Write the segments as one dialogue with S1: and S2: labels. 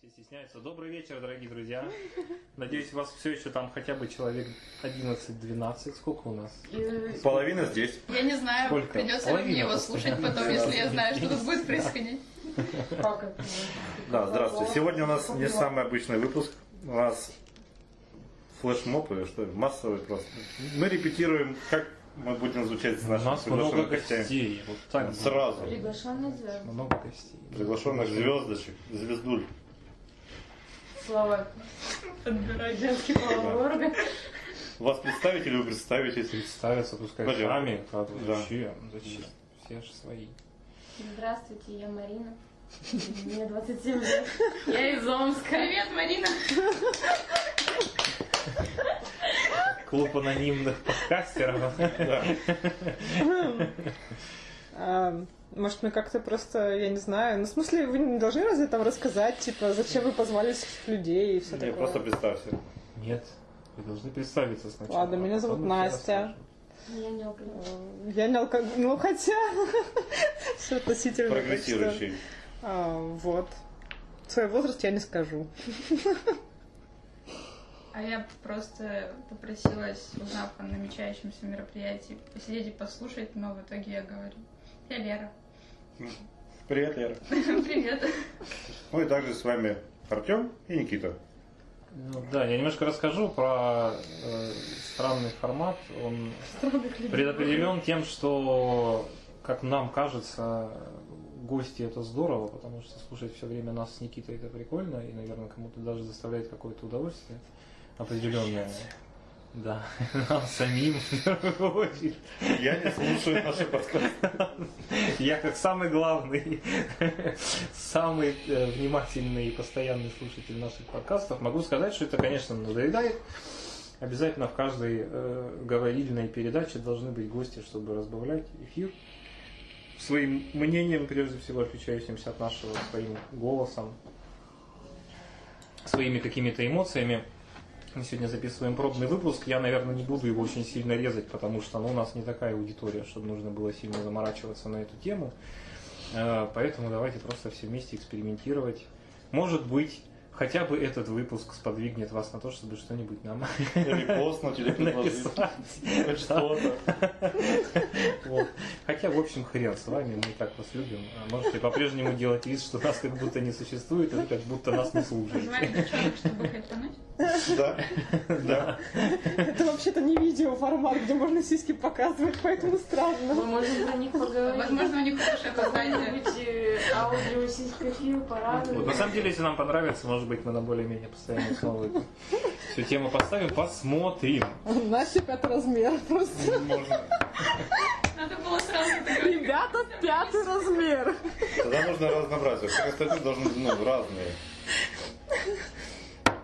S1: Все стесняются. Добрый вечер, дорогие друзья. Надеюсь, вас все еще там хотя бы человек 11-12. Сколько у нас?
S2: Половина здесь.
S3: Я не знаю,
S1: Сколько?
S3: придется ли мне его
S1: Половина
S3: слушать
S1: постоянно.
S3: потом, если я знаю, что тут будет происходить.
S2: Да, здравствуйте. Сегодня у нас не самый обычный выпуск. У нас флешмоб или что, массовый просто. Мы репетируем, как мы будем звучать с
S1: У
S2: нашими
S1: нас много
S2: приглашенными гостями.
S1: гостей. Вот так
S2: Сразу.
S4: Приглашенный звезд.
S1: Много гостей.
S2: Приглашенных звездочек, звездуль.
S4: Слова. Подбирай женский половой орган.
S2: Вас представить или вы представитесь?
S1: Ставятся, пускай
S2: Блин.
S1: сами. как бы.
S2: Да.
S1: Зачем? ну, Зачем? Все же свои.
S4: Здравствуйте, я Марина. Мне 27 лет. Я из Омска.
S3: Привет, Марина!
S1: Клуб анонимных подкастеров.
S5: А, Может, мы как-то просто, я не знаю. Ну, в смысле, вы не должны разве там рассказать, типа, зачем вы позвали всех людей и все
S2: Не,
S5: такое?
S2: просто представься.
S1: Нет. Вы должны представиться сначала.
S5: Ладно, меня
S1: а потом
S5: зовут
S1: мы тебя
S5: Настя.
S1: расскажем.
S4: Я не украина.
S5: Э, Я не алко... Ну, хотя... Все относительно. так что-
S2: Прогрессирующий.
S5: А, Вот. Свой возраст я не скажу.
S3: А я просто попросилась, узнав о намечающемся мероприятии, посидеть и послушать, но в итоге я говорю. Я Лера.
S2: Привет, Лера.
S3: Привет.
S2: Ну и также с вами Артем и Никита.
S1: Ну, да, я немножко расскажу про э, странный формат. Он предопределен тем, что, как нам кажется, гости это здорово, потому что слушать все время нас с Никитой это прикольно, и, наверное, кому-то даже заставляет какое-то удовольствие определенное. Да, нам самим. в первую очередь.
S2: Я не слушаю наши подкасты.
S1: Я как самый главный, самый э, внимательный и постоянный слушатель наших подкастов могу сказать, что это, конечно, надоедает. Обязательно в каждой э, говорильной передаче должны быть гости, чтобы разбавлять эфир. Своим мнением, прежде всего, отличающимся от нашего, своим голосом, своими какими-то эмоциями. Мы сегодня записываем пробный выпуск. Я, наверное, не буду его очень сильно резать, потому что ну, у нас не такая аудитория, чтобы нужно было сильно заморачиваться на эту тему. Э, Поэтому давайте просто все вместе экспериментировать. Может быть, хотя бы этот выпуск сподвигнет вас на то, чтобы что-нибудь нам
S2: Репостнуть или предложить.
S1: написать.
S2: Хоть что-то.
S1: Вот. Хотя, в общем, хрен с вами, мы так вас любим. А Можете по-прежнему делать вид, что нас как будто не существует, или как будто нас не слушает.
S3: Позвали девчонок, чтобы хайпануть.
S2: Да. Да.
S5: Это вообще-то не видеоформат, где можно сиськи показывать, поэтому
S4: Мы
S5: странно.
S4: можем про них поговорить.
S3: Возможно, у них хорошее познание.
S4: какой-нибудь э, аудио
S1: Вот,
S4: сиськофил
S1: на
S4: порадует.
S1: самом деле, если нам понравится, может быть, мы на более-менее постоянную основу эту всю тему поставим, посмотрим.
S5: Настя пятый размер просто.
S2: Можно.
S3: Надо было сразу это говорить.
S5: Ребята, пятый размер.
S2: Тогда нужно разнообразие. Все остальные должны быть ну, разные.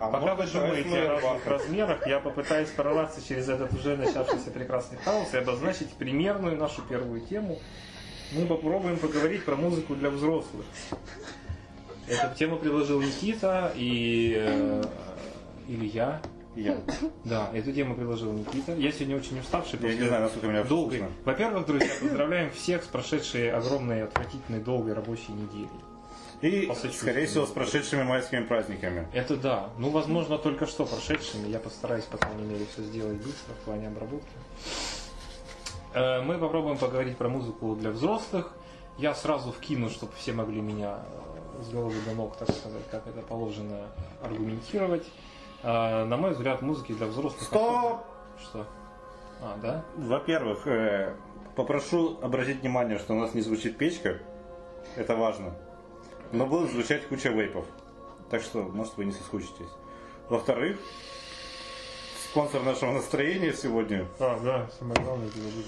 S2: А
S1: Пока вы
S2: может,
S1: думаете
S2: разные
S1: о разных
S2: рубахи.
S1: размерах, я попытаюсь прорваться через этот уже начавшийся прекрасный хаос и обозначить примерную нашу первую тему. Мы попробуем поговорить про музыку для взрослых. Эту тему предложил Никита и... э, или я.
S2: Я.
S1: Да, эту тему предложил Никита. Я сегодня очень уставший.
S2: Я
S1: после
S2: не знаю, насколько меня
S1: долгой.
S2: вкусно.
S1: Во-первых, друзья, поздравляем всех с прошедшей огромной, отвратительной, долгой рабочей неделей.
S2: И,
S1: Посочувствую.
S2: скорее всего, с прошедшими майскими праздниками.
S1: Это да. Ну, возможно, только что прошедшими. Я постараюсь, по крайней мере, все сделать быстро в плане обработки. Э, Мы попробуем поговорить про музыку для взрослых. Я сразу вкину, чтобы все могли меня э, с головы до ног, так сказать, как это положено, аргументировать. Э, На мой взгляд, музыки для взрослых...
S2: Стоп!
S1: особо- Что? А, да?
S2: Во-первых, э, попрошу обратить внимание, что у нас не звучит печка. Это важно. Но будут звучать куча вейпов. Так что, может, вы не соскучитесь. Во-вторых, спонсор нашего настроения сегодня
S1: А, да, самое главное, это забыли.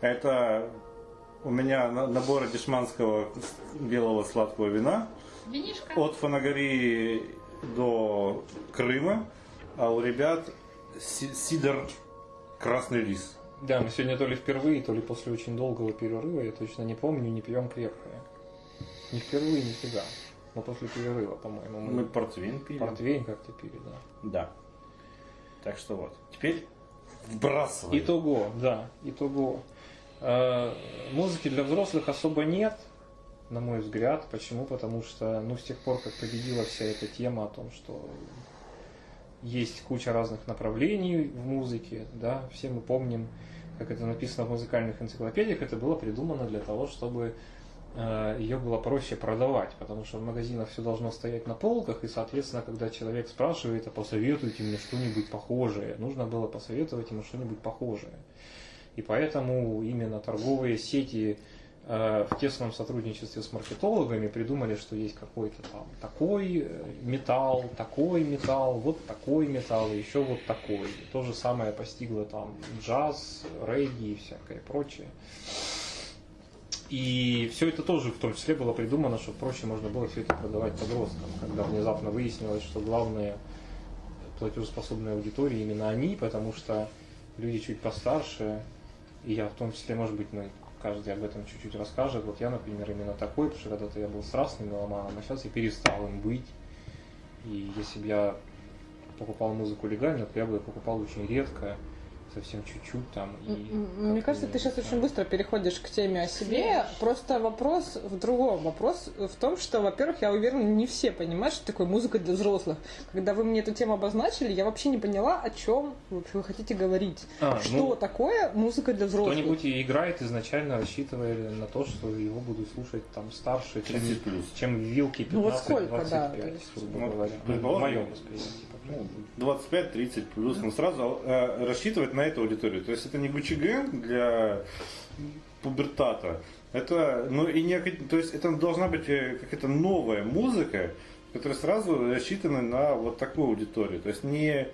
S2: Это у меня на- набор дешманского с- белого сладкого вина
S3: Винишка.
S2: от Фанагории до Крыма, а у ребят си- сидр красный лис.
S1: Да, мы сегодня то ли впервые, то ли после очень долгого перерыва, я точно не помню, не пьем крепкое. Не впервые, не всегда. Но после перерыва, по-моему, мы,
S2: Мы портвейн пили.
S1: портвейн как-то пили, да.
S2: Да. Так что вот. Теперь вбрасывай.
S1: А, Итого, да, итого. Э, музыки для взрослых особо нет. на мой взгляд. Почему? Потому что, ну, с тех пор, как победила вся эта тема о том, что есть куча разных направлений в музыке, да, все мы помним, как это написано в музыкальных энциклопедиях, это было придумано для того, чтобы э, ее было проще продавать, потому что в магазинах все должно стоять на полках, и, соответственно, когда человек спрашивает, а посоветуйте мне что-нибудь похожее, нужно было посоветовать ему что-нибудь похожее. И поэтому именно торговые сети э, в тесном сотрудничестве с маркетологами придумали, что есть какой-то там такой э, металл, такой металл, вот такой металл, и еще вот такой. И то же самое постигло там джаз, регги и всякое прочее. И все это тоже в том числе было придумано, чтобы проще можно было все это продавать подросткам, когда внезапно выяснилось, что главные платежеспособные аудитории именно они, потому что люди чуть постарше, и я в том числе, может быть, мы каждый об этом чуть-чуть расскажет. Вот я, например, именно такой, потому что когда-то я был страстным меломаном, а сейчас я перестал им быть. И если бы я покупал музыку легально, то я бы ее покупал очень редко, совсем чуть-чуть там. И
S5: М- м- М-м-м. Ну, Мне
S1: как-то
S5: кажется,
S1: не
S5: ты сейчас
S1: знаю.
S5: очень быстро переходишь к теме о себе. Просто вопрос в другом. Вопрос в том, что, во-первых, я уверена, не все понимают, что такое музыка для взрослых. Когда вы мне эту тему обозначили, я вообще не поняла, о чем вообще вы хотите говорить.
S1: А,
S5: что
S1: ну,
S5: такое музыка для взрослых?
S1: Кто-нибудь и играет изначально, рассчитывая на то, что его будут слушать там старше, чем,
S6: 30 плюс.
S1: чем вилки 15
S5: Ну, вот сколько, да,
S1: 25,
S5: то есть.
S1: грубо
S6: Ну,
S1: говоря.
S6: предположим.
S1: в моем восприятии. по крайней мере.
S6: Ну, 25-30 плюс, но сразу э, рассчитывать на эту аудиторию. То есть это не Gucci Gang для пубертата. Это, ну и не, акад- то есть это должна быть э, какая-то новая музыка, которая сразу рассчитана на вот такую аудиторию. То есть не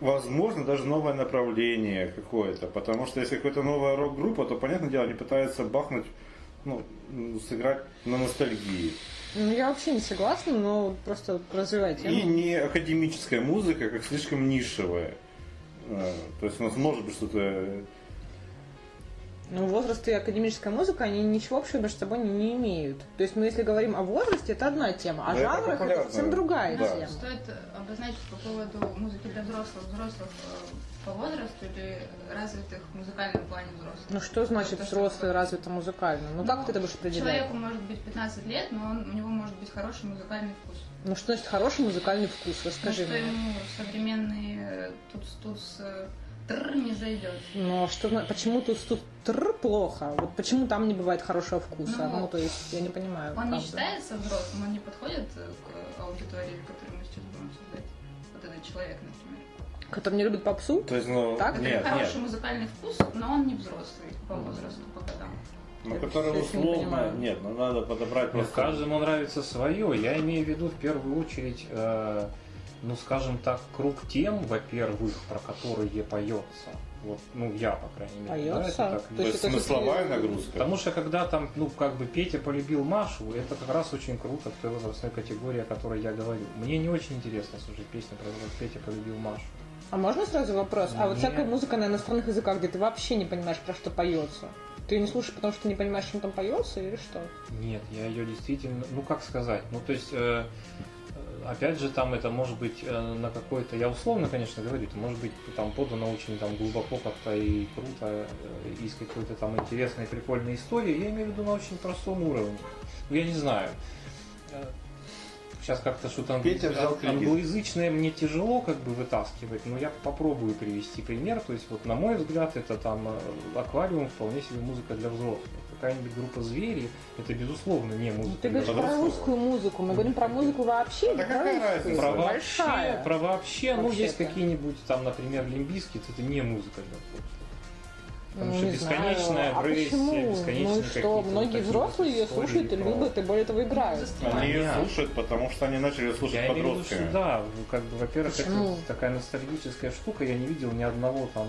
S6: возможно даже новое направление какое-то, потому что если какая-то новая рок-группа, то, понятное дело, они пытаются бахнуть, ну, м, сыграть на ностальгии.
S5: Ну, я вообще не согласна, но просто развивай тему.
S6: И не академическая музыка, а как слишком нишевая. Э, То есть у нас может быть что-то...
S5: Ну, возраст и академическая музыка, они ничего общего между собой не, не имеют. То есть мы, если говорим о возрасте, это одна тема, а
S6: Да, это
S5: жанрах это,
S6: популярно.
S5: совсем другая
S6: Да.
S5: тема.
S3: Стоит обозначить по поводу музыки для взрослых, взрослых э, по возрасту или э, развитых в музыкальном плане взрослых.
S5: Ну что значит
S3: То, что
S5: взрослый развито музыкально? Ну как ты это будешь определять?
S3: Человеку может быть 15 лет, но он, у него может быть хороший музыкальный вкус.
S5: Ну что значит хороший музыкальный вкус?
S3: Ну,
S5: Расскажи
S3: что
S5: мне.
S3: ему современные тутс-тутс э, тррр не зайдет.
S5: Ну а что, зна- почему тут тут тр плохо? Вот почему там не бывает хорошего вкуса?
S3: Ну,
S5: Ну, то есть я не понимаю.
S3: Он не
S5: правда.
S3: считается взрослым, он не подходит э, к аудитории, которую мы сейчас будем создать. Вот этот человек, например.
S5: Который не любит попсу?
S6: То есть, ну,
S5: Так?
S6: нет,
S3: Хороший
S6: нет.
S3: музыкальный вкус, но он не взрослый по возрасту пока там.
S6: Ну,
S5: Я
S6: которое
S5: просто не
S6: условно...
S5: понимаю.
S6: Нет, ну надо подобрать
S1: Ну,
S6: просто...
S1: каждому нравится свое. Я имею в виду в первую очередь, э, ну скажем так, круг тем, во-первых, про которые поется. Вот, ну я, по крайней мере. да, это
S5: Поется?
S1: так
S6: То есть
S5: это
S6: смысловая
S5: все-таки-
S6: нагрузка.
S1: Потому что когда там, ну, как бы Петя полюбил Машу, это как раз очень круто в той возрастной категории, о которой я говорю. Мне не очень интересно слушать песню про то, как Петя полюбил Машу.
S5: А можно сразу вопрос? А
S1: Нет.
S5: вот всякая музыка на иностранных языках, где ты вообще не понимаешь, про что поется. Ты ее не слушаешь, потому что не понимаешь, чем там поется или что?
S1: Нет, я ее действительно, ну как сказать, ну то есть, э, э, опять же, там это может быть э, на какой-то, я условно, конечно, говорю, это может быть там подано очень там глубоко как-то и круто, э, из какой-то там интересной, прикольной истории, я имею в виду на очень простом уровне. Ну, я не знаю. Э, Сейчас как-то что-то англи-
S6: Петя взял кредит.
S1: англоязычное мне тяжело как бы вытаскивать, но я попробую привести пример. То есть вот на мой взгляд это там э, аквариум вполне себе музыка для взрослых. Какая-нибудь группа звери это безусловно не музыка.
S5: Ты
S1: для
S5: говоришь про
S6: подростковая.
S5: русскую музыку. Мы говорим про музыку
S6: Ну,
S5: вообще.
S6: А Да
S5: про
S6: какая
S5: русскую.
S6: разница?
S1: про вообще,
S5: Большая.
S1: про вообще, ну
S5: Вообще-то.
S1: есть какие-нибудь там, например, лимбискит, это не музыка для взрослых. Потому
S5: Ну,
S1: что
S5: не знаю.
S1: бесконечная
S5: а
S1: агрессия,
S5: почему?
S1: бесконечные
S5: Ну и
S1: какие-то
S5: что,
S1: вот
S5: многие
S1: такие
S5: взрослые
S1: вот
S5: ее
S1: истории
S5: слушают и
S1: про-
S5: любят, и более того играют.
S6: Они ее
S1: Понятно.
S6: слушают, потому что они начали ее слушать
S1: Я имею в виду,
S6: подростками.
S1: что да, ну, как бы, во-первых,
S5: Почему?
S1: это такая ностальгическая штука, я не видел ни одного там,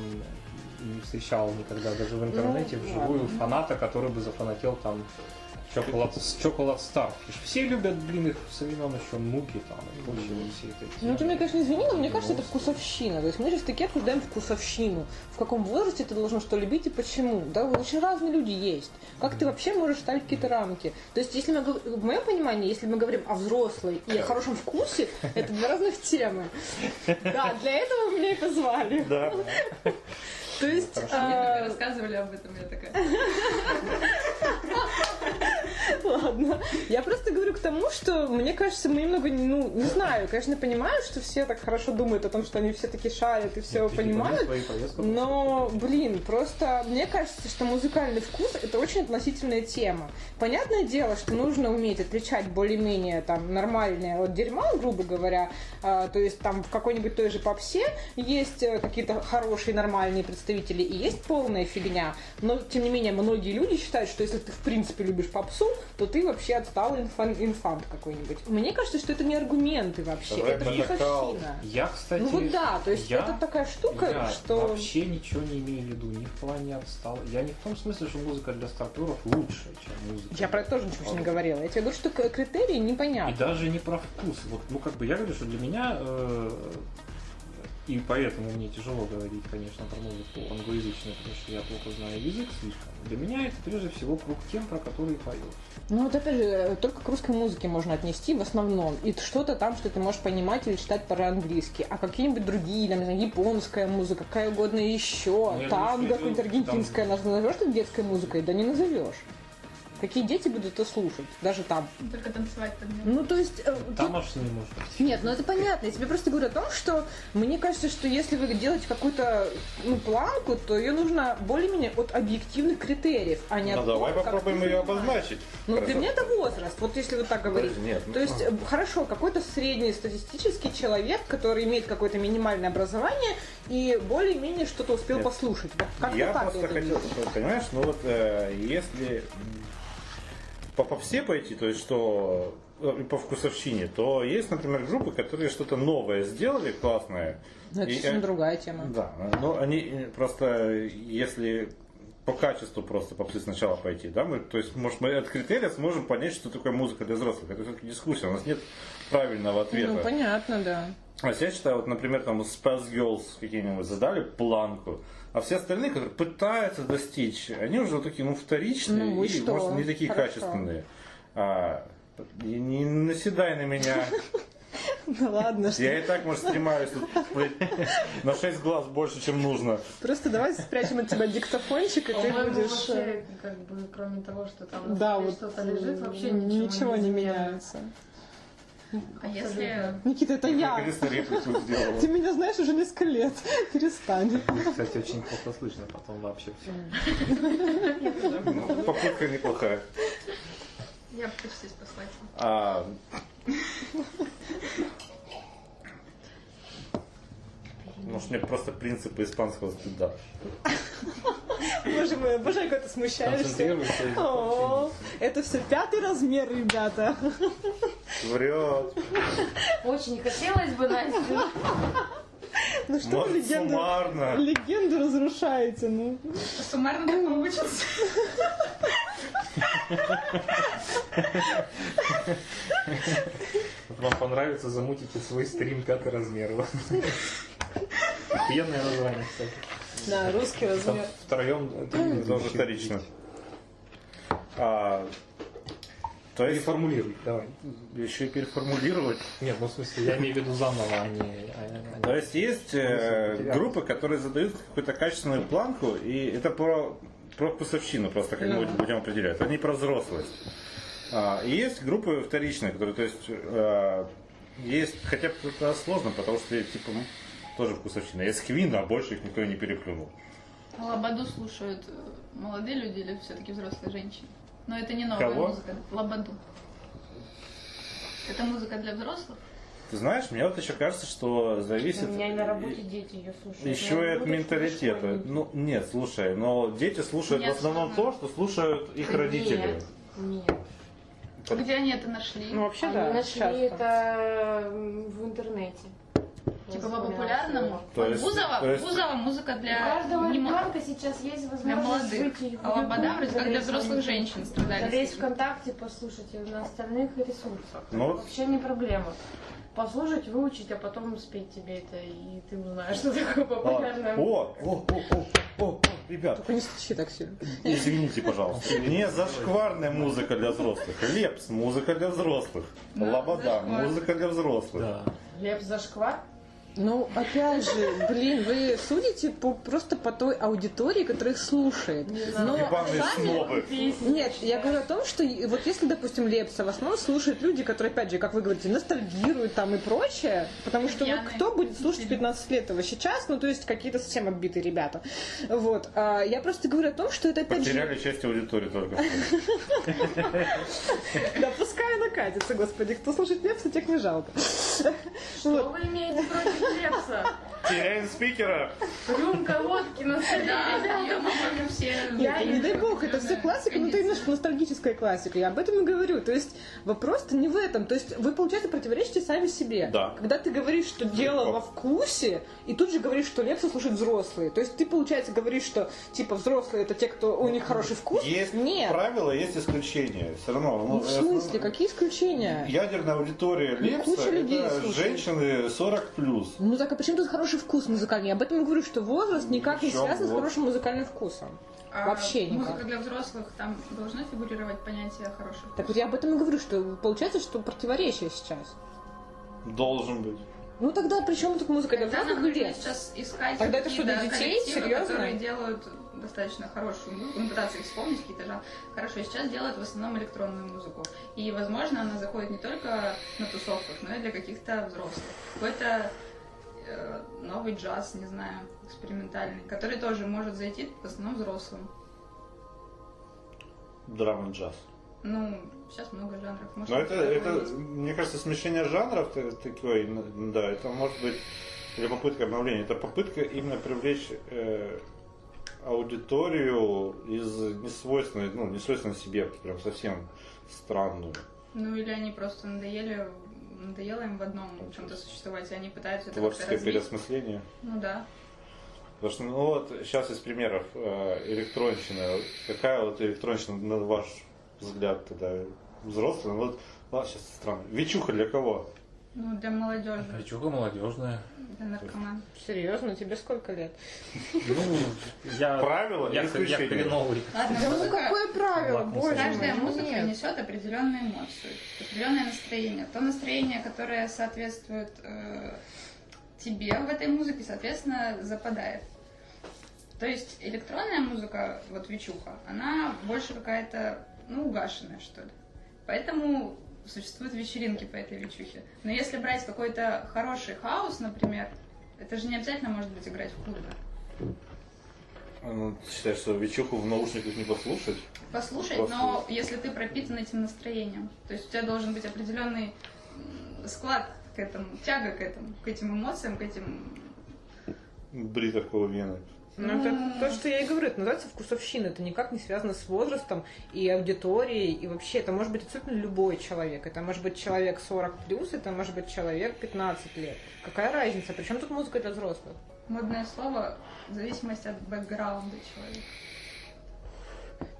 S1: не встречал никогда даже в интернете
S5: Ну,
S1: вживую фаната, который бы зафанател там Chocolate, Chocolate Starfish. Все любят, блин, их со времен еще муки там и прочие вот все это.
S5: Ну, ты
S1: темы.
S5: меня, конечно, извини, но мне кажется, это
S1: Девяностые.
S5: вкусовщина. То есть мы сейчас таки обсуждаем вкусовщину. В каком возрасте ты должен что любить и почему? Да, очень разные люди есть. Как ты вообще можешь ставить какие-то рамки? То есть, если мы, гов- в моем понимании, если мы говорим о взрослой и о хорошем вкусе, это две разных темы. Да, для этого меня и позвали.
S6: Да.
S5: То есть,
S3: Мне
S5: а,
S3: рассказывали об этом, я такая.
S5: Ладно. Я просто говорю к тому, что мне кажется, мы немного, ну, не знаю, конечно, понимаю, что все так хорошо думают о том, что они все таки шарят и все понимают. Но, блин, просто мне кажется, что музыкальный вкус это очень относительная тема. Понятное дело, что нужно уметь отличать более-менее там нормальное от дерьма, грубо говоря. А, то есть там в какой-нибудь той же попсе есть э, какие-то хорошие нормальные представители и есть полная фигня. Но тем не менее многие люди считают, что если ты в принципе любишь попсу, то ты вообще отсталый инфан- инфант какой-нибудь. Мне кажется, что это не аргументы вообще,
S2: Рэп
S5: это
S2: это кал.
S5: вкусовщина.
S1: Я, кстати,
S5: Ну вот да, то есть
S1: я-
S5: это такая штука,
S1: я
S5: что...
S1: вообще ничего не имею в виду, ни в плане отстал. Я не в том смысле, что музыка для старперов лучше, чем музыка.
S5: Я про это тоже ничего не говорила. Я тебе говорю, что к- критерии
S1: И
S5: непонятны.
S1: даже не про вкус. Вот, ну, как бы я говорю, что для меня, э, и поэтому мне тяжело говорить, конечно, про музыку англоязычную, потому что я плохо знаю язык слишком. Для меня это прежде всего круг тем, про которые поют.
S5: Ну вот опять же, э, только к русской музыке можно отнести в основном. И что-то там, что ты можешь понимать или читать по-английски. А какие-нибудь другие, там, не знаю, японская музыка, какая угодно еще,
S1: Ну, я думаю,
S5: танго
S1: что
S5: какая-нибудь
S1: это там-
S5: аргентинская, нас назовешь ты детской музыкой? Да не назовешь. Какие дети будут это слушать? Даже там.
S3: Только танцевать под нее.
S5: Ну, то есть... э, тут-
S1: Там аж не может быть.
S5: Нет, ну это понятно. Я тебе просто говорю о том, что мне кажется, что если вы делаете какую-то ну, планку, то ее нужно более-менее от объективных критериев, а не
S2: Ну
S5: от
S2: давай
S5: того, как
S2: попробуем
S5: ты
S2: ее
S5: занимаешься.
S2: обозначить.
S5: Ну, для
S2: Хорошо.
S5: меня это возраст, вот если вот так говорить.
S2: Нет, ну,
S5: То есть, э, хорошо, какой-то средний статистический человек, который имеет какое-то минимальное образование и более-менее что-то успел
S2: Нет.
S5: послушать. Вот как-то
S2: я
S5: так
S2: просто
S5: это
S2: хотел,
S5: вижу.
S2: сказать, понимаешь, ну вот э, если м, по попсе пойти, то есть что э, и по вкусовщине, то есть, например, группы, которые что-то новое сделали, классное.
S5: Но Ну, это
S2: И,
S5: совсем
S2: э,
S5: другая тема.
S2: Да, но они э, просто, э, если по качеству просто попсы сначала пойти, да, мы, то есть, может, мы от критерия сможем понять, что такое музыка для взрослых. Это все-таки дискуссия, у нас нет правильного ответа.
S5: Ну, понятно, да.
S2: А я считаю, вот, например, там Spice Girls какие-нибудь задали планку, а все остальные, которые пытаются достичь, они уже вот такие, ну, вторичные
S5: Ну, и
S2: и,
S5: что?
S2: может, не такие
S5: Хорошо.
S2: качественные. А, не, не наседай на меня.
S5: Да Ну, ладно, что
S2: Я и так, может, снимаюсь тут, блин, на 6 глаз больше, чем нужно.
S5: Просто давай спрячем от тебя диктофончик, и ты
S4: По-моему,
S5: будешь... э,
S4: вообще, как бы, кроме того, что там на
S5: Да,
S4: столе
S5: вот
S4: что-то лежит, вообще
S5: э,
S4: ничего,
S5: не
S4: меняется.
S5: меняется.
S3: А если...
S5: Никита, это я. Типа.
S2: Наконец-то реплику сделала.
S5: Ты меня знаешь уже несколько лет. Перестань.
S1: Кстати, очень плохо слышно потом вообще все.
S2: Ну, Попытка неплохая.
S3: Я почти спасла типа, тебя.
S2: А, Может, мне просто принципы испанского стыда.
S5: Боже мой, обожаю, когда ты смущаешься.
S1: Концентрируйся.
S5: О, это все пятый размер, ребята.
S2: Врет.
S4: Очень хотелось бы, Настя.
S5: Ну что вы легенду,
S2: Суммарно.
S5: легенду разрушаете, ну.
S3: Суммарно так получится.
S1: Вот Вам понравится, замутите свой стрим пятый размер. Вот. Охуенное название, кстати.
S5: Да, русский
S1: Там э,
S5: размер.
S1: втроем...
S2: Это уже вторично. А, то есть
S1: Переформулируй, давай.
S2: еще и переформулировать.
S1: Нет, ну в смысле, я имею в виду заново, а не... а- а-
S2: То есть есть э,
S1: Потерялся.
S2: группы, которые задают какую-то качественную планку, и это про, про вкусовщину просто как мы будем определять. Это не про взрослость. А, и есть группы вторичные, которые, то есть, э, есть, хотя бы это сложно, потому что, типа, м, тоже вкусовщина. Есть Квин, а больше их никто не переплюнул.
S3: А Лободу слушают э, молодые люди или все-таки взрослые женщины? Но это не новая
S2: Кого?
S3: музыка. Лободу. Это музыка для взрослых?
S2: Ты знаешь, мне вот еще кажется, что
S4: У
S2: зависит...
S4: меня и на работе
S2: и-
S4: дети ее слушают.
S2: Еще и
S4: Я
S2: от
S4: буду
S2: менталитета.
S4: школьники.
S2: Ну, нет, слушай, но дети слушают
S3: Нет,
S2: в основном
S3: слушай.
S2: то, что слушают их родители.
S4: Нет, Нет.
S2: Под-
S3: Где они это нашли?
S5: Ну, вообще,
S4: Они
S5: да,
S4: нашли
S5: часто.
S4: это м, в интернете. Я
S3: типа по
S4: вспоминала
S3: популярному?
S4: сегодня.
S2: То есть-
S3: Бузова?
S2: то есть-
S3: Бузова музыка
S4: У
S3: для...
S4: каждого
S3: не мо-
S4: ребенка сейчас есть
S3: для
S4: возможность
S3: молодых.
S4: жить и в
S3: А Лобода
S4: любом
S3: вроде как для
S4: зависимости.
S3: взрослых женщин
S4: Залезть
S3: страдали.
S4: ВКонтакте, послушать и на остальных ресурсах.
S2: Ну,
S4: Это вообще не проблема. Послушать, выучить, а потом спеть тебе это, и ты узнаешь, что такое популярное.
S2: А, О, о, о, о, о, о, ребят,
S5: Только не стучи так сильно.
S2: извините, пожалуйста. Не зашкварная музыка для взрослых. Лепс, музыка для взрослых.
S3: Да,
S2: Лобода,
S3: зашквар.
S2: музыка для взрослых.
S1: Да.
S4: Лепс зашквар?
S5: Ну, опять же, блин, вы судите по, просто по той аудитории, которая их слушает. Но
S6: Ебаные снобы.
S5: Нет, я говорю о том, что и- вот если, допустим, Лепса в основном слушают люди, которые, опять же, как вы говорите, ностальгируют там и прочее, потому что ну,
S3: Пьяные.
S5: кто будет слушать в 15 лет его сейчас, ну, то есть какие-то совсем оббитые ребята. Вот. А я просто говорю о том, что это, опять же,
S6: Потеряли часть аудитории только. что.
S5: да, пускай она катится, господи, кто слушает Лепса, тех не жалко.
S4: Что вы имеете против Лепса?
S6: Теряем спикера.
S4: Рюмка водки на столе.
S3: я помню все.
S5: Нет, не дай бог, это все классика, ну но это именно что ностальгическая классика. Я об этом и говорю. То есть вопрос-то не в этом. То есть вы, получается, противоречите сами себе.
S6: Да.
S5: Когда ты говоришь, что дело во вкусе, и тут же говоришь, что Лепса слушают взрослые. То есть ты, получается, говоришь, что типа взрослые это те, кто у них хороший вкус.
S6: Есть
S5: Нет.
S6: правила, есть исключения. Все равно.
S5: Ну,
S6: ну,
S5: в
S6: э,
S5: смысле, какие исключения?
S6: Ядерная аудитория
S5: Ну,
S6: Лепса
S5: куча людей
S6: это
S5: слушает.
S6: женщины 40 плюс.
S5: Ну так а почему тут хороший вкус музыкальный? Я об этом и говорю, что возраст никак не
S6: Причём
S5: связан с
S6: вот.
S5: хорошим музыкальным вкусом. Вообще никак.
S3: А Музыка для взрослых, там должно фигурировать понятие хорошего.
S5: Так вот я об этом и говорю, что получается, что противоречие сейчас.
S6: Должен быть.
S5: Ну тогда при чем тут музыка для
S3: Тогда
S5: взрослых
S3: нам
S5: людей?
S3: нужно сейчас искать
S5: Тогда это
S3: какие-то
S5: что, для детей?
S3: коллективы,
S5: Серьезно?
S3: которые делают достаточно хорошую музыку, ну, пытаться их вспомнить, какие-то жанры. Хорошо, сейчас делают в основном электронную музыку. И, возможно, она заходит не только на тусовках, но и для каких-то взрослых. Какой-то э, новый джаз, не знаю, экспериментальный, который тоже может зайти в основном взрослым.
S6: Драма джаз.
S3: Ну, сейчас много жанров. Может,
S6: Но это,
S3: такое
S6: это,
S3: есть.
S6: мне кажется, смещение жанров т- такое, н- да, это может быть или попытка обновления, это попытка именно привлечь э, аудиторию из несвойственной, ну, несвойственной себе, прям совсем странную.
S3: Ну, или они просто надоели, надоело им в одном в чем-то существовать, и они пытаются это как-то
S6: Творческое
S3: развить.
S6: переосмысление.
S3: Ну да.
S6: Потому что, ну вот, сейчас из примеров э, электронщина. Какая вот электронщина, на ваш взгляд, тогда взрослая? Ну, вот, ладно, сейчас странно. Вечуха для кого?
S3: Ну, для молодежи,
S1: Причуга молодежная.
S3: для наркоманов.
S5: Серьезно, тебе сколько лет?
S1: Ну, я...
S6: Правила
S1: Я,
S6: и
S1: я
S6: исключения.
S1: хреновый.
S3: Ладно,
S5: Да ну
S3: музыка.
S5: какое правило,
S1: Лакмусовый.
S5: боже
S3: Каждая
S5: мой,
S3: музыка
S5: нет.
S3: несет определенную эмоцию, определенное настроение. То настроение, которое соответствует э, тебе в этой музыке, соответственно, западает. То есть электронная музыка, вот вечуха, она больше какая-то, ну, угашенная, что ли. Поэтому существуют вечеринки по этой вечухе. Но если брать какой-то хороший хаос, например, это же не обязательно может быть играть в клубе.
S2: А,
S6: Ну, ты считаешь, что Вечуху в наушниках не послушать?
S3: послушать, но если ты пропитан этим настроением. То есть у тебя должен быть определенный м, склад к этому, тяга к этому, к этим эмоциям, к этим...
S6: Бри такого вены.
S5: Ну, это то, что я и говорю, это называется вкусовщина. Это никак не связано с возрастом и аудиторией. И вообще, это может быть абсолютно любой человек. Это может быть человек 40 плюс, это может быть человек 15 лет. Какая разница? Причем тут музыка для взрослых?
S3: Модное слово в зависимости от бэкграунда человека.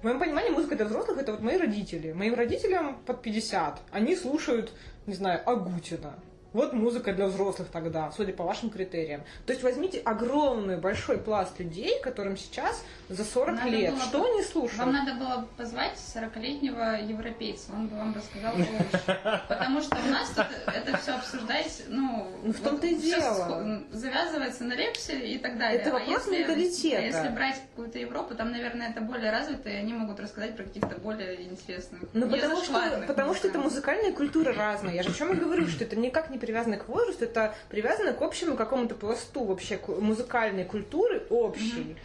S5: В моем понимании музыка для взрослых это вот мои родители. Моим родителям под 50. Они слушают, не знаю, Агутина. Вот музыка для взрослых тогда, судя по вашим критериям. То есть возьмите огромный большой пласт людей, которым сейчас за 40
S3: Надо
S5: лет.
S3: было
S5: Что
S3: бы-
S5: они слушают?
S3: Вам надо было позвать 40-летнего европейца, он бы вам рассказал больше. Потому что у нас тут это все обсуждать, ну...
S5: Ну, в том-то и
S3: вот всё
S5: дело.
S3: схо- Завязывается на репсе и так далее. А
S5: Это вопрос
S3: если-
S5: менталитета.
S3: а если брать какую-то Европу, там, наверное, это более развито, и они могут рассказать про каких-то более интересных...
S5: Ну,
S3: не
S5: потому что,
S3: зашкварных,
S5: потому
S3: не
S5: что это
S3: знаю.
S5: музыкальная культура разная. Я же о чем и говорю, что это никак не привязано к возрасту, это привязано к общему какому-то пласту вообще ку- музыкальной культуры общей.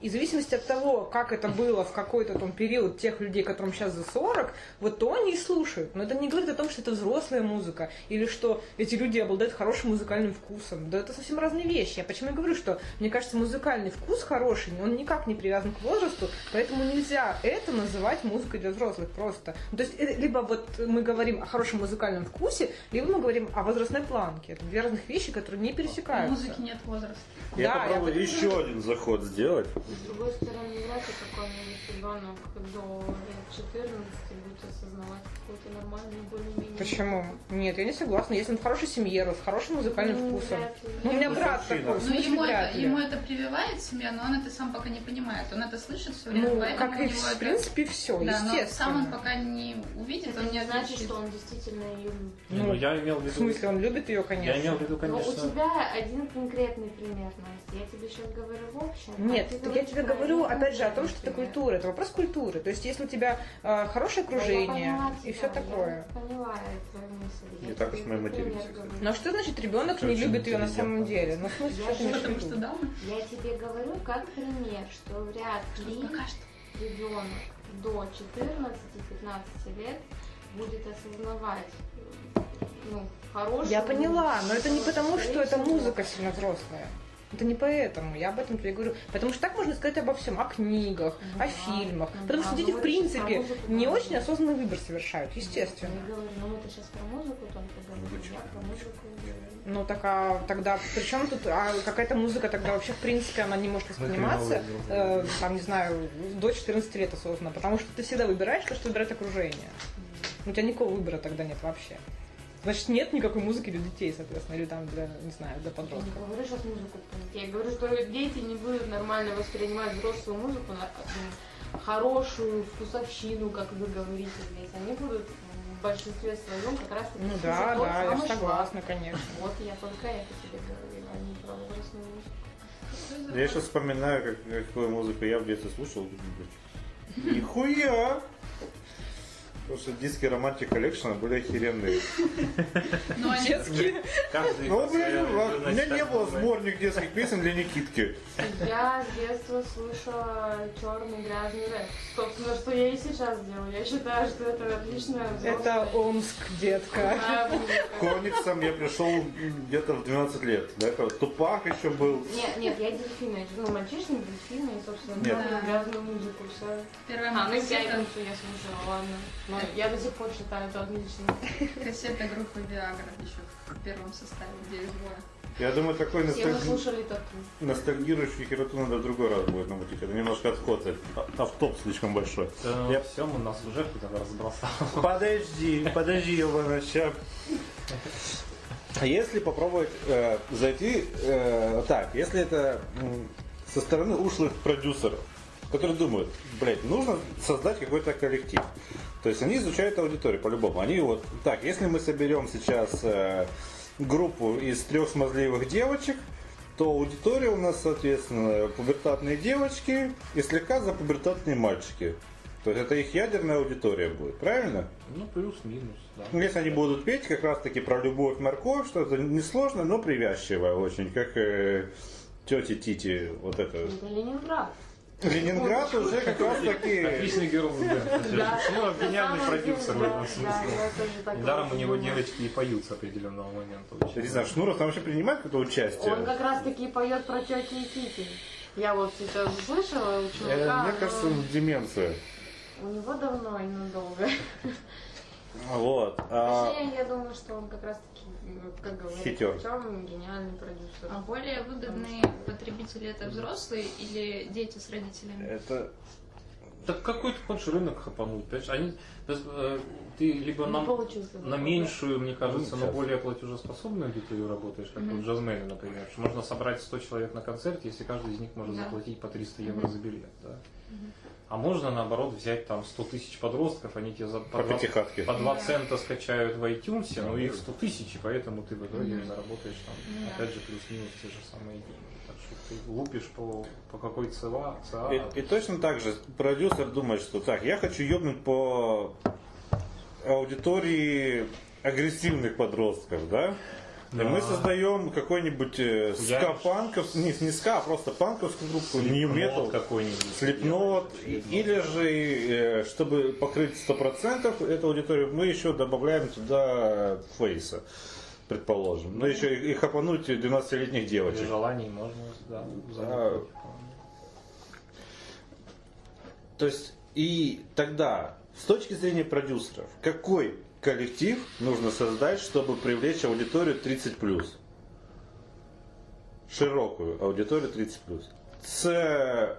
S5: И в зависимости от того, как это было в какой-то там период тех людей, которым сейчас за 40, вот то они и слушают. Но это не говорит о том, что это взрослая музыка, или что эти люди обладают хорошим музыкальным вкусом. Да это совсем разные вещи. Я почему и говорю, что, мне кажется, музыкальный вкус хороший, он никак не привязан к возрасту, поэтому нельзя это называть музыкой для взрослых просто. Ну, То есть, э, либо вот мы говорим о хорошем музыкальном вкусе, либо мы говорим о возрастной планке. Это две разных вещи, которые не
S3: У
S5: пересекаются.
S3: музыки нет возраста.
S6: Я
S5: Да,
S6: попробую
S5: я-
S6: еще один заход сделать.
S4: С другой стороны, вряд ли какой-нибудь ребенок до лет 14 будет осознавать какую-то нормальную более-менее...
S5: Почему? Нет, я не согласна. Если он в хорошей семье, рос, с хорошим музыкальным
S4: Ну,
S5: вкусом.
S4: вряд ли.
S5: Ну, у меня
S2: Ну,
S5: брат
S2: вообще,
S5: такой,
S2: да.
S5: в
S3: Ну,
S5: смысле,
S3: ему
S5: вряд
S3: это,
S5: ли.
S3: ему это прививает семья, но он это сам пока не понимает. Он это слышит все время,
S5: Ну,
S3: поэтому
S5: как
S3: у
S5: и
S3: него
S5: в
S3: это-
S5: принципе все,
S3: Да, но сам он
S5: естественно.
S3: пока не увидит,
S4: Это
S3: он
S4: не значит,
S3: отличит.
S4: что он действительно ее любит.
S1: Ну, я имел в
S5: В
S1: виду...
S5: смысле, он любит ее, конечно.
S1: Я имел в виду,
S4: Но у
S1: конечно... ну,
S4: тебя один конкретный пример, Настя. Я тебе сейчас говорю в общем. а
S5: Нет,
S4: ты
S5: так я
S4: говоришь
S5: тебе
S4: про
S5: говорю,
S4: один
S5: опять же, о том, что это
S4: конкретный пример.
S5: культура, это вопрос культуры. То есть, если у тебя э, хорошее
S4: Да, я
S5: окружение
S4: поняла
S5: и
S4: тебя,
S5: все такое.
S4: Я поняла эту мысль.
S2: Не
S4: Я
S2: так
S4: тебе
S2: уж мы и
S4: этот пример
S2: материмся,
S4: говорю.
S5: Ну а что значит ребенок
S2: Это
S5: не
S2: очень
S5: любит ее на
S2: интеллигентно.
S5: самом деле? Ну, в смысле,
S4: Я
S5: что ты имеешь в
S3: Потому
S5: виду?
S3: что дамы
S4: Я тебе говорю как пример, что вряд ли
S3: пока что.
S4: ребенок до 14-15 лет будет осознавать э, ну, хорошую...
S5: Я поняла, но это не потому, что это
S4: женщину.
S5: музыка сильно взрослая. Это не поэтому, я об этом тебе и говорю. Потому что так можно сказать обо всем, о книгах,
S4: Ну да,
S5: о фильмах.
S4: ну
S5: Потому
S4: да,
S5: что дети, в
S4: говоришь, про
S5: принципе,
S4: музыку
S5: не
S4: говоришь.
S5: очень осознанный выбор совершают,
S4: Я
S5: естественно.
S4: говорю, ну это сейчас про музыку только
S2: Ну,
S4: говорю.
S2: почему?
S4: Я про музыку не говорю.
S5: Ну так а тогда причем тут а какая-то музыка тогда вообще в принципе она не может восприниматься, э, там не знаю, до 14 лет осознанно, потому что ты всегда выбираешь то, что выбирает окружение. У тебя никакого выбора тогда нет вообще. Значит, нет никакой музыки для детей, соответственно, или там для, не знаю,
S4: Я не
S5: для подростков.
S4: говорю сейчас музыку. Я говорю, что дети не будут нормально воспринимать взрослую музыку, на- ну, хорошую вкусовщину, как вы говорите здесь. Они будут в большинстве своем как раз таки
S5: Ну
S4: слушать
S5: да,
S4: то, что
S5: да, я
S4: она
S5: согласна, конечно.
S4: шла. Вот я только это тебе говорила, а не про взрослую музыку.
S2: Я сейчас вспоминаю, как, какую музыку я в детстве слушал. Нихуя! Потому что диски Romantic Collection были охеренные.
S3: Но они-
S5: Детские.
S1: Каждый
S2: Ну,
S1: по своему,
S2: блин, ладно, у меня
S1: значит,
S2: не
S1: так
S2: было
S1: называется.
S2: сборник детских песен для Никитки.
S4: Я с детства слушала черный грязный рэп. Собственно, что я и сейчас делаю. Я считаю, что это отличная
S5: Это Омск, детка.
S4: взрослая музыка.
S2: К комиксам я пришел м, где-то в 12 лет. Да? как Тупак еще был.
S4: Нет, нет, я дельфина, я ну, мальчишник, дельфина и, собственно,
S2: Нет.
S4: да. грязную музыку, все.
S3: Первая
S4: А,
S3: моя
S4: ну и
S3: кассета,
S4: пятницу я слушала, ладно. Но я до сих пор считаю это отлично.
S3: кассета группы Виагра еще в первом составе, где их было.
S2: Я думаю, такой
S4: Все вы
S2: ностальги-
S4: слушали тату.
S2: ностальгирующий хероту надо в другой раз будет намутить. Это немножко отход. это а- Автоп слишком большой.
S1: Да,
S2: Я-
S1: все, он нас уже куда-то разбросал.
S2: Подожди, подожди, ебаная ща. А если попробовать э, зайти э, так, если это м, со стороны ушлых продюсеров, которые думают, блядь, нужно создать какой-то коллектив. То есть они изучают аудиторию по-любому. Они вот так, если мы соберем сейчас э, группу из трех смазливых девочек, то аудитория у нас, соответственно, пубертатные девочки и слегка запубертатные мальчики. То есть это их ядерная аудитория будет, правильно?
S1: Ну, плюс-минус, да.
S2: Ну, Если они будут петь как раз таки про любовь морковь, что это несложно, но привязчивое очень, как э, тети Тити, вот это.
S4: Это Ленинград.
S2: Ленинград уже как раз таки...
S1: Отличный герой, да. Ну, гениальный
S4: на самом
S1: продюсер в
S4: деле,
S1: этом
S4: да, да,
S1: смысле.
S4: я тоже так
S1: Даром у него
S4: думаю.
S1: девочки и поют с определенного момента.
S2: Я не знаю, Шнуров там вообще принимает какое-то
S4: Он
S2: участие?
S4: как раз таки поет про тети и Кити. Я вот сейчас слышала у
S2: Э,
S4: чувака,
S2: Мне
S4: но
S2: кажется, он деменция.
S4: у него давно и надолго.
S2: Вот. а-
S4: Точнее, я думаю, что он как раз таки, ну, как говорится,
S2: Хитер.
S4: Артём гениальный продюсер.
S3: А более выгодные потребители это взрослые или дети с родителями?
S2: Это...
S1: Так какой ты хочешь рынок хапануть? Понимаешь, они, то есть, э, ты либо
S4: Не
S1: на,
S4: получилось.
S1: на меньшую, мне кажется, но
S2: Сейчас.
S1: более платежеспособную аудиторию работаешь, как
S3: Мгм.
S1: вот джазмены, например. что Можно собрать 100 человек на концерт, если каждый из них может
S3: Да.
S1: заплатить по 300 евро
S3: Мгм.
S1: за билет. Да?
S3: Мгм.
S1: А можно, наоборот, взять там 100 тысяч подростков, они тебе за, по,
S2: По
S1: 2,
S2: пятихатке.
S1: по 2
S3: Да.
S1: цента скачают в iTunes, но
S2: Да.
S1: их 100 тысяч, и поэтому ты в итоге
S3: Мгм.
S1: заработаешь там,
S3: Ну да.
S1: опять же, плюс-минус те же самые деньги. Так что ты лупишь по, по какой цела, ЦА.
S2: И, и точно так же продюсер думает, что так, я хочу ёбнуть по аудитории агрессивных подростков, да? И
S1: Да.
S2: мы создаем какой-нибудь э,
S1: Я-
S2: ска-панков, не, не ска, а просто панковскую группу, нью
S1: Слепнот
S2: метал,
S1: какой-нибудь.
S2: слепнот, и- или же, э, чтобы покрыть 100% эту аудиторию, мы еще добавляем туда фейса, предположим. Ну, еще и, и хапануть 12-летних
S1: При
S2: девочек.
S1: желании можно, да,
S2: Э. А, То есть, и тогда, с точки зрения продюсеров, какой коллектив нужно создать, чтобы привлечь аудиторию 30+. Широкую аудиторию 30+. С э,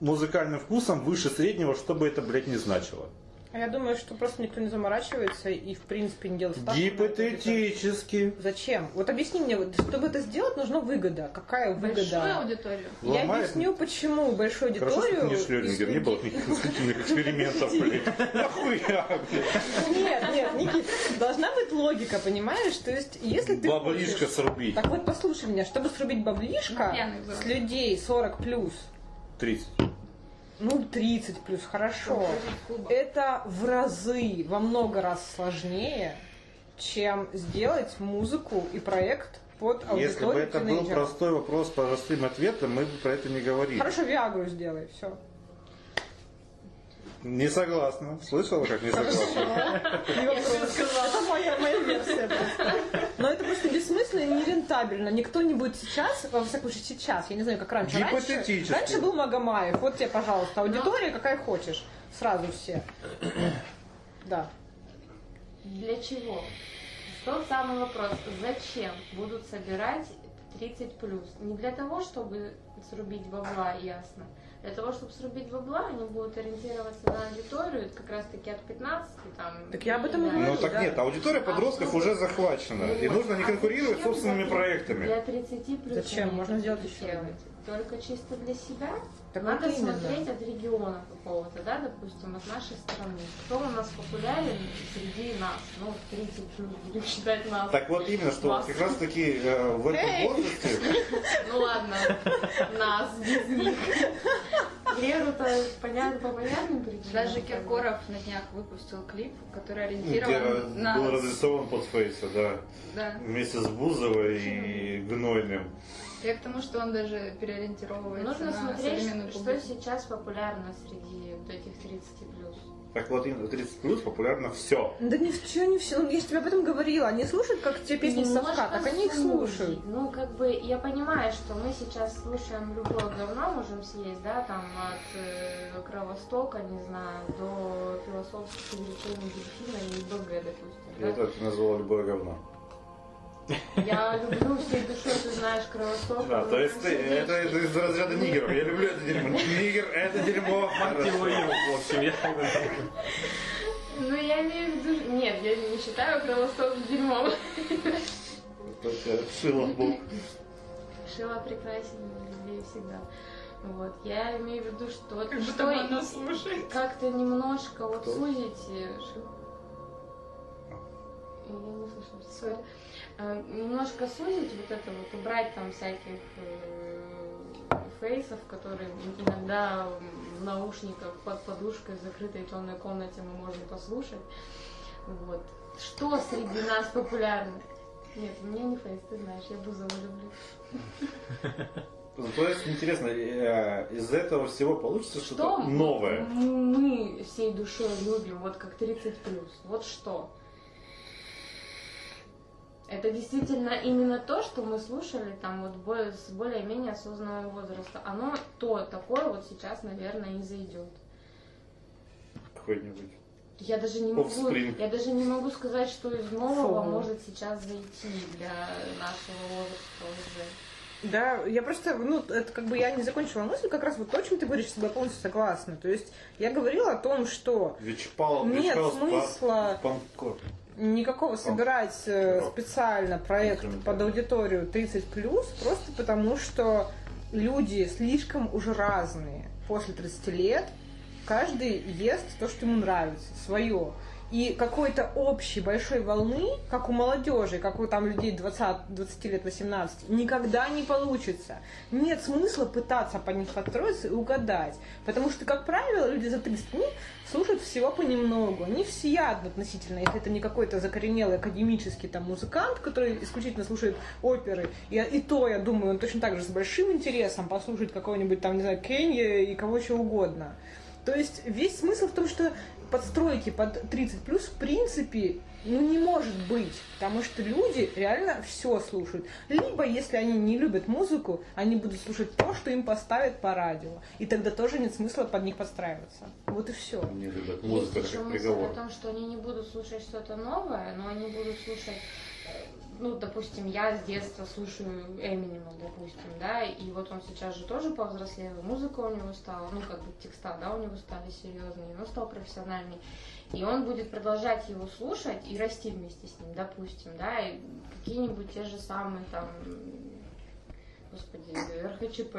S2: музыкальным вкусом выше среднего, что бы это, блядь, не значило.
S5: А Я думаю, что просто никто не заморачивается и, в принципе, не делает ставку.
S2: Гипотетически.
S5: Зачем? Вот объясни мне, вот чтобы это сделать, нужна выгода. Какая выгода?
S3: Большую аудиторию.
S5: Я
S2: Ломает?
S5: объясню, почему большую
S2: Хорошо,
S5: аудиторию...
S2: что ты не Шлёдингер, не было никаких мыслительных экспериментов, блядь. Нахуя, блядь.
S5: Нет, нет, Никит, должна быть логика, понимаешь? То есть, если ты...
S2: Баблишко
S5: хочешь-
S2: срубить.
S5: Так вот, послушай меня, чтобы срубить баблишко
S3: Ну, пьяных
S5: с
S3: взрослых.
S5: людей 40 плюс,
S2: 30.
S5: ну, 30 плюс, хорошо.
S4: Клуба.
S5: Это в разы, во много раз сложнее, чем сделать музыку и проект под аудиторию
S2: Если бы это был
S5: тинейджеров.
S2: простой вопрос с простым ответом, мы бы про это не говорили.
S5: Хорошо, Виагру сделай, все.
S2: Не согласна. Слышала, как не согласна?
S5: Это моя, моя версия просто. Но это просто бессмысленно и нерентабельно. Никто не будет сейчас, во всяком случае сейчас, я не знаю, как раньше. Раньше,
S2: Гипотетически.
S5: раньше был Магомаев. Вот тебе, пожалуйста, аудитория, какая хочешь. Сразу все. Да.
S4: Для чего? Тот самый вопрос. Зачем будут собирать 30 плюс? Не для того, чтобы срубить бабла, ясно. Для того, чтобы срубить бабла, они будут ориентироваться на аудиторию как раз таки от 15 там.
S5: Так я об этом и
S4: да.
S2: Ну
S5: говорю.
S2: так нет, аудитория подростков уже захвачена. И нужно не конкурировать с собственными проектами.
S4: Для 30 плюс.
S5: Зачем?
S4: они
S5: Можно
S4: это
S5: сделать еще
S4: делают. Только чисто для себя?
S5: Так
S4: Надо
S5: вот именно.
S4: смотреть от региона какого-то, да, допустим, от нашей страны. Кто у нас популярен среди нас? Ну, 30 плюс, будем считать нас.
S2: Так вот именно, что вот
S4: Вас.
S2: как раз таки э, в этом возрасте э,
S4: Ну ладно, нас без них. Леру-то понятно по понятным причинам.
S3: Даже Киркоров на днях выпустил клип, который
S2: где
S3: ориентирован на...
S2: Ну, был разрисован под фейса, да.
S3: Да.
S2: Вместе с Бузовой и Гнойным.
S3: Я к тому, что он даже переориентировывается
S4: Нужно
S3: на
S4: смотреть,
S3: современную
S4: что
S3: публику.
S4: сейчас популярно среди вот этих 30 плюс.
S2: Так вот, именно 30 плюс популярно все.
S5: Да ни в чё, не все. Ну, я же тебе об этом говорила. Они слушают, как те песни с совка, так они их слушают.
S4: Ну, как бы, я понимаю, что мы сейчас слушаем любое говно, можем съесть, да, там, от э, Кровостока, не знаю, до философских увлечений дельфина и БГ, допустим. да.
S2: Я так назвал любое говно.
S4: Я люблю всей душой, ты знаешь, Кровосток. э,
S2: Да, то есть ты- э, это, это из разряда нигеров. Я люблю это дерьмо. Нигер это дерьмо.
S1: Мать его,
S2: Хорошо.
S1: в общем, я
S4: Ну, я имею в виду... Нет, я не считаю Кровосток дерьмом.
S2: Вот это Шило был.
S4: Шила прекрасен, люблю её всегда. Вот, я имею в виду, что... вот
S3: Как
S4: что
S3: будто бы
S4: и-
S3: она слушает.
S4: Как-то немножко вот
S2: Кто?
S4: сузить... э, Шил- Я не слышала, сори. Э, Немножко сузить вот это вот, убрать там всяких э, фейсов, которые иногда в наушниках под подушкой в закрытой темной комнате мы можем послушать. Вот. Что среди нас популярно? Нет, у меня не фейс, ты знаешь, я Бузову люблю.
S2: То есть интересно, э, из этого всего получится что-то
S4: Что
S2: новое.
S4: мы всей душой любим, вот как 30 плюс? Вот что? Это действительно именно то, что мы слушали там вот бо- с более-менее осознанного возраста. Оно то такое вот сейчас, наверное, и зайдет.
S2: Какой-нибудь.
S4: Я даже не могу,
S2: Offspring.
S4: я даже не могу сказать, что из нового
S5: Фу.
S4: может сейчас зайти для нашего возраста уже.
S5: Да, я просто, ну, это как бы я не закончила мысль, как раз вот то, о чем ты говоришь, с тобой полностью согласна. То есть я говорила о том, что
S2: Вичпал,
S5: Нет
S2: Вичпал,
S5: смысла.
S2: спа- панкор.
S5: никакого собирать э, специально проект
S2: Инструментально.
S5: под аудиторию 30 просто потому что люди слишком уже разные после 30 лет. Каждый ест то, что ему нравится, свое. И какой-то общей большой волны, как у молодежи, как у там людей 20, 20 лет 18, никогда не получится. Нет смысла пытаться под них подстроиться и угадать. Потому что, как правило, люди за ну, 30 дней слушают всего понемногу. Они всеядны относительно, если это не какой-то закоренелый академический там музыкант, который исключительно слушает оперы. И, и то, я думаю, он точно так же с большим интересом послушает какого-нибудь там, не знаю, Кенни и кого чего угодно. То есть весь смысл в том, что подстройки под 30 плюс в принципе ну не может быть, потому что люди реально все слушают. Либо, если они не любят музыку, они будут слушать то, что им поставят по радио. И тогда тоже нет смысла под них подстраиваться. Вот и все.
S2: Не
S4: Есть
S2: любят музыку, это
S4: еще
S2: как
S4: мысль
S2: приговор.
S4: о том, что они не будут слушать что-то новое, но они будут слушать ну, допустим, я с детства слушаю Эминема, допустим, да, и вот он сейчас же тоже повзрослел, и музыка у него стала, ну, как бы текста, да, у него стали серьезные, и он стал профессиональный, и он будет продолжать его слушать и расти вместе с ним, допустим, да, и какие-нибудь те же самые там, господи, РХЧП.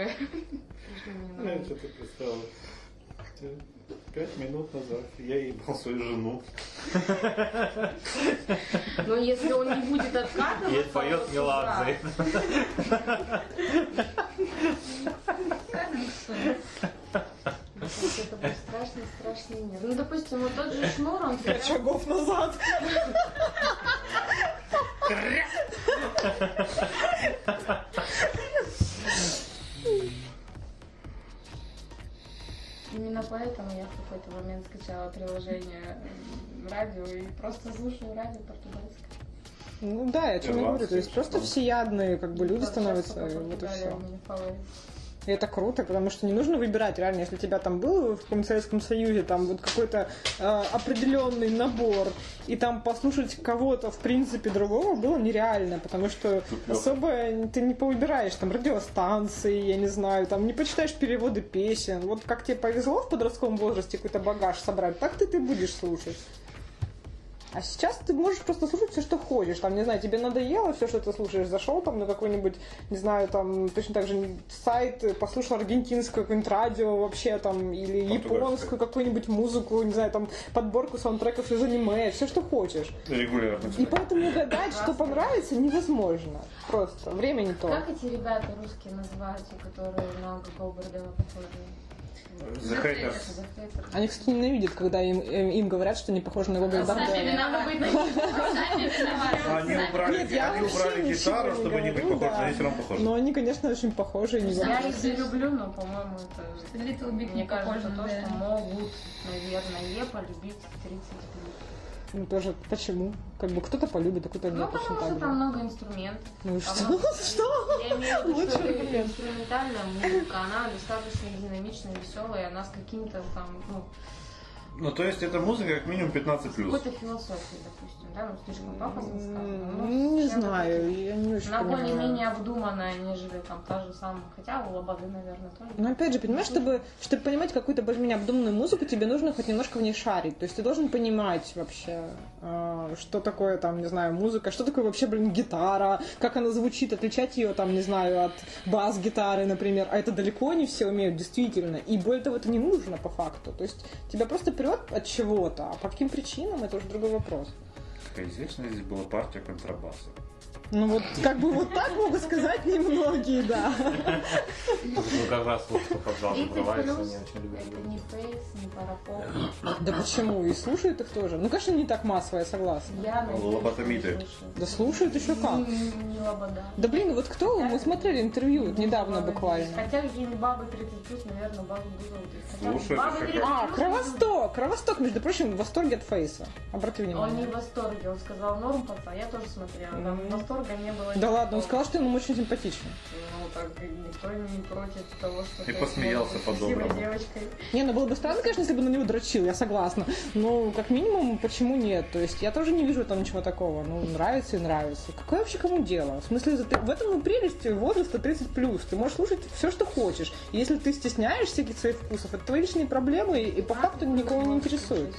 S2: Ну, я что-то представил. Пять минут назад я ебал свою жену.
S4: Но если он не будет
S5: Ну,
S4: откатываться...
S1: И поет
S4: вот с утра,
S1: Меладзе.
S4: Ну, Это был страшный, страшный мир. Ну, допустим, вот тот же Шнур, он
S5: Пять шагов назад.
S4: Именно поэтому я в какой-то момент скачала приложение м, радио и просто слушаю радио португальское.
S5: Ну да, я о чем я говорю. То есть просто всеядные как бы люди
S4: Вот сейчас
S5: становятся,
S4: только
S5: и вот и
S4: Португалия
S5: все.
S4: у меня в фаворе.
S5: И это круто, потому что не нужно выбирать реально, если у тебя там был в каком Советском Союзе там вот какой-то э, определенный набор, и там послушать кого-то, в принципе, другого было нереально, потому что особо ты не повыбираешь там радиостанции, я не знаю, там не почитаешь переводы песен. Вот как тебе повезло в подростковом возрасте какой-то багаж собрать, так ты ты будешь слушать. А сейчас ты можешь просто слушать все, что хочешь. Там, не знаю, тебе надоело все, что ты слушаешь. Зашел там на какой-нибудь, не знаю, там точно так же сайт, э, послушал аргентинскую какое-нибудь радио вообще там, или
S6: Португальское.
S5: японскую какую-нибудь музыку, не знаю, там подборку саундтреков из аниме, все, что хочешь.
S6: Регулярно.
S5: И поэтому угадать, что понравится, невозможно. Просто. Время не то.
S4: Как эти ребята русские называются, которые на алкоголь бордела похожи?
S6: The Haters.
S4: The Haters.
S5: Они, кстати, ненавидят, когда им, им- им говорят, что не похоже на его
S3: Сами
S5: Гайдамбера.
S3: виноваты. Сами
S6: Они
S3: виноваты.
S6: убрали,
S5: Нет, я
S6: они
S5: вообще
S6: убрали
S5: ничего
S6: гитару,
S5: не
S6: чтобы не быть
S5: говорю,
S6: похожим,
S5: да.
S6: они все равно похожи.
S5: Но они, конечно, очень похожи. и
S4: Я
S5: невозможно.
S4: их не люблю, но, по-моему, это...
S3: Little Big
S4: Мне
S3: не
S4: кажется,
S3: похоже,
S4: то,
S3: да.
S4: что могут, наверное, полюбить 30 плюс.
S5: Ну тоже, почему? Как бы кто-то полюбит, а кто-то
S4: Ну,
S5: нет. Точно
S4: потому что
S5: так
S4: там
S5: же.
S4: много инструментов.
S5: Ну и
S4: Там
S5: что?
S4: много-
S5: Что?
S4: Я имею в виду,
S5: Лучший
S4: что это
S5: аргумент.
S4: инструментальная музыка, она достаточно динамичная, веселая, она с каким-то там, ну,
S6: Ну, то есть, это музыка как минимум 15 плюс.
S4: какой-то философией, допустим, да, ну, слишком пафосно сказано.
S5: М, ну, Не
S4: с чем-то
S5: знаю,
S4: таким.
S5: я не очень
S4: Она более-менее
S5: понимаю.
S4: обдуманная, нежели там та же самая, хотя у Лободы, наверное, тоже.
S5: Но Ну, опять же, понимаешь, чтобы, чтобы понимать какую-то более-менее обдуманную музыку, тебе нужно хоть немножко в ней шарить. То есть ты должен понимать вообще, э, что такое там, не знаю, музыка, что такое вообще, блин, гитара, как она звучит, отличать ее там, не знаю, от бас-гитары, например. А это далеко не все умеют, действительно. И более того, это не нужно по факту. То есть тебя просто прет от чего-то, а по каким причинам, это уже другой вопрос.
S6: Какая известная здесь была партия контрабаса.
S5: Ну вот как бы вот так могут сказать немногие, да.
S1: Ну, как раз вот что под жалобу
S4: 30
S1: врывается,
S4: плюс
S1: они очень
S4: это
S1: любят.
S4: не фейс, не парапол.
S5: Да почему? И слушают их тоже. Ну, конечно, не так массово, я согласна.
S4: Я надеюсь, что
S6: Лоботомиты.
S4: не слушаю.
S5: Да слушают еще как.
S4: Не не лобода.
S5: Да блин, вот кто? Мы смотрели интервью вот недавно буквально.
S4: Хотя какие-нибудь бабы 30 плюс, наверное, бабы будут. Хотя
S6: Слушай,
S4: бабы
S6: слушай,
S4: 30
S5: А,
S4: плюс будут.
S5: Кровосток! Кровосток, между прочим, в восторге от Фейса. Обрати
S4: Он не в
S5: внимание.
S4: восторге, он сказал норм, пацан, я тоже смотрела, там
S5: Мгм.
S4: восторга не было.
S5: Да ладно, он
S4: никакого.
S5: сказал, что ему очень симпатичен.
S4: Ну так, никто не против того, что...
S6: И
S4: ты
S6: посмеялся
S4: можешь быть
S6: по-доброму.
S4: красивой девочкой.
S5: Не, ну было бы странно, конечно, если бы на него дрочил, я согласна. Но как минимум, почему нет? То есть я тоже не вижу там ничего такого. Ну, нравится и нравится. Какое вообще кому дело? В смысле, за ты- в этом и прелесть возраста 30 плюс. Ты можешь слушать все, что хочешь. И если ты стесняешься каких-то своих вкусов, это твои личные проблемы, и, и по факту
S4: ну,
S5: никого не интересует.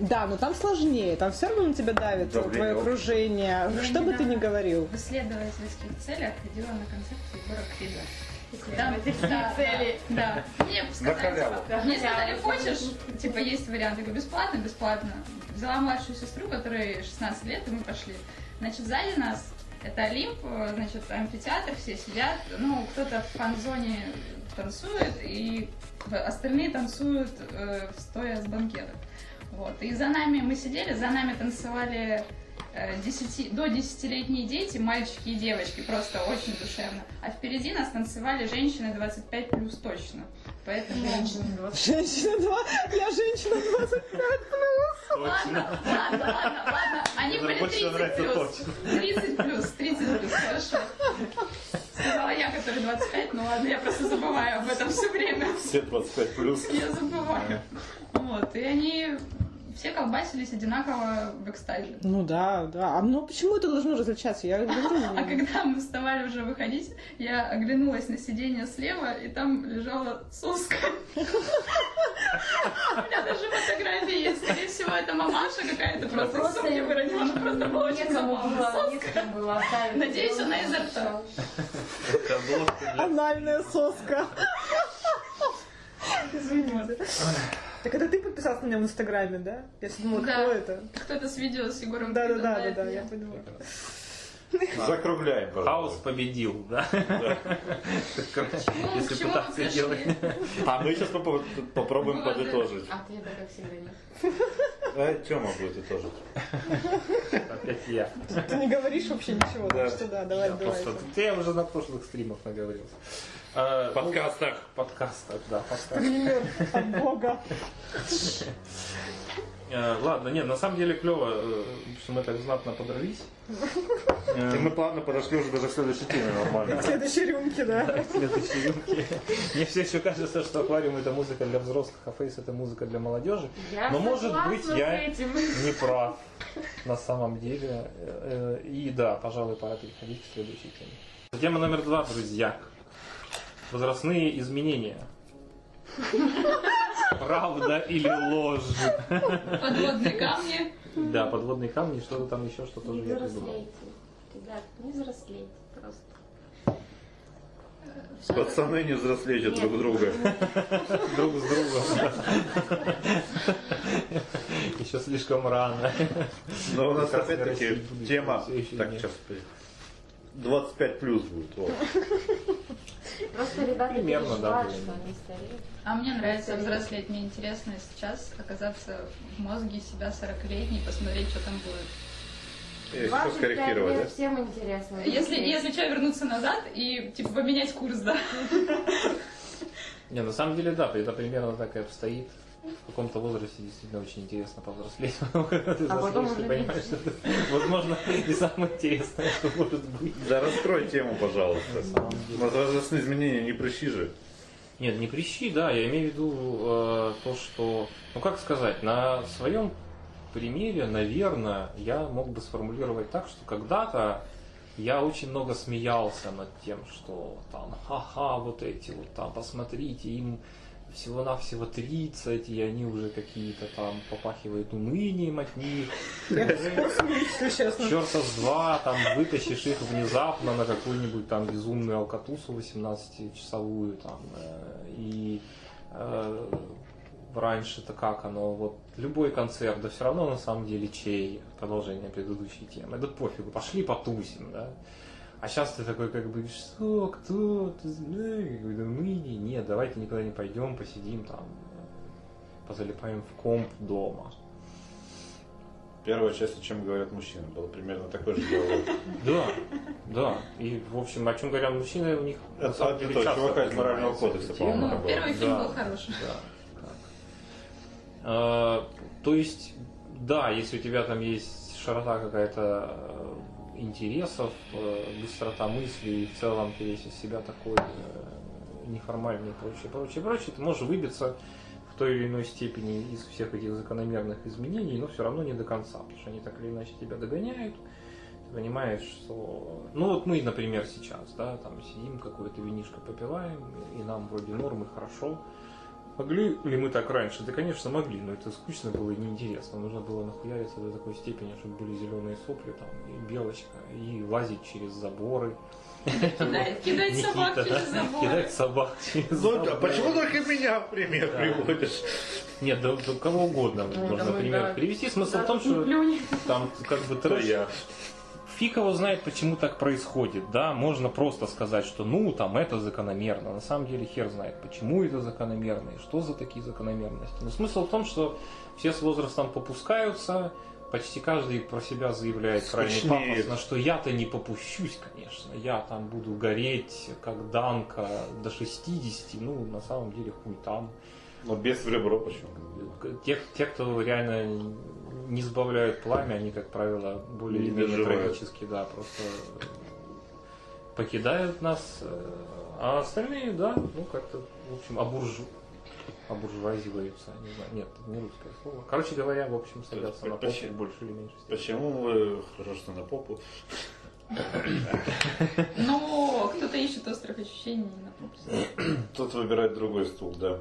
S5: Да, но там сложнее, там все равно на тебя
S6: Давление
S5: давит
S6: общества.
S5: твое окружение.
S3: Я
S5: Что бы ты ни
S3: недавно
S5: говорил.
S3: В исследовательских целях ходила на концерт Егора Крида.
S4: Там
S3: да,
S4: цели.
S3: Да. Мне
S6: На халяву.
S3: сказали, мне сказали, хочешь, типа, есть вариант. Я говорю, бесплатно, бесплатно. Взяла младшую сестру, которой 16 лет, и мы пошли. Значит, сзади нас это Олимп, э, значит, амфитеатр, все сидят, ну, кто-то в фан-зоне танцует, и остальные танцуют э, стоя с банкетов. Вот. И за нами мы сидели, за нами танцевали э, 10 до 10-летние дети, мальчики и девочки, просто очень душевно. А впереди нас танцевали женщины 25 плюс точно. Поэтому...
S5: Женщина 2, я женщина 25
S1: Точно.
S3: Ладно, ладно, ладно. Они
S1: Мне
S3: были
S1: больше
S3: 30
S1: нравится
S3: плюс. 30 плюс, 30 плюс, хорошо. Сказала я, который 25, ну ладно, я просто забываю об этом все время.
S2: Все 25 плюс.
S3: Я забываю. Вот, и они все колбасились одинаково в экстазе.
S5: Ну да, да. А ну почему это должно различаться? Я говорю,
S3: А когда мы вставали уже выходить, я оглянулась на сиденье слева, и там лежала соска. У меня даже фотографии есть. Скорее всего, это мамаша какая-то просто
S4: Ну, Просто
S3: сумку выронила. Она просто была очень
S4: Некому
S3: забавная.
S4: было, некому было оставить.
S3: Надеюсь, она изо рта.
S1: Это обложка для-
S5: Анальная соска. Извините. Так это ты подписался на меня в Инстаграме, да? Я все думала,
S3: Да.
S5: кто это?
S3: Кто-то с видео с Егором
S5: Да, да,
S3: Кридом,
S5: да, да,
S3: это
S5: да, я
S3: я.
S5: поняла.
S6: Закругляем,
S1: Хаос
S6: пожалуйста.
S1: победил, да?
S3: Ну, к
S1: Если
S3: чему
S1: пытаться
S3: вы
S1: делать.
S3: пришли?
S6: А мы сейчас попробуем
S4: Ну, а ты-
S6: подытожить.
S4: А ты это как всегда нет.
S6: А Тёма будет итожить.
S1: Опять я.
S5: Ты не говоришь вообще ничего,
S6: Да.
S5: так что да, давай,
S1: Я
S5: давай.
S1: просто- Я уже на прошлых стримах наговорился. Э, ну,
S6: подкастах.
S1: Подкастах, да, подкастах.
S5: Пример от Бога.
S1: Э, Ладно, нет, на самом деле клево, что мы так знатно подрались.
S6: И мы плавно подошли уже даже к следующей теме нормально.
S5: Следующей рюмки, да?
S1: Следующей рюмки. Мне все еще кажется, что аквариум это музыка для взрослых, а фейс это музыка для молодежи.
S4: Я
S1: Но может
S4: согласна
S1: быть
S4: с
S1: я
S4: этим.
S1: не прав на самом деле. Э, э, И да, пожалуй, пора переходить к следующей теме. Тема номер два, друзья. Возрастные изменения. Правда или ложь?
S3: Подводные камни.
S1: Да, подводные камни, что-то там еще, что
S4: Не
S1: тоже я придумал.
S4: взрослейте. Ребят, не взрослейте просто.
S6: Пацаны не взрослеют друг друга.
S1: Друг с другом. Еще слишком рано.
S6: Но у нас
S1: Как
S6: опять-таки
S1: Россия будет,
S6: тема...
S1: все еще
S6: Так,
S1: нет.
S6: сейчас... 25 плюс будет. вот.
S4: Просто ребята
S1: Примерно, да,
S4: переживают,
S1: блин.
S4: что они стареют.
S3: А мне нравится взрослеть. Мне интересно сейчас оказаться в мозге себя 40-летней, посмотреть, что там будет.
S6: Я сейчас
S4: 25
S6: скорректировать,
S4: лет
S6: да?
S4: всем интересно.
S3: Если, если что, вернуться назад и типа поменять курс, да.
S1: Не, на самом деле, да, это примерно так и обстоит. В каком-то возрасте действительно очень интересно повзрослеть. Когда ты
S4: А потом
S1: взрослеешь, ты
S4: уже
S1: понимаешь, что это, возможно, и самое интересное, что может быть.
S6: Да раскрой тему, пожалуйста. На возрастные изменения не прыщи же.
S1: Нет, не прищи, да, я имею в виду э, то, что, ну как сказать, на своем примере, наверное, я мог бы сформулировать так, что когда-то я очень много смеялся над тем, что там, ха-ха, вот эти вот там, посмотрите, им всего-навсего 30, и они уже какие-то там попахивают унынием от них.
S5: Я до сих пор смеюсь, если честно.
S1: Черта с два, там вытащишь их внезапно на какую-нибудь там безумную алкатусу 18-часовую там. э, И э, раньше-то как оно, вот любой концерт, да все равно на самом деле чей, продолжение предыдущей темы, да пофигу, пошли потусим, да. А сейчас ты такой как бы, что, кто, ты знаешь, Я говорю, «Да мы не, нет, давайте никуда не пойдем, посидим там, э, позалипаем в комп дома.
S6: Первая часть, о чем говорят мужчины, был примерно такой же диалог.
S1: Да, да. И, в общем, о чем говорят мужчины, у них... на
S6: Это
S1: самом
S6: от
S1: деле,
S6: этого
S1: часто
S6: чувака из морального кодекса,
S1: поднимаются эти
S6: по-моему,
S1: темы.
S6: такое.
S3: Ну, Первый фильм
S1: Да.
S3: был хороший.
S1: Да, так. А, То есть, да, если у тебя там есть широта какая-то э, интересов, э, быстрота мыслей, и в целом ты весь из себя такой э, неформальный и прочее, прочее, прочее, ты можешь выбиться в той или иной степени из всех этих закономерных изменений, но все равно не до конца, потому что они так или иначе тебя догоняют, ты понимаешь, что... Ну вот мы, например, сейчас, да, там сидим, какое-то винишко попиваем, и нам вроде нормы, хорошо, Могли ли мы так раньше? Да, конечно, могли, но это скучно было и неинтересно. Нужно было нахуяриться до такой степени, чтобы были зеленые сопли, там, и белочка, и лазить через заборы.
S3: Кидать, кидать
S1: Никита,
S3: собак
S1: да?
S3: через забор.
S1: Кидать собак через
S2: а
S6: Ну да,
S1: заборы.
S6: почему только меня в пример
S1: Да.
S6: приводишь?
S1: Нет, да, да кого угодно
S4: Ну,
S1: можно,
S4: это мы,
S1: например,
S4: да.
S1: привести. Смысл
S4: Да, ну,
S1: в том, что
S4: плюнь.
S1: там как бы
S6: Да
S1: трэш
S6: я.
S1: Фиг его знает, почему так происходит, да, можно просто сказать, что ну, там, это закономерно, на самом деле хер знает, почему это закономерно и что за такие закономерности. Но смысл в том, что все с возрастом попускаются, почти каждый про себя заявляет крайне
S6: Скучнеет.
S1: пафосно, что я-то не попущусь, конечно, я там буду гореть, как Данка, до 60, ну, на самом деле хуй там.
S2: Ну,
S6: Но без в ребро почему?
S1: Те, те, кто реально не сбавляют пламя, они, как правило, более или
S6: Не
S1: менее
S6: доживают.
S1: трагически, да, просто покидают нас. э, А остальные, да, ну как-то, в общем, обуржу. а буржуазиваются. Не знаю. Нет, это не русское слово. Короче говоря, в общем, садятся на попу
S2: Почему?
S1: больше или меньше. степени.
S2: Почему вы хорошо, что на попу?
S3: Но кто-то ищет острых ощущений на пропуске.
S2: Тут выбирать другой стул, да.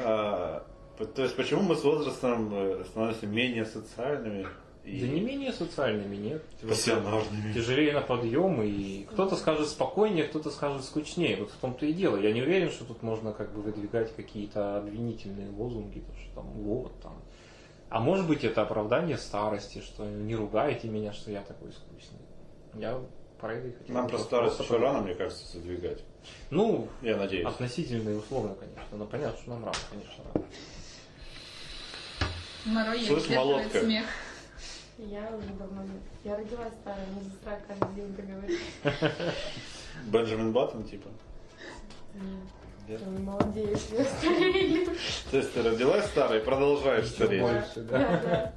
S2: А, п- то есть почему мы с возрастом э, становимся менее социальными и
S1: Да не менее социальными, нет.
S2: пассионарными?
S1: Тяжелее на подъем, и кто-то скажет спокойнее, кто-то скажет скучнее. Вот в том-то и дело. Я не уверен, что тут можно как бы выдвигать какие-то обвинительные лозунги, то, что там вот там. А может быть это оправдание старости, что не ругайте меня, что я такой скучный. Я про это и хотел.
S2: Нам про старость еще
S1: поговорить.
S2: рано, мне кажется, задвигать.
S1: Ну,
S2: Я надеюсь.
S1: Относительно и условно, конечно. Но понятно, что нам рано, конечно. рано.
S3: Морой
S2: Слышь,
S3: сдерживает
S2: молотка.
S3: смех.
S4: Я уже давно не... Я родилась старая, мне сестра каждый день это говорит.
S2: Бенджамин Баттон, типа.
S4: Нет,
S2: Нет?
S4: я не молодею, если я старею.
S2: То есть ты родилась старой и продолжаешь
S1: Ничего
S2: стареть.
S1: Больше, да.
S4: Да, да.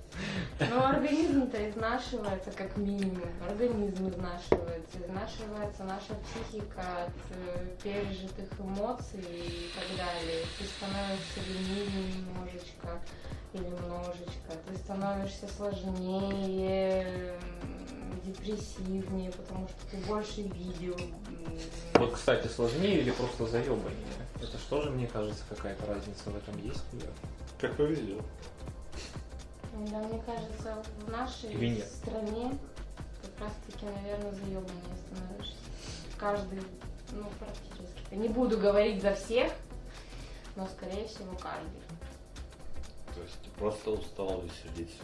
S4: Но организм-то изнашивается как минимум. Организм изнашивается. Изнашивается наша психика от э, пережитых эмоций и так далее. Ты становишься ленивее немножечко или немножечко. Ты становишься сложнее, м, депрессивнее, потому что ты больше видел. м,
S1: Вот, кстати, сложнее или просто заебаннее? Это что же, мне кажется, какая-то разница в этом есть?
S2: Как повезло.
S4: Да, мне кажется, в нашей
S1: Или нет?
S4: стране как раз-таки, наверное, заебаннее становишься. Каждый, ну, практически. Не буду говорить за всех, но, скорее всего, каждый.
S2: То есть ты просто устал веселиться.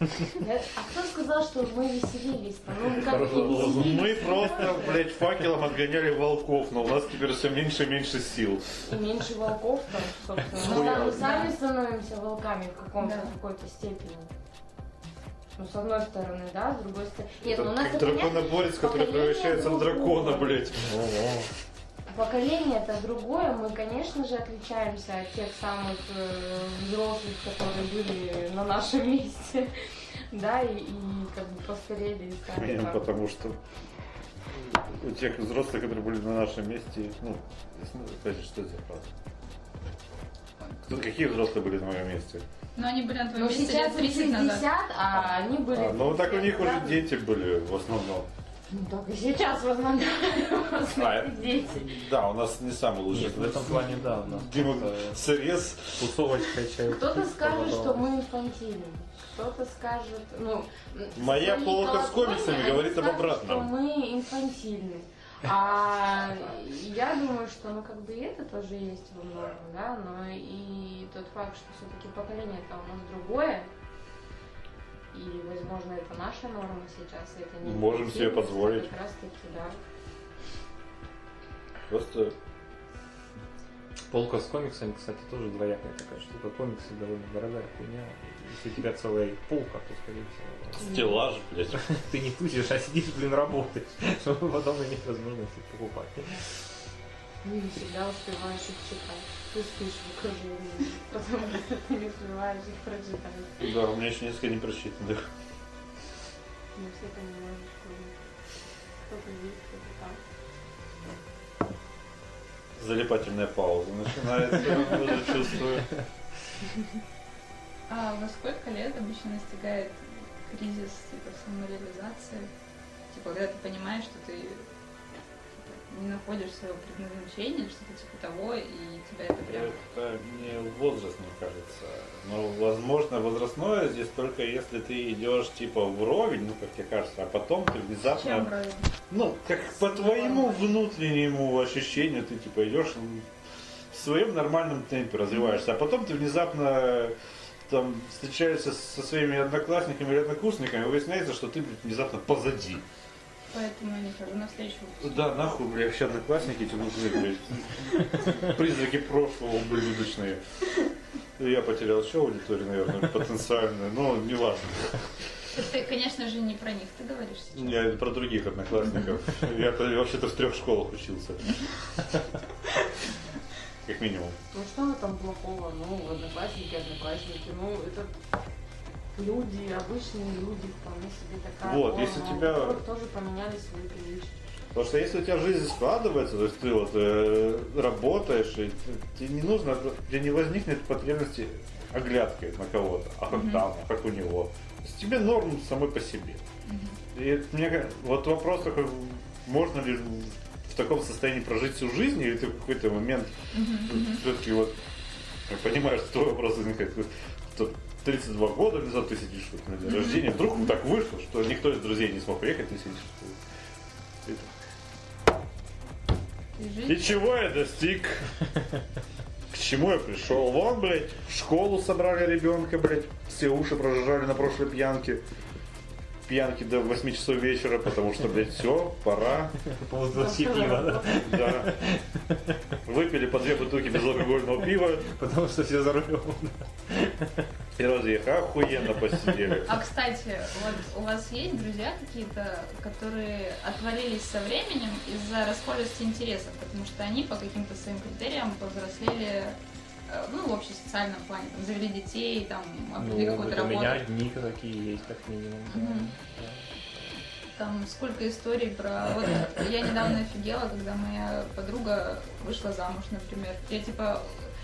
S4: Да, А кто сказал, что мы веселились-то? Ну, как и
S2: Мы
S4: веселились.
S2: просто, блядь, факелом отгоняли волков, но у нас теперь все меньше и меньше сил.
S4: И меньше волков там, собственно. Ну, Мы
S2: Хуя.
S4: сами, сами становимся волками в каком-то,
S3: Да.
S4: в какой-то степени. Ну, с одной стороны, да, с другой стороны. Нет, ну, у
S2: Это
S4: нас
S2: как
S4: это, понятно, ну,
S2: драконоборец, который
S4: поколение
S2: превращается в
S4: другого.
S2: дракона, блядь.
S4: Поколение это другое, мы, конечно же, отличаемся от тех самых э, взрослых, которые были на нашем месте, да, и, и как бы постарели и стали.
S2: Минимум
S4: как-
S2: потому что у тех взрослых, которые были на нашем месте, ну, с- опять же, что это за фраза? Кто- какие взрослые были на моем месте?
S3: Но они были на твоем
S4: Ну,
S3: месте
S4: сейчас
S3: лет
S4: им
S3: 30
S4: 60,
S3: назад.
S4: а они были...
S2: А, ну, так у них
S4: 50,
S2: уже
S4: да?
S2: дети были в основном.
S4: Ну, так и сейчас в основном
S2: А,
S4: дети.
S2: Да, у нас не самый лучший.
S1: Нет, в этом плане, да, у нас
S2: Дима
S1: просто
S2: срез.
S1: тусовочка чай.
S4: Кто-то скажет, что мы инфантильны, кто-то скажет, ну... м,
S2: Моя
S4: свои
S2: полка с
S4: колокольни,
S2: комиксами
S4: они
S2: говорит об
S4: скажут,
S2: обратном.
S4: что мы инфантильны. А я думаю, что ну как бы и это тоже есть во многом, да, но и тот факт, что все-таки поколение то у нас другое, и, возможно, это наша норма сейчас, и это не
S2: Можем себе
S4: инфантильность,
S2: позволить.
S4: это Как раз таки, да.
S2: Просто
S1: Полка с комиксами, кстати, тоже двоякая такая штука. Комиксы довольно дорогая хуйня. Если у тебя целая полка, то, скорее всего,
S2: стеллаж, блядь.
S1: ты не тусишь, а сидишь, блин, работаешь, чтобы потом иметь возможность их покупать.
S4: Ну, не всегда успеваешь их читать. Ты спишь в окружении, потому что ты не успеваешь их прочитать.
S2: Да, у меня еще несколько непрочитанных.
S4: Мы все понимаем, что кто-то здесь, кто-то там.
S2: Залипательная пауза начинается, я уже чувствую.
S3: А во сколько лет обычно настигает кризис типа самореализации? Типа, когда ты понимаешь, что ты типа, не находишь своего предназначения, или что-то типа того, и тебя это прям...
S2: Это не возраст, мне кажется. Но, возможно, возрастное здесь только если ты идешь типа вровень, ну, как тебе кажется, а потом ты внезапно...
S3: Чем вроде?
S2: Ну, как по твоему внутреннему ощущению, ты типа идешь м, в своем нормальном темпе развиваешься, а потом ты внезапно там встречаешься со своими одноклассниками или однокурсниками, и выясняется, что ты блядь, внезапно позади.
S3: Поэтому я не хожу на встречу.
S2: Да, нахуй, бля, вообще одноклассники эти нужны, блядь. Призраки прошлого ублюдочные. Я потерял еще аудиторию, наверное, потенциальную, но неважно.
S3: Ты, конечно же, не про них ты говоришь сейчас.
S2: Я про других одноклассников. Я вообще-то в трех школах учился. Как минимум.
S4: Ну что там плохого? Ну, одноклассники, одноклассники, ну это люди, обычные люди, вполне себе такая.
S2: Вот,
S4: форма,
S2: если
S4: у
S2: тебя-
S4: которых тоже поменяли свои привычки.
S2: Потому что если у тебя жизнь складывается, то есть ты вот э, работаешь, и ты- тебе не нужно, тебе не возникнет потребности оглядкой на кого-то, а как там, а как у него. То есть тебе норм самой по себе. И это мне ка- вот вопрос такой, можно ли в таком состоянии прожить всю жизнь, или ты в какой-то момент все-таки вот я понимаю, что твой вопрос возникает. Что 32 года назад ты сидишь вот на день рождения, вдруг так вышло, что никто из друзей не смог приехать, ты сидишь. ты- ты-
S3: И жизнь.
S2: и чего я достиг? К чему я пришел? Вон, блядь, в школу собрали ребенка, блядь, все уши прожужжали на прошлой пьянке. Пьянки до 8 часов вечера, потому что, блядь, все, пора.
S1: Ползоси пива, да?
S2: Да. Выпили по две бутылки безалкогольного пива
S1: Потому что все за рулем.
S2: и разъехали. Охуенно посидели.
S3: А кстати, вот у вас есть друзья какие-то, которые отвалились со временем из-за раскольности интересов, потому что они по каким-то своим критериям повзрослели, э, ну, в общесоциальном плане, там, завели детей, там, обрели
S1: Ну,
S3: какую-то
S1: вот у
S3: работу.
S1: меня одни такие есть, как минимум. да.
S3: Мгм. Там сколько историй про... Вот я недавно офигела, когда моя подруга вышла замуж, например. Я типа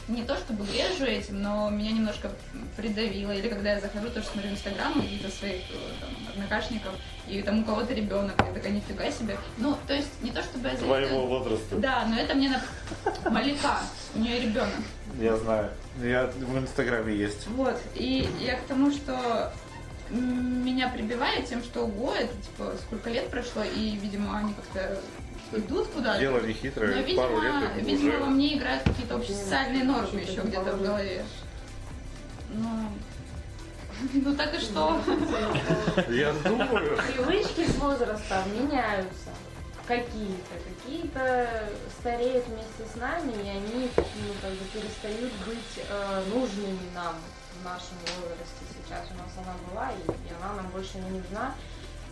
S3: не то чтобы грежу этим, но меня немножко придавило. Или когда я захожу, тоже смотрю инстаграм у каких-то своих э, там, однокашников, и там у кого-то ребенок, я такая, нифига себе. Ну, то есть не то чтобы я завидую.
S2: Твоего возраста.
S3: Да, но это мне на... Малика, у нее ребенок.
S2: Я знаю. Я в Инстаграме есть.
S3: Вот, и я к тому, что м, меня прибивает тем, что ого, это типа сколько лет прошло, и, видимо, они как-то идут куда-то.
S2: Дело не
S3: Но,
S2: хитрое. Пару лет
S3: Ну, видимо,
S2: и
S3: видимо, во
S2: уже.
S3: мне играют какие-то общесоциальные нормы еще где-то в голове. Ну, ну так и что?
S2: Я думаю.
S4: Привычки с возраста меняются. Какие-то. Какие-то стареют вместе с нами, и они ну, как бы перестают быть э, нужными нам в нашем возрасте. Сейчас у нас она была, и, и она нам больше не нужна,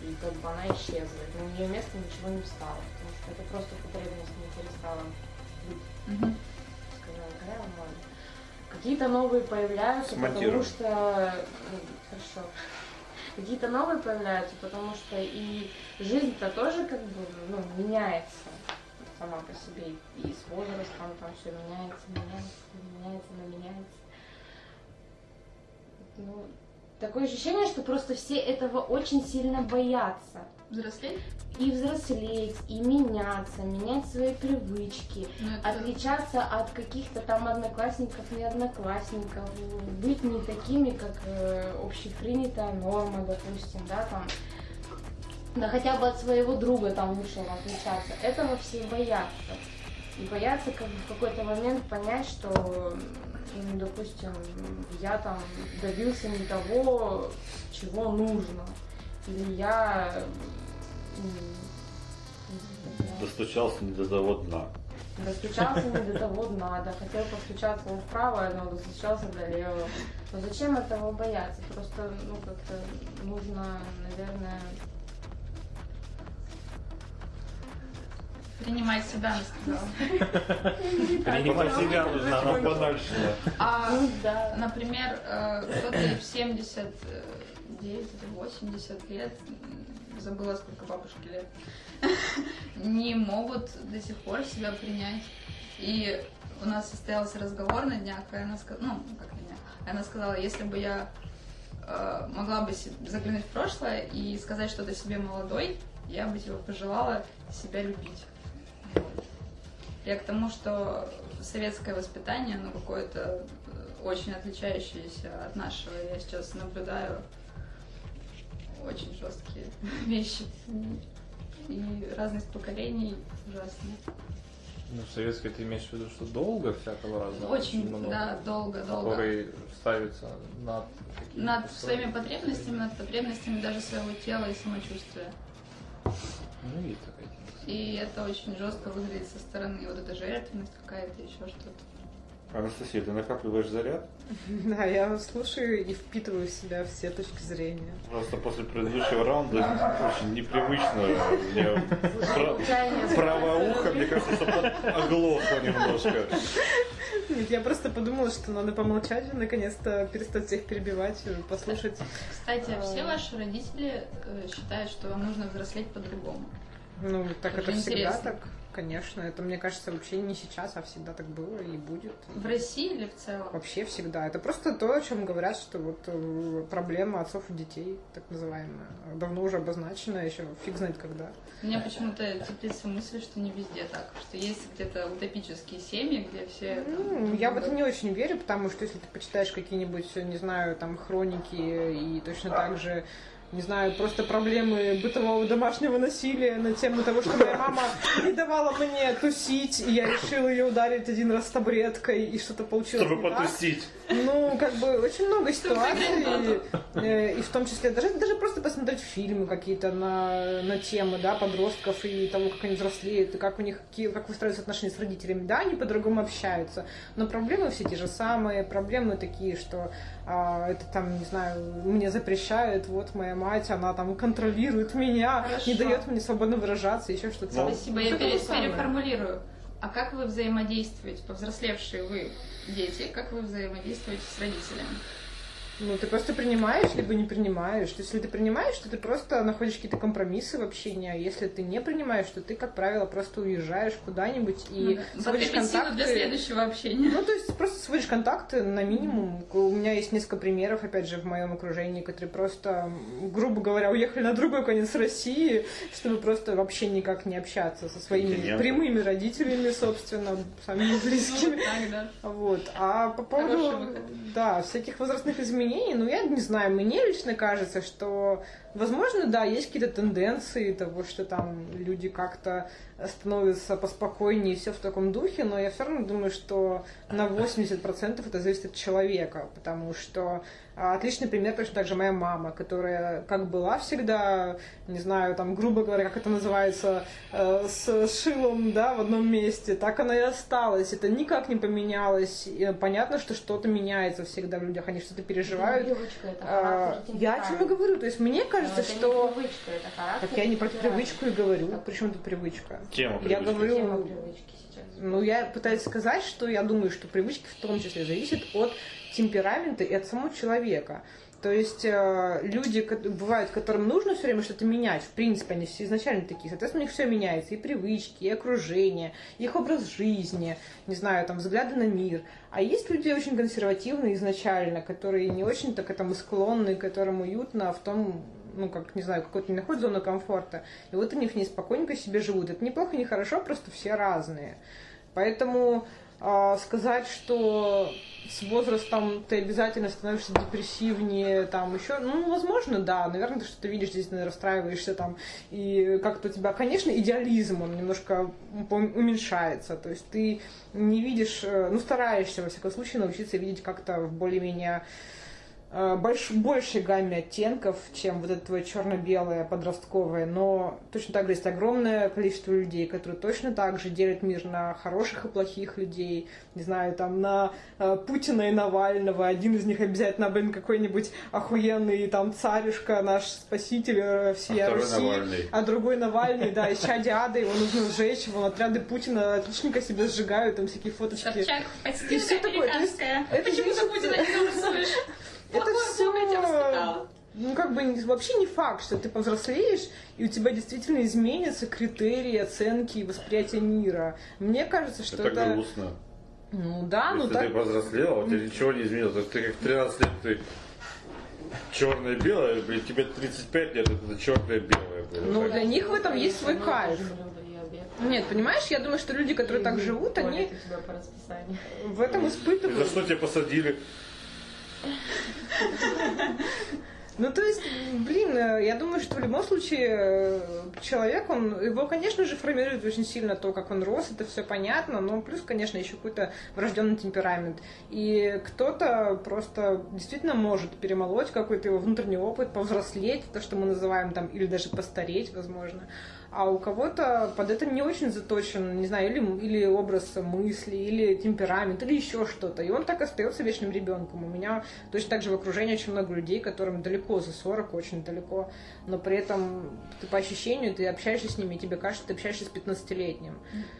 S4: и как бы она исчезла. И На ее место ничего не встало, потому что это просто потребность не перестала быть
S3: Мгм.
S4: сказала Грэм, вот. Какие-то новые появляются, потому
S2: Смонтируем.
S4: что... ну, Хорошо. Какие-то новые появляются, потому что и жизнь-то тоже как бы ну, меняется сама по себе. И с возрастом там все меняется, меняется, меняется, но меняется. Ну, такое ощущение, что просто все этого очень сильно боятся
S3: Взрослеть?
S4: и взрослеть, и меняться, менять свои привычки,
S3: Ну, это-
S4: отличаться от каких-то там одноклассников и одноклассников, быть не такими, как э, общепринятая норма, допустим, да, там, да хотя бы от своего друга там лучшего отличаться. Этого все боятся. И боятся как бы в какой-то момент понять, что, м, ну, допустим, я там добился не того, чего нужно. Или я... м,
S2: Достучался не до того дна.
S4: Достучался не до того надо, хотел постучаться вправо, но достучался до левого. Но зачем этого бояться? Просто, ну, как-то нужно, наверное...
S3: Принимать себя, она сказала.
S1: Принимать себя нужно.
S2: Она банальщина.
S3: А
S4: Ну, да.
S3: Например, э, кто-то и в 79 или 80 лет, м, забыла сколько бабушке лет, не могут до сих пор себя принять. И у нас состоялся разговор на днях, и она сказала, ну, как на днях, она сказала, если бы я э, могла бы се- заглянуть в прошлое и сказать что-то себе молодой, я бы тебе пожелала себя любить. Вот. Я к тому, что советское воспитание, оно какое-то э, очень отличающееся от нашего. Я сейчас наблюдаю очень жесткие вещи. И разность поколений ужасно.
S1: Ну, в советской ты имеешь в виду, что долго всякого разного?
S3: Очень, да, долго-долго.
S1: Который ставится над какими-то
S3: Над своими потребностями, над потребностями даже своего тела и самочувствия.
S1: Ну, есть такая тема.
S3: И это очень жестко выглядит со стороны. И Вот эта жертвенность какая-то, еще что-то.
S2: Анастасия, ты накапливаешь заряд?
S5: Да, я слушаю и впитываю в себя все точки зрения.
S2: Просто после предыдущего раунда очень непривычно. Мне пра- правое ухо, мне кажется, что под- оглохло немножко.
S5: Нет, я просто подумала, что надо помолчать, и наконец-то перестать всех перебивать, и послушать.
S3: Кстати, а все ваши родители э, считают, что вам нужно взрослеть по-другому.
S5: Ну, так
S3: Это
S5: это,
S3: же
S5: всегда
S3: интересно.
S5: так, конечно. Это, мне кажется, вообще не сейчас, а всегда так было и будет.
S3: В России или в целом?
S5: Вообще всегда. Это просто то, о чем говорят, что вот э, проблема отцов и детей, так называемая, давно уже обозначена, еще фиг знает когда.
S3: У меня почему-то теплится мысль, что не везде так. Что есть где-то утопические семьи, где все... там,
S5: Ну,
S3: друг
S5: я в
S3: друга
S5: это не очень верю, потому что если ты почитаешь какие-нибудь, не знаю, там хроники и точно так же не знаю, просто проблемы бытового домашнего насилия на тему того, что моя мама не давала мне тусить, и я решила ее ударить один раз табуреткой, и что-то получилось
S2: Чтобы
S5: не так.
S2: потусить.
S5: Ну, как бы очень много
S3: гранату.
S5: ситуаций, э, и в том числе даже, даже просто посмотреть фильмы какие-то на, на темы, да, подростков и того, как они взрослеют, и как у них какие, как выстраиваются отношения с родителями. Да, они по-другому общаются, но проблемы все те же самые, проблемы такие, что а, это там, не знаю, мне запрещают, вот моя мать, она там контролирует меня, не
S3: Хорошо.
S5: дает мне свободно выражаться, еще что-то.
S2: Ну.
S3: Спасибо, я
S5: Всё то же
S3: пере-
S5: самое.
S3: переформулирую. А как вы взаимодействуете, повзрослевшие вы дети, как вы взаимодействуете с родителями?
S5: Ну, ты просто принимаешь, либо не принимаешь. То есть, если ты принимаешь, то ты просто находишь какие-то компромиссы в общении. А если ты не принимаешь, то ты, как правило, просто уезжаешь куда-нибудь и
S3: Ну да.
S5: сводишь
S3: Подкрепить силу для
S5: контакты.
S3: следующего общения.
S5: Ну, то есть просто сводишь контакты на минимум. У меня есть несколько примеров, опять же, в моем окружении, которые просто, грубо говоря, уехали на другой конец России, чтобы просто вообще никак не общаться со своими
S2: Континент.
S5: прямыми родителями, собственно, самими близкими.
S3: Ну, так, да.
S5: Вот. А по поводу
S3: Хороший выход.
S5: да, всяких возрастных изменений, ну, я не знаю, мне лично кажется, что, возможно, да, есть какие-то тенденции того, что там люди как-то становятся поспокойнее и все в таком духе, но я все равно думаю, что на 80% это зависит от человека, потому что а, отличный пример точно так же моя мама, которая как была всегда, не знаю, там, грубо говоря, как это называется, э, с шилом, да, в одном месте, так она и осталась, это никак не поменялось, И э, понятно, что что-то меняется всегда в людях, они что-то переживают.
S4: Привычка, это
S5: А,
S4: характер и
S5: Я о
S4: темперамент.
S5: чем и говорю, то есть мне кажется,
S4: Но это не
S5: что...
S4: привычка, это характер. а
S5: Так я не
S4: и
S5: про
S4: темперамент.
S5: привычку и говорю, причем тут привычка.
S2: Тема
S5: Я
S2: привычки.
S5: говорю,
S4: Тема привычки сейчас.
S5: Ну, я пытаюсь сказать, что я думаю, что привычки в том числе зависят от темперамента и от самого человека. То есть э, люди ко- бывают, которым нужно все время что-то менять. В принципе, они все изначально такие. Соответственно, у них все меняется. И привычки, и окружение, их образ жизни, не знаю, там, взгляды на мир. А есть люди очень консервативные изначально, которые не очень-то к этому склонны, которым уютно в том, ну, как, не знаю, какой-то не находят зону комфорта. И вот у них неспокойненько себе живут. Это неплохо, не хорошо, просто все разные. Поэтому а, сказать, что с возрастом ты обязательно становишься депрессивнее, там еще, ну, возможно, да, наверное, ты что-то видишь, здесь расстраиваешься там, и как-то у тебя, конечно, идеализм, он немножко ум- уменьшается, то есть ты не видишь, э, ну, стараешься, во всяком случае, научиться видеть как-то в более-менее э, больш- большей гамме оттенков, чем вот это твое черно-белое подростковое, но точно так же есть огромное количество людей, которые точно так же делят мир на хороших и плохих людей, не знаю, там на э, Путина и Навального, один из них обязательно, блин, какой-нибудь охуенный там царюшка, наш спаситель э, всей
S2: А второй
S5: Руси,
S2: Навальный.
S5: а другой Навальный, да, из Ады, его нужно сжечь, его отряды Путина отличненько себе сжигают, там всякие фоточки.
S3: Собчак,
S5: всё
S3: подстилка
S5: такое, то есть
S3: американская.
S5: это
S3: Почему
S5: зависит-
S3: ты Путина не голосуешь?
S5: Это
S3: Плохое
S5: всё-
S3: Бога тебя воспитала.
S5: Ну, как бы не- вообще не факт, что ты повзрослеешь, и у тебя действительно изменятся критерии, оценки и восприятие мира. Мне кажется, что
S2: Это
S5: это...
S2: грустно.
S5: Ну да, ну
S2: Если
S5: так...
S2: ты повзрослела, у тебя ничего не изменилось. Ты как 13 лет, ты черное белое, блин, тебе 35 лет, это черное белое. блин,
S5: Ну,
S2: вот так.
S5: для них в этом есть свой
S4: Ну,
S5: кайф.
S4: тоже люблю и объект.
S5: Нет, понимаешь, я думаю, что люди, которые так
S4: И
S5: живут,
S4: ходят
S5: они
S4: у тебя по расписанию.
S5: в этом
S2: И за
S5: испытывают.
S2: что тебя посадили?
S5: Ну, то есть, блин, э, я думаю, что в любом случае э, человек, он, его, конечно же, формирует очень сильно то, как он рос, это все понятно, но плюс, конечно, еще какой-то врожденный темперамент. И кто-то просто действительно может перемолоть какой-то его внутренний опыт, повзрослеть, то, что мы называем там, или даже постареть, возможно. А у кого-то под это не очень заточен, не знаю, или, или образ мысли, или темперамент, или еще что-то. И он так остается вечным ребенком. У меня Точно так же в окружении очень много людей, которым далеко за 40, очень далеко, но при этом ты по ощущению, ты общаешься с ними, и тебе кажется, ты общаешься с 15-летним.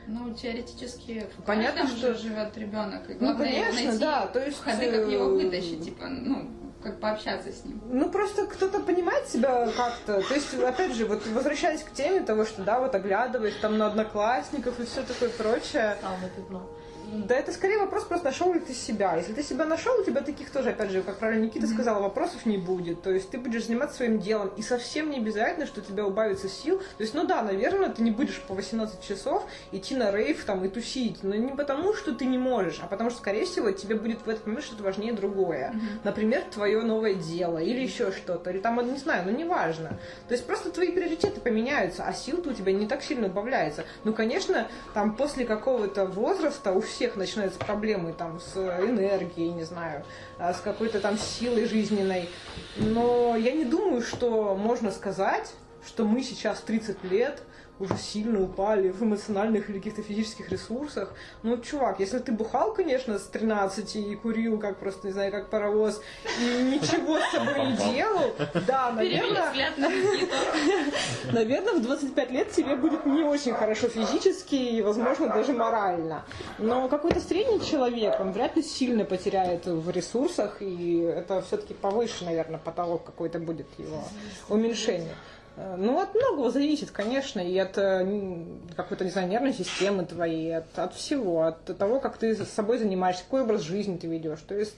S3: Ну, теоретически, в
S5: Понятно,
S3: каждом
S5: что-
S3: же живет ребенок. И
S5: Ну,
S3: главное
S5: конечно,
S3: найти
S5: да, то есть...
S3: ходы, как его
S5: э,
S3: вытащить, типа, ну, как пообщаться с ним.
S5: Ну, просто кто-то понимает себя как-то. То есть, опять же, вот возвращаясь к теме того, что, да, вот оглядываясь там на одноклассников и все такое прочее,
S4: Стал на пятно.
S5: да это скорее вопрос просто, нашел ли ты себя. Если ты себя нашел, у тебя таких тоже, опять же, как правильно Никита сказала, вопросов не будет. То есть ты будешь заниматься своим делом, и совсем не обязательно, что у тебя убавится сил. То есть, ну да, наверное, ты не будешь по 18 часов идти на рейв там и тусить. Но не потому, что ты не можешь, а потому что, скорее всего, тебе будет в этот момент что-то важнее другое. Например, твое новое дело или еще что-то, или там, не знаю, ну неважно. То есть просто твои приоритеты поменяются, а сил-то у тебя не так сильно убавляется. Ну, конечно, там после какого-то возраста у всех начинаются проблемы там с энергией, не знаю, а, с какой-то там силой жизненной. Но я не думаю, что можно сказать, что мы сейчас 30 лет уже сильно упали в эмоциональных или каких-то физических ресурсах. Ну, чувак, если ты бухал, конечно, с 13 и курил, как просто, не знаю, как паровоз, и ничего с собой не делал, да,
S3: Перевели
S5: наверное,
S3: взгляд на Никиту.
S5: Наверное, в 25 лет тебе будет не очень хорошо физически и, возможно, даже морально. Но какой-то средний человек, он вряд ли сильно потеряет в ресурсах, и это все-таки повыше, наверное, потолок какой-то будет его уменьшение. Э, Ну, от многого зависит, конечно, и от э, н- какой-то, не знаю, нервной системы твоей, от, от всего, от того, как ты с собой занимаешься, какой образ жизни ты ведешь. То есть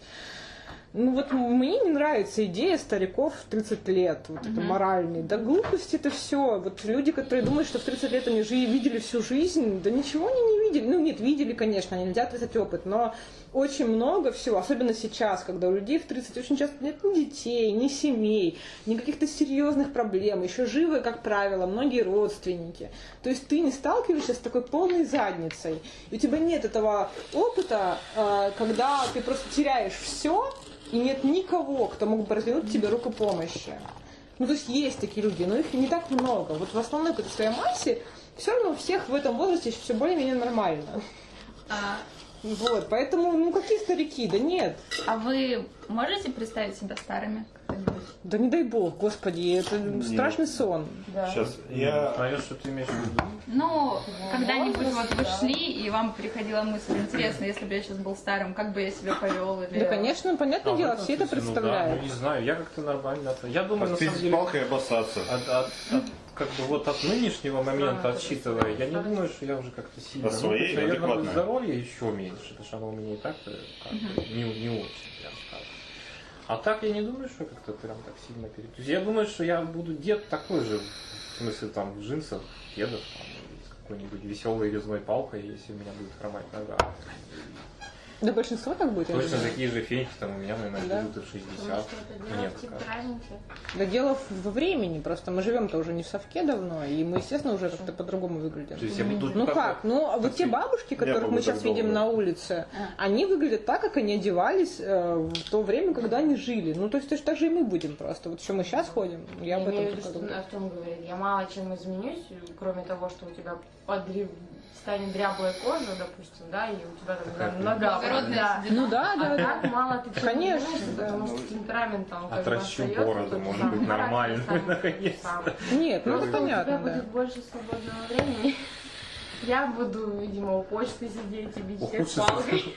S5: ну вот мне не нравится идея стариков в 30 лет, вот это
S3: Мгм.
S5: моральный. Да глупость это все. Вот люди, которые думают, что в 30 лет они жи- видели всю жизнь, да ничего они не видели. Ну нет, видели, конечно, они нельзя отрицать опыт, но очень много всего, особенно сейчас, когда у людей в 30 очень часто нет ни детей, ни семей, ни каких-то серьезных проблем, еще живы, как правило, многие родственники. То есть ты не сталкиваешься с такой полной задницей. И у тебя нет этого опыта, э, когда ты просто теряешь все, и нет никого, кто мог бы развернуть тебе руку помощи. Ну, то есть есть такие люди, но их не так много. Вот в основной какой-то своей массе все равно у всех в этом возрасте все более-менее нормально.
S3: А,
S5: Вот, поэтому, ну, какие старики? Да нет.
S3: а вы можете представить себя старыми когда-нибудь?
S5: Да не дай бог, господи, это страшный сон.
S4: Да.
S2: Сейчас, я...
S1: Наверное, что ты имеешь в виду.
S3: Ну, когда-нибудь
S4: возраст,
S3: вот вы
S4: да.
S3: шли, и вам приходила мысль, интересно, если бы я сейчас был старым, как бы я себя повел? Или...
S5: Да, конечно, понятное
S1: А, в
S5: дело,
S1: этом
S5: все это
S1: смысле, ну да,
S5: представляют.
S1: ну не знаю, я как-то нормально. это- Я думаю, на самом
S6: Подпиздить
S1: деле,
S6: палкой и обоссаться.
S1: от- от- от- как бы вот от нынешнего момента отсчитывая, я не думаю, что я уже как-то сильно.
S6: А своей
S1: ну, наверное, будет
S6: адекватное.
S1: здоровье еще меньше, потому что оно у меня и так э, как бы не, не очень, прям скажем. А так я не думаю, что как-то прям так сильно перед. То есть я думаю, что я буду дед такой же, в смысле там в джинсах, кедах, там, или с какой-нибудь веселой резной палкой, если у меня будет хромать нога.
S5: Да большинство так будет, я
S1: Точно
S5: думаю.
S1: такие же феники там у меня, наверное,
S5: Да.
S1: будут и в Ну, 60. Мне так
S4: типа
S1: кажется.
S5: Да дело в- во времени, просто мы живем-то уже не в совке давно, и мы, естественно, уже как-то по-другому выглядим.
S1: То есть я буду
S5: Ну
S1: такой-
S5: как? Ну, а вот те бабушки, которых
S6: помню,
S5: мы
S6: так
S5: сейчас видим
S6: долго.
S5: на улице,
S4: А.
S5: они выглядят так, как они одевались э, в то время, когда они жили. Ну, то есть точно так же и мы будем просто. Вот что мы сейчас ходим, я об этом
S4: имею в
S5: только
S4: виду, что
S5: думаю.
S4: Артем говорит, я мало чем изменюсь, кроме того, что у тебя подри- станет дряблая кожа, допустим, да, и у тебя там
S1: Какая-то
S4: нога.
S3: благородная
S4: да.
S5: Ну да, да,
S4: А
S5: да.
S4: так мало ты чего
S5: Конечно,
S4: меняешь,
S5: да.
S4: потому что темперамент там как бы
S1: Отращу
S4: остаётся,
S1: бороду,
S4: тот же
S1: может
S4: самый
S1: быть,
S4: характер,
S1: нормальную,
S4: самый-
S1: наконец.
S4: самый.
S5: Нет, ну это
S4: Просто у тебя
S5: понятно, да.
S4: будет больше свободного времени. Я буду, видимо, у почты сидеть и бить всех
S1: Ухудшится.
S4: палкой.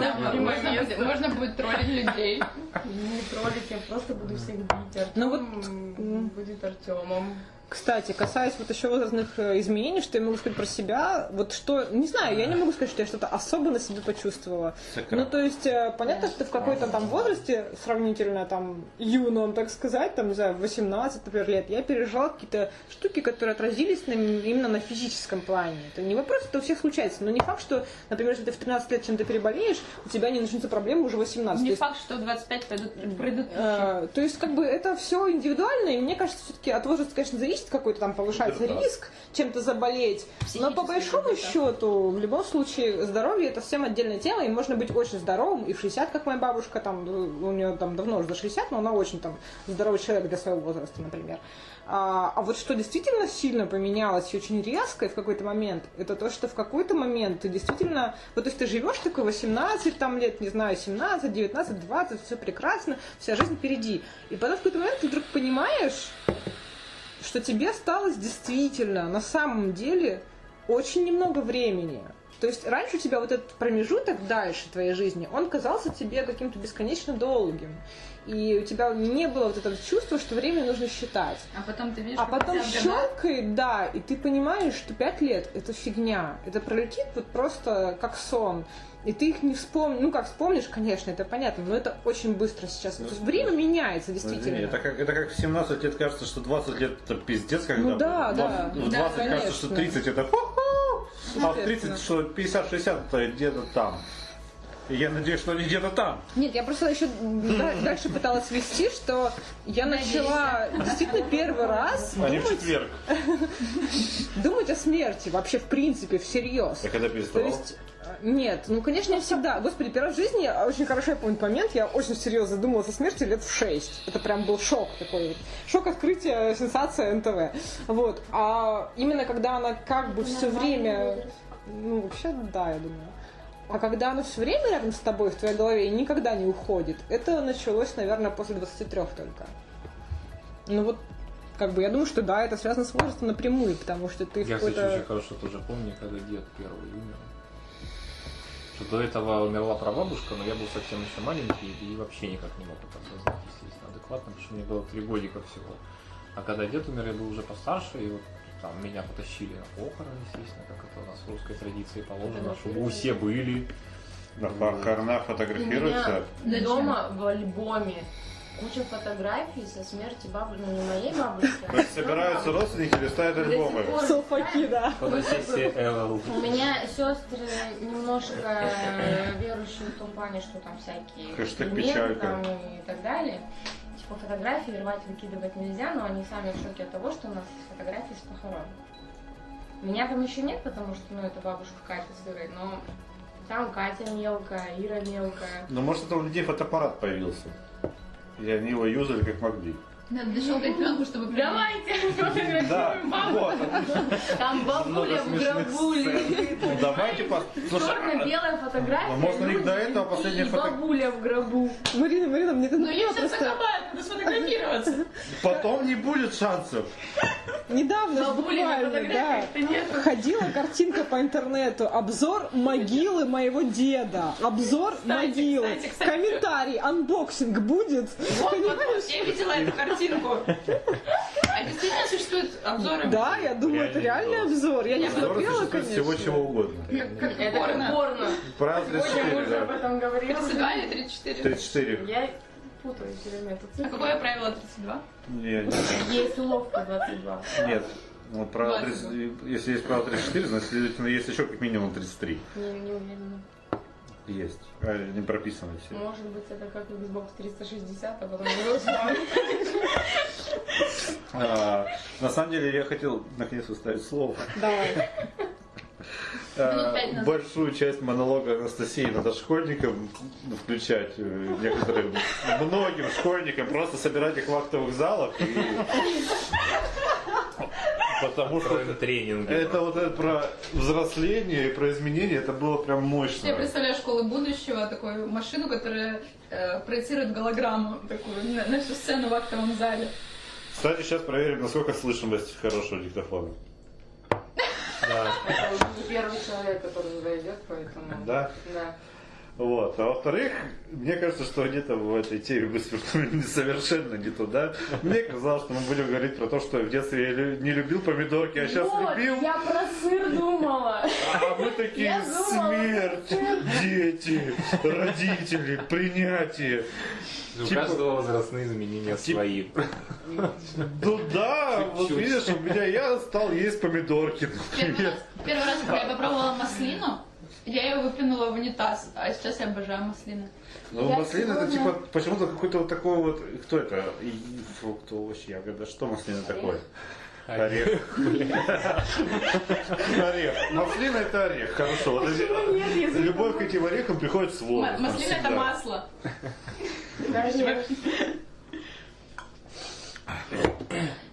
S3: Да,
S4: Мое
S3: можно, будет-
S4: место.
S3: можно будет троллить людей.
S4: Не троллить, я просто буду всех бить. Артём
S5: Ну вот, м.
S4: будет Артемом.
S5: Кстати, касаясь вот еще возрастных э, изменений, что я могу сказать про себя, вот что, не знаю, я не могу сказать, что я что-то особо на себе почувствовала. Ну, то есть, э, понятно, что в какой-то там возрасте, сравнительно там юном, так сказать, там, не знаю, в 18, например, лет, я пережила какие-то штуки, которые отразились на м- именно на физическом плане. Это не вопрос, это у всех случается, но не факт, что, например, если ты в 13 лет чем-то переболеешь, у тебя не начнутся проблемы уже в 18. То
S3: Не
S5: есть,
S3: факт, что в 25 пойдут, придут еще.
S5: Э, То есть, как бы, это все индивидуально, и мне кажется, все-таки от возраста, конечно, зависит какой-то там повышается
S6: Да.
S5: риск чем-то заболеть. Но по
S3: Психически,
S5: большому
S3: да.
S5: счету, в любом случае, здоровье это совсем отдельная тема, и можно быть очень здоровым, и в 60, как моя бабушка, там, у нее там давно уже за 60, но она очень там здоровый человек для своего возраста, например. А, а вот что действительно сильно поменялось и очень резко и в какой-то момент, это то, что в какой-то момент ты действительно, вот то есть ты живешь такой 18 там лет, не знаю, 17, 19, 20, все прекрасно, вся жизнь впереди. И потом в какой-то момент ты вдруг понимаешь, что тебе осталось действительно на самом деле очень немного времени. То есть раньше у тебя вот этот промежуток дальше твоей жизни, он казался тебе каким-то бесконечно долгим. И у тебя не было вот этого чувства, что время нужно считать.
S3: А потом ты видишь,
S5: А
S3: как у
S5: потом
S3: тебя года-
S5: щелкает, да, и ты понимаешь, что пять лет это фигня. Это пролетит вот просто как сон. И ты их не вспомнишь. Ну как вспомнишь, конечно, это понятно, но это очень быстро сейчас. То есть время меняется,
S2: Ну,
S5: действительно.
S2: извини, это как, это как в 17 лет кажется, что 20 лет это пиздец, когда
S5: Ну да,
S2: в
S5: да.
S2: 20 в
S5: Да,
S2: 20 кажется, что
S5: конечно.
S2: 30 это ху-ху, а в
S5: Естественно.
S2: 30, что 50-60 это где-то там. И я надеюсь, что они где-то там.
S5: Нет, я просто еще да- дальше пыталась вести, что я начала действительно первый раз
S7: А не в
S5: думать,
S7: четверг.
S5: думать о смерти вообще в принципе всерьез.
S2: А
S7: Я когда
S5: То
S7: переставал?
S5: есть, э, нет, ну, конечно, не всегда. Господи, первый раз в жизни, я очень хорошо я помню момент, я очень серьезно задумалась о смерти лет в 6. Это прям был шок такой. вот. Шок открытия, сенсация НТВ. Вот. А именно когда она как бы все время... Ну, вообще, да, я думаю. А когда она все время рядом с тобой, в твоей голове, и никогда не уходит, это началось, наверное, после 23 только. Ну вот, как бы, я думаю, что да, это связано с возрастом напрямую, потому что ты в
S1: Я, кстати,
S5: Ну, какой-то...
S1: очень хорошо тоже помню, когда дед первый умер. Что до этого умерла прабабушка, но я был совсем еще маленький и вообще никак не мог это осознать, естественно, адекватно, потому что мне было три годика всего. А когда дед умер, я был уже постарше, и вот там меня потащили на похороны, естественно, как это у нас в русской традиции положено, чтобы все были.
S2: На похоронах фотографируются.
S4: У меня дома в альбоме куча фотографий со смерти бабушки, ну не моей бабушки. а
S2: То есть собираются
S4: бабушки.
S2: родственники, листают
S4: До сих
S2: альбомы.
S4: пор
S5: Салфаки, да.
S1: Фотосессия Эвел.
S4: У меня сестры немножко верующие в том плане, что там всякие
S2: Хэштег
S4: приметы
S2: печалька.
S4: там и так далее. Типа фотографии рвать, выкидывать нельзя, но они сами в шоке от того, что у нас есть фотографии с похорон. Меня там еще нет, потому что, ну, это бабушка Катя с Ирой, но там Катя мелкая, Ира мелкая.
S2: Ну, может, это у людей фотоаппарат появился. И они его юзали как могли.
S3: Надо дощелкать пленку, чтобы прямо...
S4: Давайте фотографируем бабушку.
S2: вот.
S4: Там бабуля в
S1: смешных
S4: гробу
S2: Ну, Давайте пос... Слушай, а-
S4: Черно-белая фотография.
S2: Ну, может, у них
S4: люди
S2: до этого
S4: и
S2: последняя фото-
S4: бабуля в гробу.
S5: Марина, Марина, мне это
S4: Ну, ее
S5: напомнило
S4: сейчас
S5: просто
S4: закопают, надо сфотографироваться.
S2: потом не будет шансов.
S5: недавно, же
S4: Бабули на
S5: буквально, да,
S4: фотографиях-то нет.
S5: ходила картинка по интернету, обзор могилы моего деда, обзор могилы,
S4: кстати, кстати.
S5: комментарий, анбоксинг будет,
S3: Вот, вот, вот, я видела эту картинку. А действительно существуют обзоры?
S5: да, я думаю, это
S1: Реальный
S5: реальный обзор, я не
S2: Здорово
S5: смотрела,
S2: существует всего
S5: конечно.
S2: чего угодно.
S3: Как, как
S4: Это как
S3: порно.
S4: порно.
S2: Правда,
S4: Сегодня
S2: 34,
S4: муж об
S2: да.
S4: этом говорил.
S3: 32 или 34?
S2: 34.
S4: Я путаю все время эту
S3: А
S4: цифру.
S3: какое правило 32?
S2: Нет, нет,
S4: Есть уловка 22.
S2: нет. Ну, право
S3: Ладно.
S2: 30 если есть право 34, значит, следовательно, есть еще как минимум 33.
S4: Не, не уверена.
S2: Есть. А, не прописаны все.
S4: Может быть, это как Xbox 360, а потом Xbox.
S2: А, на самом деле, я хотел наконец вставить слово.
S5: Давай.
S2: А,
S3: Ну, пять назад.
S2: большую часть монолога Анастасии надо школьникам включать э, некоторым многим школьникам просто собирать их в актовых залах и... потому что это-
S1: тренинг.
S2: это вот это про взросление и про изменение это было прям мощно
S3: Я представляю школу будущего, такую машину, которая э, проецирует голограмму такую на, на всю сцену в актовом зале.
S2: кстати сейчас проверим насколько слышимость хорошего диктофона
S4: Это не первый человек, который зайдет, поэтому...
S2: да
S4: Да.
S2: вот а во-вторых мне кажется что где-то в этой теме мы свернули совершенно не туда мне казалось что мы будем говорить про то что в детстве я лю- не любил помидорки а сейчас
S4: вот,
S2: любил
S4: я про сыр думала.
S2: А мы такие
S4: Я думала,
S2: смерть, дети, родители, принятие.
S1: У
S2: типа-
S1: каждого возрастные изменения
S2: Тип-
S1: свои.
S2: Ну да, вот
S1: Чуть-чуть.
S2: видишь, у меня я стал есть помидорки,
S3: Первый
S2: например.
S3: раз, первый раз, когда я попробовала маслину, я ее выплюнула в унитаз, а сейчас я обожаю маслины.
S2: Ну,
S4: Я
S2: маслина это
S4: сегодня-
S2: типа почему-то какой-то вот такой вот. Кто это? И- и Фрукт, овощ, ягода. Что маслина такое? Орех. Орех. Маслина это орех. Хорошо. Вот эти-
S4: нет, если-
S2: Любовь к этим орехам приходит с
S3: Ма-
S2: Волги.
S3: маслина это
S2: Всегда.
S3: масло.
S4: Конечно.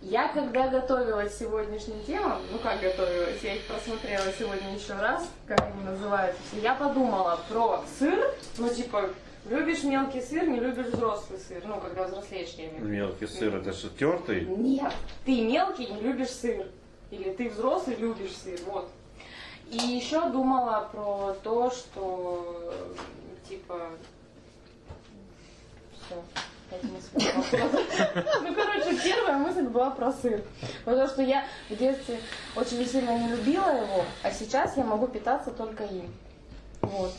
S4: Я когда готовилась к сегодняшним темам, ну как готовилась, я их просмотрела сегодня еще раз, как они называются, все, я подумала про сыр, ну типа, любишь мелкий сыр, не любишь взрослый сыр, ну когда взрослеешь, я имею в виду.
S2: Мелкий сыр это же тертый.
S4: Нет, ты мелкий, не любишь сыр. Или ты взрослый, любишь сыр, вот. И еще думала про то, что э, типа все. Ну, короче, первая мысль была про сыр. Потому что я в детстве очень сильно не любила его, а сейчас я могу питаться только им. Вот.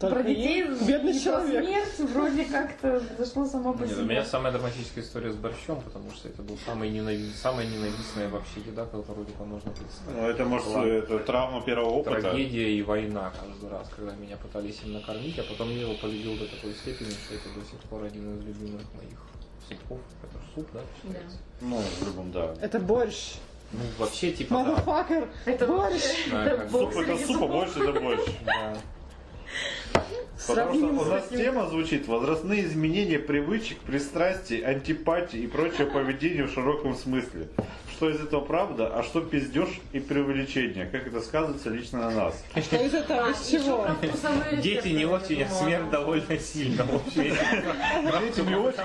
S5: Только
S4: про детей
S5: им?
S4: и
S5: Бедный
S4: про
S5: человек.
S4: смерть вроде как-то зашло само по
S1: Нет, ну, у
S4: себе.
S1: меня самая драматическая история с борщом, потому что это была самая, ненави- самая ненавистная вообще еда, которую только можно представить.
S2: Ну, это может
S1: Ладно.
S2: это травма первого опыта.
S1: Трагедия и война каждый раз, когда меня пытались им накормить, а потом я его полюбил до такой степени, что это до сих пор один из любимых моих супов. Это ж суп, да? считается?
S2: Ну, в любом, да.
S5: Это борщ.
S1: Ну, вообще, типа, да.
S5: Мазафакер.
S4: Это
S5: борщ.
S1: Да, как бы,
S4: Суп
S2: Суп это
S4: среди
S2: суп, а
S4: супов.
S2: больше это больше.
S1: да.
S2: Потому что
S5: Сравним
S2: у
S5: с
S2: нас
S5: этим.
S2: тема звучит возрастные изменения привычек, пристрастий, антипатии и прочего поведения в широком смысле. Что из этого правда, а что пиздеж и преувеличение? Как это сказывается лично на нас?
S5: Что А из этого?
S4: А,
S5: Из чего?
S1: Дети не очень, а смерть довольно сильно. В общем,
S2: Дети не очень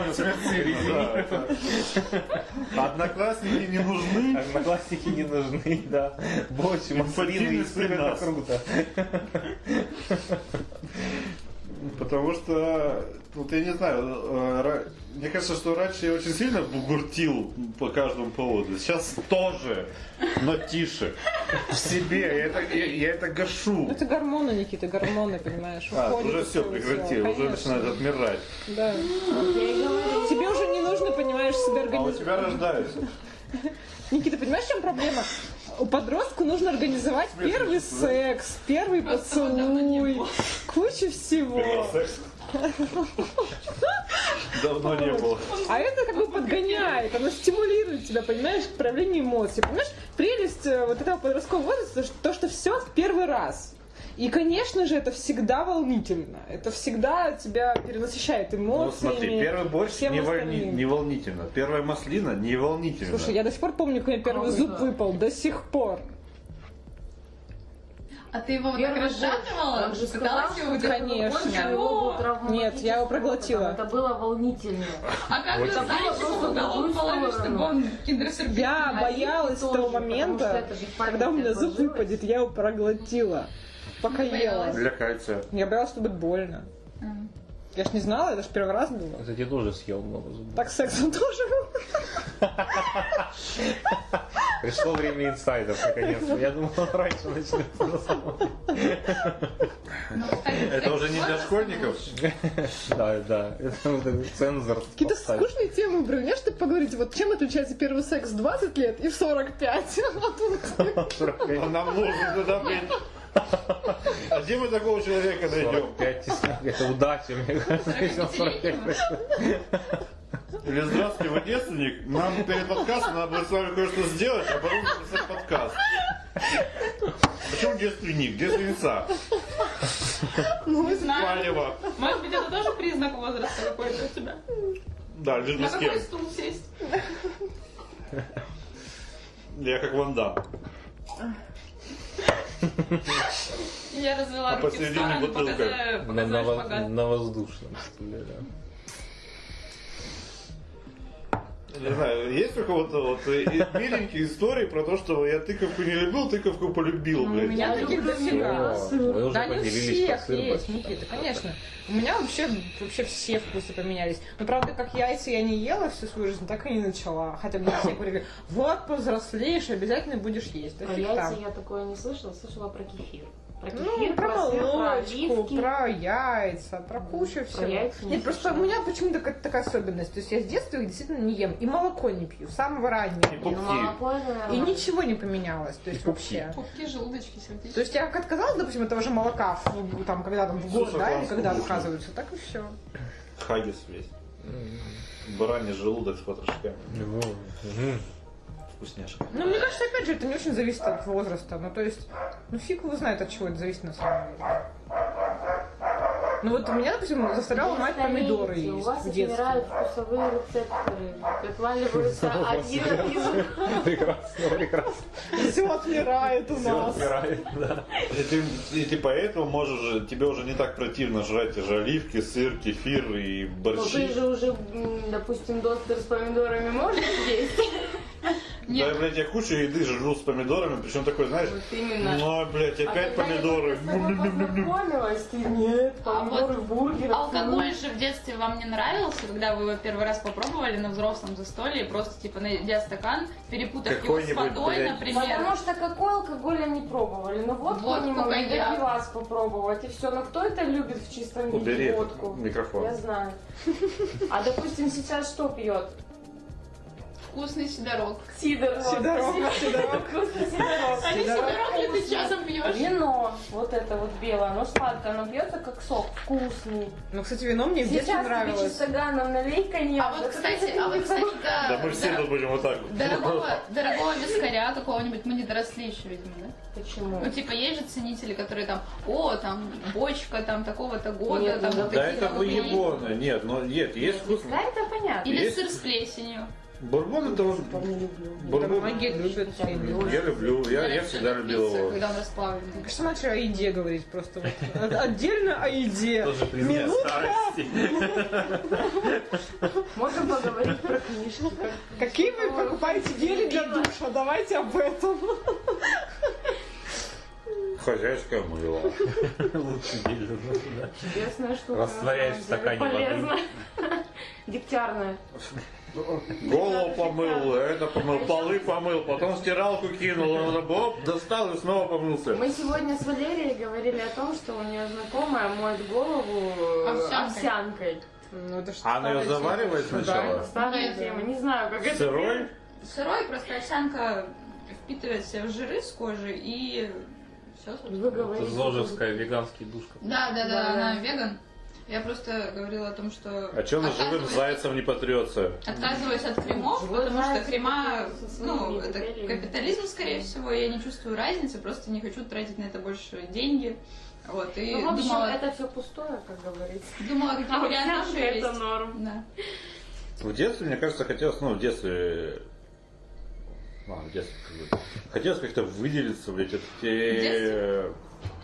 S2: а Одноклассники не нужны.
S1: Одноклассники не нужны, да. Борщ, маслины
S2: Инфантильный
S1: и сыр это
S2: нас.
S1: круто.
S2: Потому что, вот я не знаю, э, ра- мне кажется, что раньше я очень сильно бугуртил по каждому поводу. Сейчас тоже, но тише. В себе. Я это, я, я это
S5: Ну,
S2: гашу.
S5: Это гормоны, Никита, гормоны, понимаешь.
S2: А,
S5: уходит
S2: уже
S5: это
S2: все прекратил, уже
S5: Конечно.
S2: начинает отмирать.
S5: Да.
S4: Я и говорю,
S5: Тебе уже не нужно, понимаешь, себя
S2: А у
S5: организовать.
S2: тебя рождаются.
S5: Никита, понимаешь, в чем проблема? У подростка нужно организовать
S2: смысле,
S5: первый
S2: что, да?
S5: секс, первый поцелуй, кучу всего.
S2: Давно не было. Ну,
S5: А это как бы подгоняет, оно стимулирует тебя, понимаешь, к проявлению эмоций. Понимаешь, прелесть э, вот этого подросткового возраста, что- то, что все в первый раз. И, конечно же, это всегда волнительно. Это всегда тебя перенасыщает эмоциями.
S2: Ну смотри, первый борщ
S5: всем
S2: не, волни-
S5: остальным.
S2: не волнительно. Первая маслина не волнительно.
S5: Слушай, я до сих пор помню, как у меня первый
S4: Ой,
S5: зуб
S4: да.
S5: выпал. До сих пор.
S3: А ты его вот так
S4: Первый год.
S3: разжатывала?
S4: Он же
S3: Пыталась
S4: сказал,
S3: его
S5: что
S3: удержать?
S5: конечно.
S3: Больше?
S4: «Ой, его травматический
S5: Нет, я его проглотила.
S4: опыт, Это было волнительно.
S3: А как ты
S1: Вот.
S3: зайчику в голову положишь, чтобы он киндер
S5: Я
S4: А
S5: боялась
S4: если тоже,
S5: того
S4: потому что
S5: момента,
S4: это же в памяти
S5: когда у меня зуб
S4: отложилось.
S5: выпадет, я его проглотила. Пока
S3: Не боялась.
S5: ела.
S2: Для кальция.
S5: Я боялась, что будет больно.
S3: Эм,
S5: Я ж не знала, это ж первый раз было.
S1: Кстати, я тоже съел много зубов.
S5: Так с сексом тоже было.
S1: Пришло время инсайдов, наконец-то. Я думал, раньше начнется на самом деле.
S3: ну,
S2: Это уже не для школьников?
S1: Да, да. Это вот этот цензор.
S5: Какие-то
S1: поставить.
S5: скучные темы брали. Мне чтобы поговорить, вот чем отличается первый секс в 20 лет и в 45?
S2: А Нам нужно туда блин. А где мы такого человека найдем?
S1: 45 это удача, мне кажется, если он 45.
S2: Или здравствуйте, вы девственник? Нам перед подкастом надо будет с вами кое-что сделать, а потом записать подкаст. Почему девственник? Девственница. Ну,
S3: Не знаю.
S2: Палево.
S3: Может быть, это тоже признак возраста какой-то у тебя?
S2: Да, лишь бы
S3: На
S2: с кем.
S3: какой стул сесть?
S2: Я как ванда.
S3: Я развела
S2: А
S3: руки в
S2: посередине
S3: сторону,
S2: бутылка.
S3: показывая-
S1: На, на
S3: показывая
S1: воз-
S3: шпагат.
S1: на воздушном стуле, да.
S2: Не знаю, есть у кого-то вот э, и- миленькие истории про то, что я тыковку не любил, тыковку полюбил,
S3: Ну, у
S2: блядь.
S3: меня таких дофига.
S1: О, Вы уже
S5: Да не у
S1: поделились про
S5: всех
S1: сыр
S5: есть,
S1: больше.
S5: Никита, конечно. У меня вообще, вообще все вкусы поменялись. Но правда, как яйца я не ела всю свою жизнь, так и не начала. Хотя мне все говорили, вот повзрослеешь, обязательно будешь есть. Да
S4: Про
S5: фиг
S4: яйца
S5: там.
S4: я такое не слышала, слышала про кефир. Про кефир,
S5: Ну, про
S4: сыр, про
S5: молочку,
S4: оливки.
S5: про яйца, про кучу всего.
S4: яйца не
S5: Нет, просто у
S4: слышала.
S5: меня почему-то какая-то такая особенность. То есть я с детства их действительно не ем. И молоко не пью, с самого раннего.
S2: И
S4: Ну,
S2: пупки.
S4: молоко это, наверное,
S5: И ничего не поменялось, то есть вообще.
S3: Пупки, желудочки,
S5: То
S3: сердечки.
S5: есть я как отказалась, допустим, от того же молока, в- там, когда там в год,
S2: Слушай,
S5: да,
S2: класс,
S5: или когда
S2: слушай.
S5: отказываются, так и все.
S2: Хагис весь. Бараний желудок с потрошками. Вкусняшка.
S5: Ну, мне кажется, опять же, это не очень зависит от возраста. Ну, то есть, ну, фиг его знает, от чего это зависит на самом деле. Ну, вот у меня, допустим, заставляла
S4: Вы
S5: мать
S4: стареете,
S5: помидоры
S4: У
S5: есть
S4: вас
S5: в детстве.
S4: отмирают вкусовые рецепторы, отваливаются один из...
S1: Прекрасно, прекрасно.
S5: Все отмирает у
S1: Всё
S5: нас.
S1: отмирает, да.
S2: И ты, и ты поэтому можешь, же- тебе уже не так противно жрать те же оливки, сыр, кефир и
S4: Ну, ты
S2: борщи.
S4: же уже, м, допустим, доктор с помидорами можешь есть?
S2: Да,
S3: Нет.
S2: блядь, я кучу еды жру с помидорами, причем такой, знаешь,
S4: Вот именно.
S2: ну, блядь,
S4: А
S2: опять
S4: когда я
S2: помидоры.
S4: только с тобой
S2: Блю-блю-блю-блю.
S4: познакомилась, ты нет,
S3: А вот
S4: помидоры, бургеры.
S3: Алкоголь же в детстве вам не нравился, когда вы его первый раз попробовали на взрослом застолье, просто типа найдя стакан, перепутав его с
S6: Какой-нибудь,
S3: водой,
S6: блядь.
S4: Потому
S3: например.
S4: что какой алкоголь они пробовали? Ну водку
S3: Водку,
S4: они могли
S3: коньяк.
S4: до пивас попробовать, и все. Но кто это любит в чистом
S2: Убери
S4: виде
S2: этот
S4: водку?
S2: микрофон.
S4: Я знаю. А допустим, сейчас что пьет?
S3: Вкусный сидорок.
S4: Сидор.
S5: Сидорок,
S4: вот. Сидорок. Вкусный сидорок.
S3: А ты сидорок ли ты часом пьешь?
S4: Вино, вот это вот белое, оно сладкое, оно бьется как сок, вкусный.
S5: Ну, кстати, вино мне в детстве
S4: Сейчас тебе
S5: нравилось.
S4: часаганом налей коньяк.
S3: А вот, кстати, а вот, кстати, да.
S2: Да мы все
S3: дор-
S2: тут будем вот так вот.
S3: Дорогого, дорогого вискаря какого-нибудь мы не доросли еще, видимо, да?
S4: Почему?
S3: Ну, типа, есть же ценители, которые там, о, там, бочка, там, такого-то года,
S4: Нет,
S3: там,
S4: ну,
S3: вот
S2: Да
S3: такие
S2: это
S3: вот вещи.
S2: выебоны. Нет, ну нет, есть вкус.
S4: Да, это понятно.
S3: Или
S2: Есть?
S3: сыр с плесенью.
S2: Бурбон это он...
S5: Да,
S2: Бурбон.
S5: многие любят сильно.
S2: Я люблю, Ну, я, я
S3: Нравится
S2: всегда
S3: эта
S2: любил
S3: пицца,
S2: его.
S3: Когда он расплавленный.
S5: Конечно, начали о еде говорить просто. вот. От- Отдельно о еде.
S6: Тоже пример
S5: Минут-
S6: старости.
S4: Можно поговорить про книжки. как-
S5: Какие вы покупаете гели для душа? Давайте об этом.
S2: Хозяйское мыло.
S6: Лучше деле уже, да.
S4: Чудесная штука.
S6: Растворяешь
S4: на самом
S6: в
S4: деле,
S6: стакане
S4: полезная. Дегтярная.
S2: Голову помыл, это помыл, полы помыл, потом стиралку кинул, он оп, достал и снова помылся.
S4: Мы сегодня с Валерией говорили о том, что у нее знакомая моет голову э, овсянкой.
S3: Овсянкой.
S5: Ну, это ж
S2: А она ее
S5: старая тема.
S2: заваривает
S4: Да,
S2: сначала?
S4: старая
S3: Ну, да.
S4: тема. Не знаю, как это.
S2: Сырой?
S3: Сырой просто овсянка впитывает в себя жиры с кожи и все,
S4: Вы
S6: Это
S4: говорите.
S6: Зложевская веганский душка.
S3: Да, да,
S4: Да.
S3: да, она веган. Я просто говорила о том, что...
S2: А чем живым
S3: отказываюсь-
S2: зайцем не потрется?
S3: Отказываюсь от кремов,
S4: Живой
S3: потому что
S4: заяц
S3: крема,
S4: со своими
S3: ну, это
S4: империями.
S3: капитализм, скорее всего, я не чувствую разницы, просто не хочу тратить на это больше деньги. Вот, и
S4: Ну, в общем,
S3: думала,
S4: это все пустое, как говорится.
S3: думала, какие
S4: А
S3: варианты
S4: овсянка
S3: еще
S4: это
S3: есть.
S4: норм.
S3: Да.
S2: В детстве, мне кажется, хотелось, ну, в детстве... А, в детстве. как бы. Хотелось как-то выделиться, блядь, от те...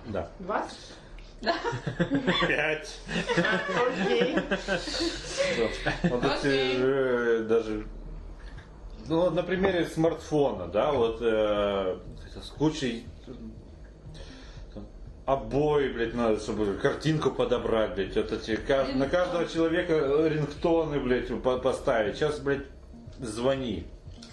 S2: Да.
S4: 20?
S2: Пять.
S4: Окей.
S2: Вот эти,
S3: Окей.
S2: э, даже... Ну, вот на примере смартфона, да, вот э, это с кучей э, там, обои, блядь, надо, чтобы картинку подобрать, блядь, вот эти, ка- на каждого человека рингтоны, блядь, по- поставить. Сейчас, блядь, звони.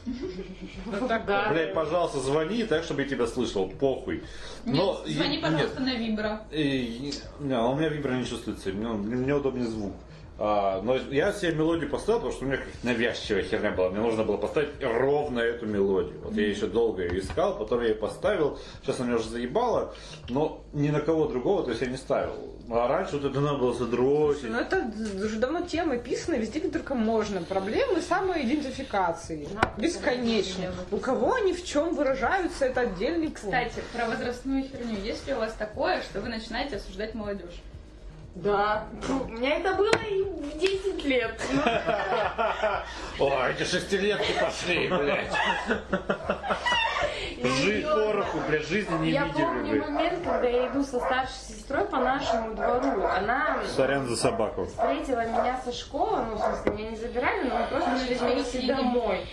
S5: Ну, так,
S4: Да.
S3: А.
S2: Блядь, пожалуйста, звони так, чтобы я тебя слышал, похуй. Но-
S3: Нет, звони,
S2: и-
S3: пожалуйста, на вибро.
S2: и- не, у меня вибра не чувствуется, мне, мне удобнее звук. А, но я себе мелодию поставил, потому что у меня какая-то навязчивая херня была. Мне нужно было поставить ровно эту мелодию. Вот я еще долго ее искал, потом я ее поставил. Сейчас она меня уже заебала, но ни на кого другого, то есть я не ставил. А раньше вот это надо было задротить.
S5: Ну, это уже давно тема писана везде, где только можно. Проблемы самоидентификации.
S4: Да.
S5: Бесконечно. У кого они в чем выражаются, это отдельный пункт.
S3: Кстати, про возрастную херню. Есть ли у вас такое, что вы начинаете осуждать молодежь?
S4: Да. У меня это было и в 10 лет.
S2: О, эти шестилетки пошли, блядь.
S4: И
S2: Жи
S4: серьезно.
S2: пороху, блядь, жизни не
S4: Я
S2: видели,
S4: помню
S2: блядь.
S4: момент, когда я иду со старшей сестрой по нашему двору. Она
S2: Сорян за собаку.
S4: встретила меня со школы, ну, в смысле, меня не забирали, но мы просто шли вместе домой.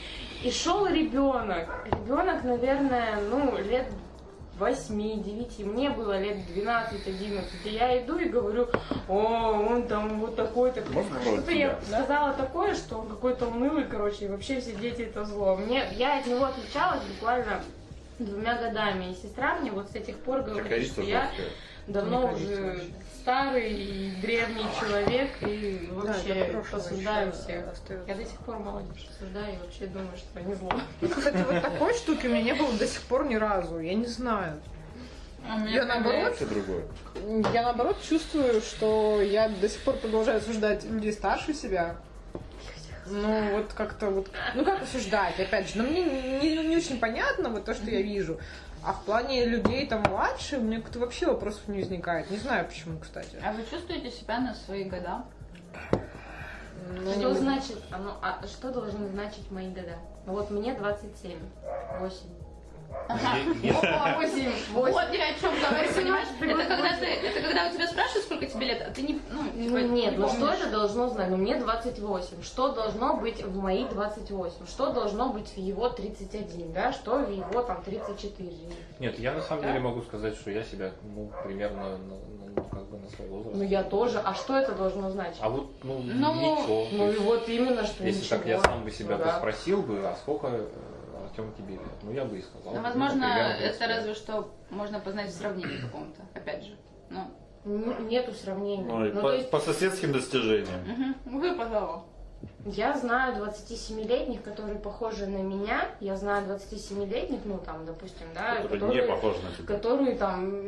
S4: И шел ребенок. Ребенок, наверное, ну, лет 8-9, мне было лет 12-11, и я иду и говорю, о, он там вот такой-то.
S2: Можно
S4: Что-то
S2: попробовать
S4: я
S2: тебя?
S4: сказала такое, что он какой-то унылый, короче, и вообще все дети это зло. Мне, я от него отличалась буквально двумя годами, и сестра мне вот с этих пор говорит, что Ну, я давно
S5: Мне кажется,
S4: уже
S5: вообще.
S4: старый и древний человек и
S5: это
S4: вообще
S5: прошлое
S4: осуждаю
S5: еще
S4: всех.
S5: остается.
S4: Я до сих пор молодежь осуждаю и вообще думаю, что они зло.
S5: Кстати, вот такой штуки у меня не было до сих пор ни разу. Я не знаю.
S3: А у меня
S5: Я наоборот.
S2: Все другое.
S5: Я наоборот чувствую, что я до сих пор продолжаю осуждать людей старше себя. Ну, вот как-то вот... Ну, как осуждать, опять же. Но мне не, не очень понятно вот то, что я вижу. А в плане людей там младше, у меня как-то вообще вопросов не возникает. Не знаю почему, кстати.
S3: А вы чувствуете себя на свои года?
S5: Ну,
S4: Что значит, а ну, а что должны значить мои года? Вот мне 27, 8.
S3: Ага. Опа, восемь.
S4: Восемь.
S3: Вот я о чем говорю,
S4: Ты
S3: понимаешь?
S4: понимаешь,
S3: Это
S4: ты
S3: когда
S4: восемь.
S3: ты, это когда у тебя спрашивают, сколько тебе тебе лет, а ты не, ну,
S4: Ну,
S3: типа,
S4: нет,
S3: не
S4: ну что
S3: помнишь.
S4: это должно знать? Ну, мне 28. Что должно быть в мои 28? Что должно быть в его 31, да? Что в его там 34?
S8: Нет, я на самом
S4: Да?
S8: деле могу сказать, что я себя, ну, примерно, ну, ну, как бы на свой возраст.
S4: Ну я тоже. А что это должно значить?
S8: А вот, ну,
S4: Ну,
S8: ничего. То
S4: Ну и
S8: есть,
S4: вот именно, что
S8: Если так я
S4: ничего.
S8: сам бы себя
S4: Ну да.
S8: спросил бы, а сколько Артем тебе лет? Ну, я бы и сказал.
S3: Ну,
S8: ну,
S3: возможно,
S8: примерно
S3: это
S8: 35.
S3: разве что можно познать в сравнении каком-то, опять же. Ну,
S4: Н- Нету сравнения.
S2: Ну, и
S4: Ну,
S2: по,
S4: то есть
S2: по соседским достижениям.
S3: угу. вы по голову.
S4: я знаю 27-летних, которые похожи на меня. Я знаю 27-летних, ну там, допустим, да,
S2: которые не
S4: которые
S2: похожи на тебя.
S4: которые там,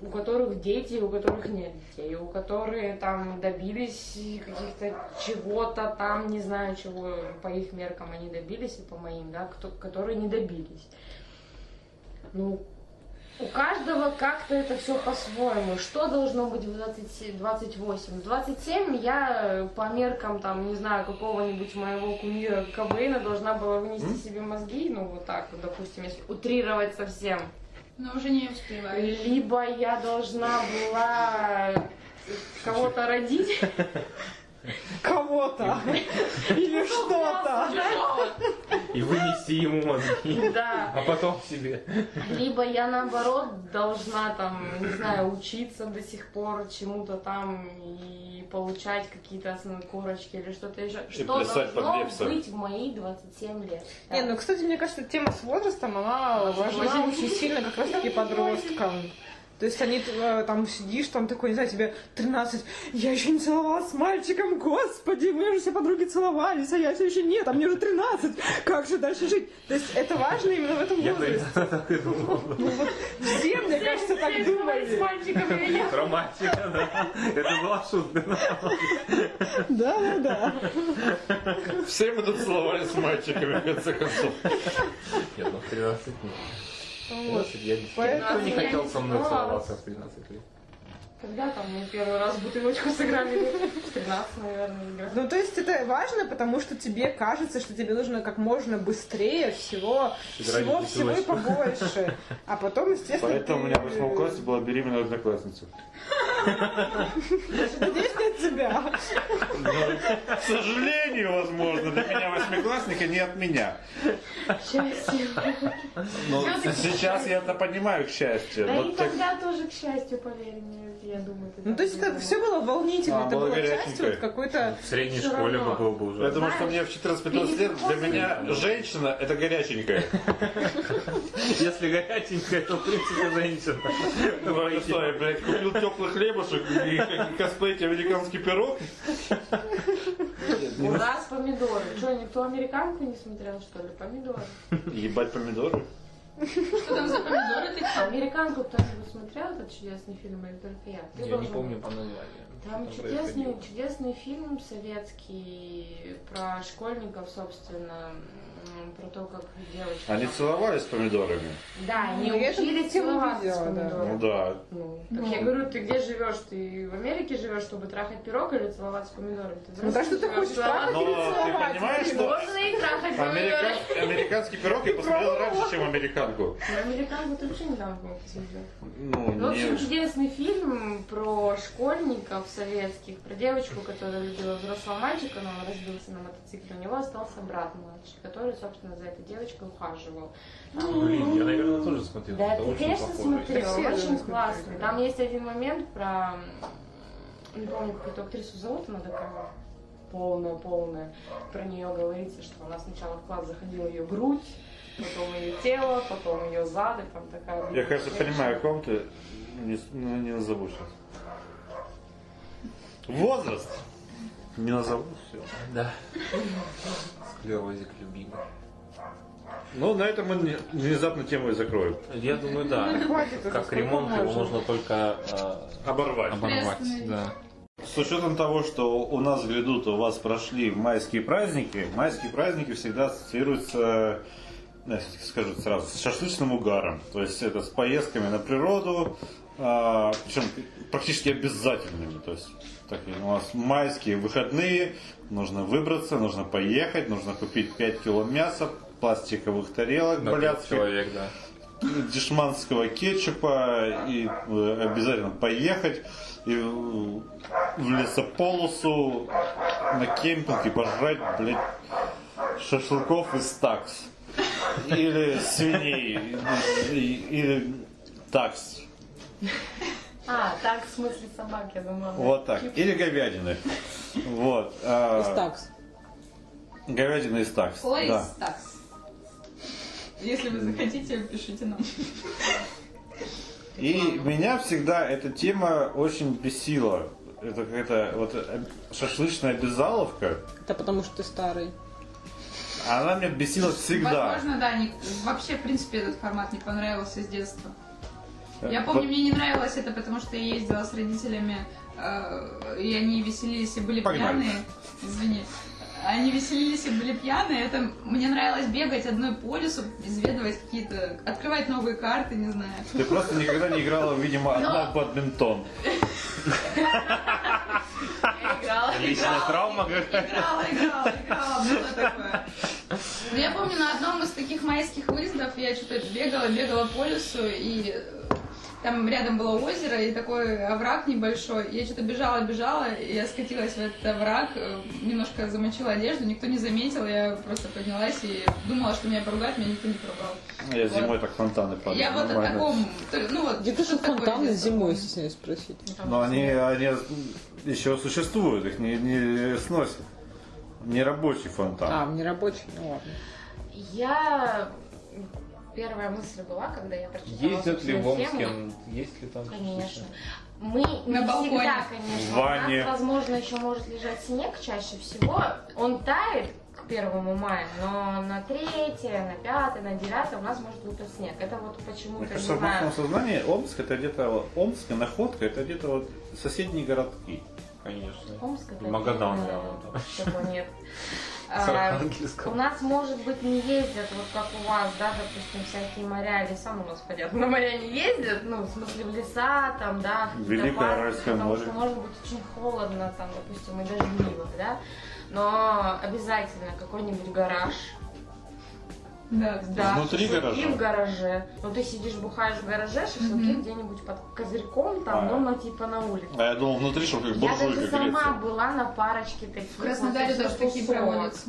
S4: у которых дети, у которых нет детей, у которые там добились каких-то чего-то там, не знаю чего, по их меркам они добились и по моим, да, кто, которые не добились. Ну, у каждого как-то это все по-своему. Что должно быть в 20, 28? В 27 я э, по меркам, там, не знаю, какого-нибудь моего кумира Кобейна должна была вынести себе мозги, ну, вот так вот, допустим, если утрировать совсем.
S3: Но уже не успеваю.
S4: Либо я должна была кого-то родить.
S5: Кого-то. Или что-то.
S8: И вынести ему мозги.
S4: Да.
S8: А потом себе.
S4: Либо я наоборот должна там, не знаю, учиться до сих пор чему-то там и получать какие-то основные корочки или что-то еще.
S2: И
S4: Что
S2: плясать под
S4: должно
S2: Лепса.
S4: быть в мои 27 лет.
S5: Не, ну, кстати, мне кажется, тема с возрастом, она важна очень сильно как раз-таки подросткам. То есть они э, там сидишь, там такой, не знаю, тебе 13, я еще не целовалась с мальчиком, господи, мы уже все подруги целовались, а я все еще нет, а мне уже 13, как же дальше жить? То есть это важно именно в этом возрасте. Ну вот все, мне кажется, так думали.
S8: Романтика, да. Это была шутка.
S5: Да, да, да.
S2: Все мы тут целовались с мальчиками, в конце концов.
S8: Нет, ну в 13 нет. В 13 я не
S5: Поэтому
S8: Никто не хотел со мной
S4: Ну,
S8: целоваться в 13 лет.
S4: Когда там мы первый раз бутылочку сыграли? В 13, наверное,
S5: Ну, то есть это важно, потому что тебе кажется, что тебе нужно как можно быстрее всего,
S8: Сыграть
S5: всего,
S8: в
S5: всего и побольше. А потом, естественно,
S2: Поэтому у
S5: ты-
S2: меня в восьмом классе была беременная одноклассница.
S5: Надеюсь, не от тебя.
S2: К сожалению, возможно, для меня восьмиклассника не от меня.
S4: Счастье.
S2: Ну,
S4: Всё-таки
S2: сейчас я это понимаю, к счастью.
S4: Да
S2: но
S4: и
S2: так-
S4: тогда тоже, к счастью, поверь мне, я думаю, ты
S5: Ну,
S4: так
S5: то есть
S4: не
S5: это
S4: думаешь.
S5: все было волнительно,
S2: А,
S5: это
S2: было
S5: было часть
S2: горяченькое.
S5: вот какой-то...
S8: В средней
S4: Всё
S8: школе
S4: равно.
S8: бы было бы уже.
S2: Потому что
S4: Знаешь,
S2: мне в 14-15 лет для
S4: перед
S2: меня женщина это горяченькая.
S8: Если горяченькая, то в принципе женщина.
S2: Ну, это что, я, блядь, купил теплый хлебушек и косплеить американский пирог.
S4: У нас помидоры. Что, никто американку не смотрел, что ли? Помидоры.
S2: Ебать помидоры.
S3: Что там за помидоры ты
S4: Американку кто-нибудь смотрел этот чудесный фильм или только я? Ты
S8: Я не
S4: должен
S8: помню
S4: был.
S8: по названию.
S4: Там чудесный, чудесный фильм советский про школьников, собственно, м, про то, как девочки...
S2: Они
S4: там-
S2: целовались помидорами.
S4: Да, не
S5: Ну, я эту
S4: учились
S5: тему
S4: целоваться с
S5: видела, да.
S4: помидорами.
S2: Ну да.
S4: Ну, так я говорю, ты где живешь? Ты в Америке живешь, чтобы трахать пирог или целоваться с помидорами? Ты в
S5: Ну, так
S4: России
S5: что ты
S4: живешь,
S5: хочешь
S4: целоваться-
S5: трахать
S2: Но
S5: или
S2: ты
S5: целовать?
S2: понимаешь, что
S4: Можно и трахать помидоры.
S2: америка- американский пирог я посмотрел раньше, чем американку.
S4: На Американку ты вообще недавно посмотрел.
S2: Ну,
S4: В общем,
S2: не...
S4: чудесный фильм про школьников советских, про девочку, которая любила взрослого мальчика, но он разбился на мотоцикле. У него остался брат младший, который, собственно, за этой девочкой ухаживал.
S8: Блин, я, наверное, тоже смотрел.
S4: Да,
S8: это
S4: ты,
S8: очень
S4: конечно,
S8: похоже.
S4: смотрел.
S5: Все
S4: Очень
S5: смотрели,
S4: классно.
S5: да.
S4: Там есть один момент про... Не помню, какую-то актрису зовут, она такая полная-полная. Про нее говорится, что она сначала в класс заходила ее грудь, потом ее тело, потом ее зады, там такая...
S2: Я, кажется, понимаю, о ком ты. Не, с- ну, не назову сейчас. Возраст! Не назову, все.
S8: Да. Склерозик любимый.
S2: Ну, на этом мы не- внезапно тему и закроем.
S8: Я думаю, да.
S5: Хватит уже,
S8: Как
S5: сколько
S8: ремонт его
S5: можно.
S8: можно только э,
S2: Оборвать.
S8: оборвать.
S3: Приостановить.
S8: Да.
S2: С учетом того, что у нас грядут, у вас прошли майские праздники, майские праздники всегда ассоциируются, э, скажу сразу, с шашлычным угаром. То есть это с поездками на природу, а, причем практически обязательными. То есть так, у нас майские выходные, нужно выбраться, нужно поехать, нужно купить 5 кило мяса, пластиковых тарелок,
S8: На пять
S2: блядских.
S8: человек, да.
S2: ну, дешманского кетчупа и э, обязательно поехать и в в лесополосу на кемпинг и пожрать, блядь, шашлыков из такс. Или свиней. и- и- Или такс.
S4: А, так, в смысле собак, я думала.
S2: Вот так. Или говядины. Вот. а,
S5: Из такс.
S2: Говядина из такс.
S9: Ой,
S2: да.
S9: такс. Если вы захотите, пишите нам.
S2: И меня всегда эта тема очень бесила. Это какая-то вот э, шашлычная безаловка.
S5: Это потому что ты старый.
S2: Она меня бесила всегда.
S9: Возможно, да, не- вообще, в принципе, этот формат не понравился с детства. Я
S2: Э, Вот
S9: помню, мне не нравилось это, потому что я ездила с родителями, э, и они веселились и были
S2: Погнали.
S9: пьяные. Извини. Они веселились и были пьяные. Это мне нравилось бегать одной по лесу, изведывать какие-то, открывать новые карты, не знаю.
S2: Ты просто никогда не играла, видимо, одна в бадминтон.
S4: Я играла.
S8: Личная травма какая-то.
S9: Играла, играла, играла, было такое.
S3: Ну, Я помню, на одном из таких майских выездов я что-то бегала, бегала по лесу, и э, там рядом было озеро и такой овраг небольшой. Я что-то бежала, бежала, и я скатилась в этот овраг, э, немножко замочила одежду, никто не заметил, я просто поднялась и думала, что меня поругают, меня никто не поругал.
S2: Я зимой так фонтаны падаю.
S3: я вот
S2: нормально.
S3: о таком, то- ну вот,
S5: Где ты же
S3: что-то такое
S5: фонтаны
S3: детство.
S5: зимой, стесняюсь спросить?
S2: Но они, они еще существуют, их не, не сносят. Не рабочий
S5: А,
S2: фонтан.
S5: в нерабочий, ну ладно.
S4: Я... Первая мысль была, когда я прочитала...
S8: Ездят ли
S4: собственно,
S8: в
S4: тему.
S8: Омске? Есть ли там?
S4: Конечно. Мы не
S9: На балконе.
S4: всегда, конечно.
S2: В ванне.
S4: У нас, возможно, еще может лежать снег чаще всего. Он тает к первому мая, но на третье, на пятое, на девятое у нас может выпасть снег. Это вот почему-то, не
S2: Мне кажется, в
S4: знаю.
S2: нашем сознании Омск это где-то вот- Омск и находка это где-то вот соседние городки.
S8: Конечно.
S4: Омск это
S8: Магадан
S4: отдельно,
S8: рядом там.
S4: чего нет.
S8: С
S4: А, У
S8: Архангельском.
S4: нас, может быть, не ездят, вот как у вас, да, допустим, всякие моря, леса, ну, у нас, понятно, на моря не ездят, ну, в смысле, в леса, там, да, в какие-то
S2: Великое
S4: парки,
S2: Аральское
S4: потому
S2: море.
S4: что может быть очень холодно, там, допустим, и дождливо, да, но обязательно какой-нибудь гараж,
S9: Да,
S4: да,
S2: Внутри
S4: шашлыки
S2: гаража?
S4: в гараже, ну, ты сидишь, бухаешь в гараже, шашлыки
S9: Мгм.
S4: где-нибудь под козырьком, там,
S2: А.
S4: ну, на, типа, на улице.
S2: А я думал внутри, что
S4: Я
S2: как буржуйка
S4: даже сама
S2: греется.
S4: была на парочке таких.
S9: В Краснодаре
S4: вот
S9: тоже
S4: этих
S9: такие
S4: тусовок.
S9: проводятся.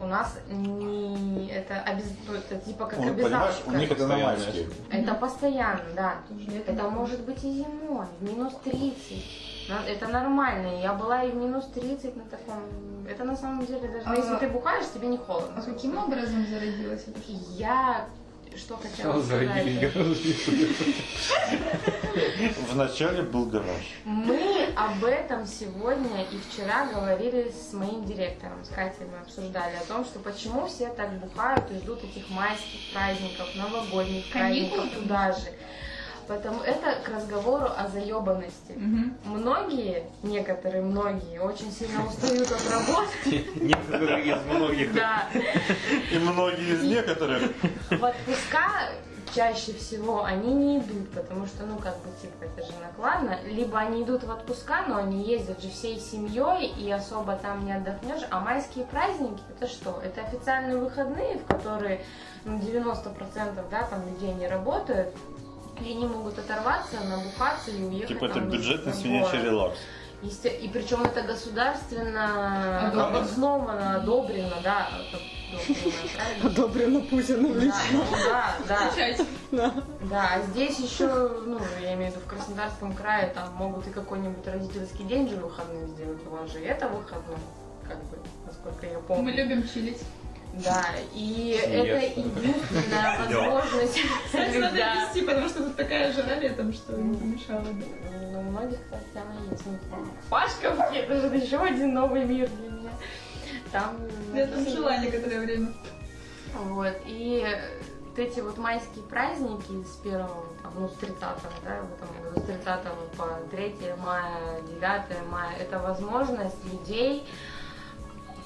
S4: У нас не это, обяз- ну, это типа как
S2: Ну, понимаешь,
S4: обязательство.
S2: у них это на
S8: Постоянно.
S2: майске.
S4: Это постоянно, да.
S9: Тоже летом.
S4: Это может быть и зимой, в минус 30. На- Это нормально. Я была и в минус 30 на таком. Это на самом деле даже.
S9: А-
S4: ну, если ты бухаешь, тебе не холодно.
S9: А каким образом зародилась эта штука?
S4: Я что хотела
S8: Сначала зарядили
S4: сказать?
S8: гаражи.
S2: Вначале был гараж.
S4: Мы об этом сегодня и вчера говорили с моим директором, с Катей мы обсуждали о том, что почему все так бухают и ждут этих майских праздников, новогодних
S9: Каникул,
S4: праздников туда же. Потому это к разговору о заебанности.
S9: Мгм.
S4: Многие, некоторые многие, очень сильно устают от работы.
S8: Некоторые из многих.
S4: Да.
S2: И многие из некоторых.
S4: В отпуска чаще всего они не идут, потому что, ну, как бы, типа, это же накладно. Либо они идут в отпуска, но они ездят же всей семьей, и особо там не отдохнешь. А майские праздники, это что? Это официальные выходные, в которые, ну, 90%, да, там людей не работают. И они могут оторваться, набухаться и уехать.
S2: Типа это
S4: там
S2: бюджетный
S4: в
S2: свинячий
S4: город.
S2: релакс.
S4: Есте- И причем это государственно
S9: Одобрено.
S4: обосновано, одобрено, да. одобрено, правильно?
S5: Одобрено Путиным
S4: Да,
S5: лично.
S4: ну да, да.
S9: Включайте.
S4: Да, а здесь еще, ну, я имею в виду, в Краснодарском крае там могут и какой-нибудь родительский день же выходной сделать, у вас же это выходной, как бы, насколько я
S9: Мы
S4: помню.
S9: любим чилить.
S4: Да, и
S8: Нет.
S4: это единственная возможность
S9: Надо
S4: да.
S9: вести, потому что тут такая жара летом, что не помешало. да.
S4: Ну, у многих, кстати, она есть. Ну, Пашка, это же еще один новый мир для меня. Там...
S9: Я там жила некоторое время.
S4: Вот, и э, вот эти вот майские праздники с 1, там, ну, с 30, да, в этом году, с 30 по 3 мая, 9 мая, это возможность людей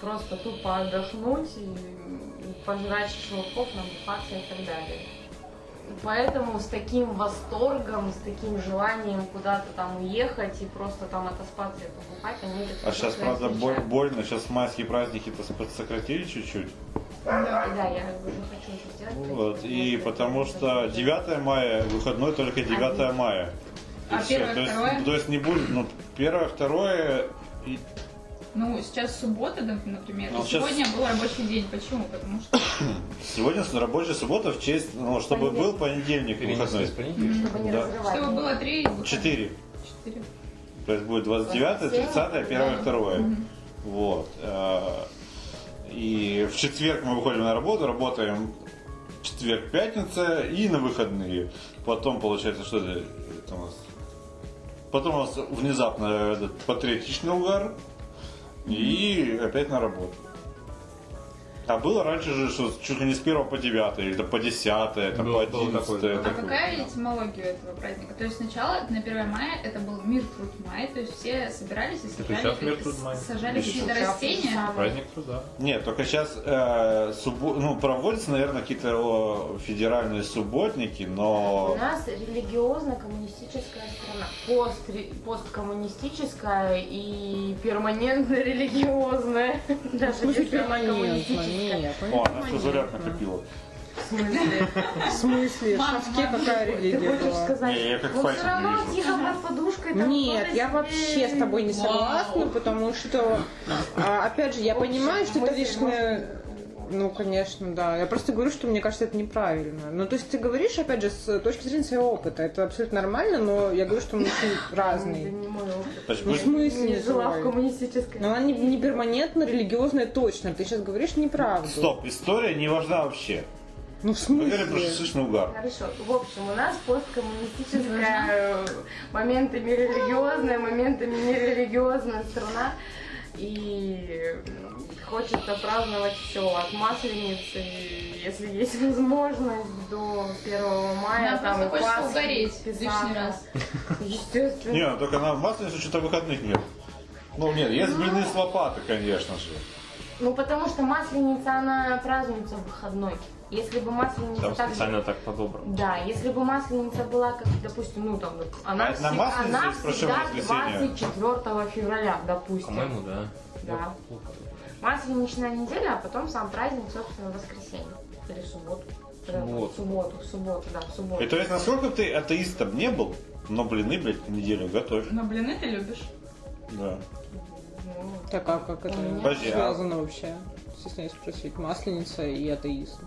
S4: просто тупо отдохнуть и, и пожрать шашлыков, набухаться и так далее. Поэтому с таким восторгом, с таким желанием куда-то там уехать и просто там отоспаться и побухать, они это
S2: А сейчас,
S4: прекрасно
S2: правда, бо-
S4: отмечают.
S2: больно. Сейчас майские праздники-то сократили чуть-чуть.
S4: Да, я как бы уже хочу это сделать.
S2: Вот. И потому что 9 мая, выходной только 9 мая. И
S9: А
S2: всё.
S9: первое,
S2: то, есть,
S9: второе?
S2: то есть не будет, ну, первое, второе, и
S9: Ну, сейчас суббота, да, например,
S2: Ну,
S9: и
S2: сейчас-
S9: сегодня был рабочий день. Почему? Потому что...
S2: сегодня с- рабочая суббота в честь, ну, чтобы был понедельник и выходной.
S4: Чтобы не
S2: Да.
S4: разрывать.
S9: Чтобы было три... выходных.
S2: Четыре.
S9: Четыре.
S2: То есть будет 29, 30, 1, 2.
S9: Мгм.
S2: Вот. А, И в четверг мы выходим на работу, работаем четверг, пятница и на выходные. Потом получается, что это, это у нас... Потом у нас внезапно этот патриотичный угар и опять на работу. А было раньше же, что чуть ли не с 1 по 9, или там по 10, там
S8: Было-
S2: по
S8: было
S2: 11.
S8: такое, да.
S9: А
S2: такое.
S9: какая этимология у этого праздника? То есть сначала на 1 мая это был мир труд май, то есть все собирались и
S8: сейчас
S9: сажали,
S8: мир труд май.
S9: сажали какие-то растения.
S8: Праздник труда.
S2: Нет, только сейчас ну, проводятся, наверное, какие-то о, федеральные субботники,
S4: У
S2: но
S4: нас религиозно-коммунистическая страна. Постре- посткоммунистическая и перманентно религиозная.
S5: В
S4: Даже
S5: смысле
S4: если она
S5: перманентно?
S4: коммунистическая.
S5: Нет,
S2: о, она что зря накопила.
S4: В смысле?
S5: В смысле? В
S9: Мама,
S5: шовке
S9: мама,
S5: какая
S4: Ты
S5: религия
S4: хочешь
S5: была?
S4: сказать?
S2: Не, я как
S4: но
S2: фальшик
S4: все равно
S2: вижу.
S4: тихо под подушкой там
S5: Нет,
S4: кто-то
S5: я
S4: себе-
S5: вообще с тобой не согласна, потому что, а, опять же, я
S4: В общем,
S5: понимаю, что это
S4: мысль
S5: лишнее... Ну, конечно, да. Я просто говорю, что мне кажется, это неправильно. Ну, то есть ты говоришь, опять же, с точки зрения своего опыта. Это абсолютно нормально, но я говорю, что мы очень
S4: Это
S5: разные.
S4: не мой опыт.
S2: Значит,
S5: Ну, в
S2: мы-
S5: смысле?
S4: Не жила в
S5: твой?
S4: коммунистической.
S5: Но она не, не перманентно религиозная точно. Ты сейчас говоришь неправду.
S2: Стоп, история не важна вообще.
S5: Ну, в
S2: Мы говорим про
S5: смысле?
S2: шишечный угар.
S4: Хорошо. В общем, у нас посткоммунистическая, э, моментами религиозная, моментами нерелигиозная страна. И э, хочется праздновать все от Масленицы, если есть возможность, до 1 мая.
S9: Нам
S4: там
S9: просто
S4: и
S9: хочется
S4: Пасхи,
S9: угореть
S4: и
S9: лишний
S4: Писаха.
S9: раз.
S4: Естественно.
S2: Не, ну, только на Масленицу что-то выходных нет. Ну нет, есть блины с лопаты, конечно же.
S4: Ну, потому что Масленица, она празднуется в выходной. Если бы Масленица
S8: Там
S4: так же-
S8: специально так по-доброму.
S4: Да, если бы масленица была, как, допустим, ну там, она,
S2: А это на
S4: всег-
S2: Масленице
S4: она
S2: или прошлое
S4: всегда
S2: воскресенье?
S4: 24 февраля, допустим.
S8: По-моему, да.
S4: Да. Масленичная неделя, а потом сам праздник, собственно, воскресенье. Или субботу. Да,
S8: Субботу.
S4: В субботу, в субботу, да, в субботу.
S2: И то есть, насколько ты атеистом не был, но блины, блядь, неделю готовь.
S9: Но блины ты любишь.
S2: Да.
S4: Ну,
S5: Так, а как это
S2: Подожди, а-
S5: связано вообще? Стесняюсь спросить. Масленица и атеизм.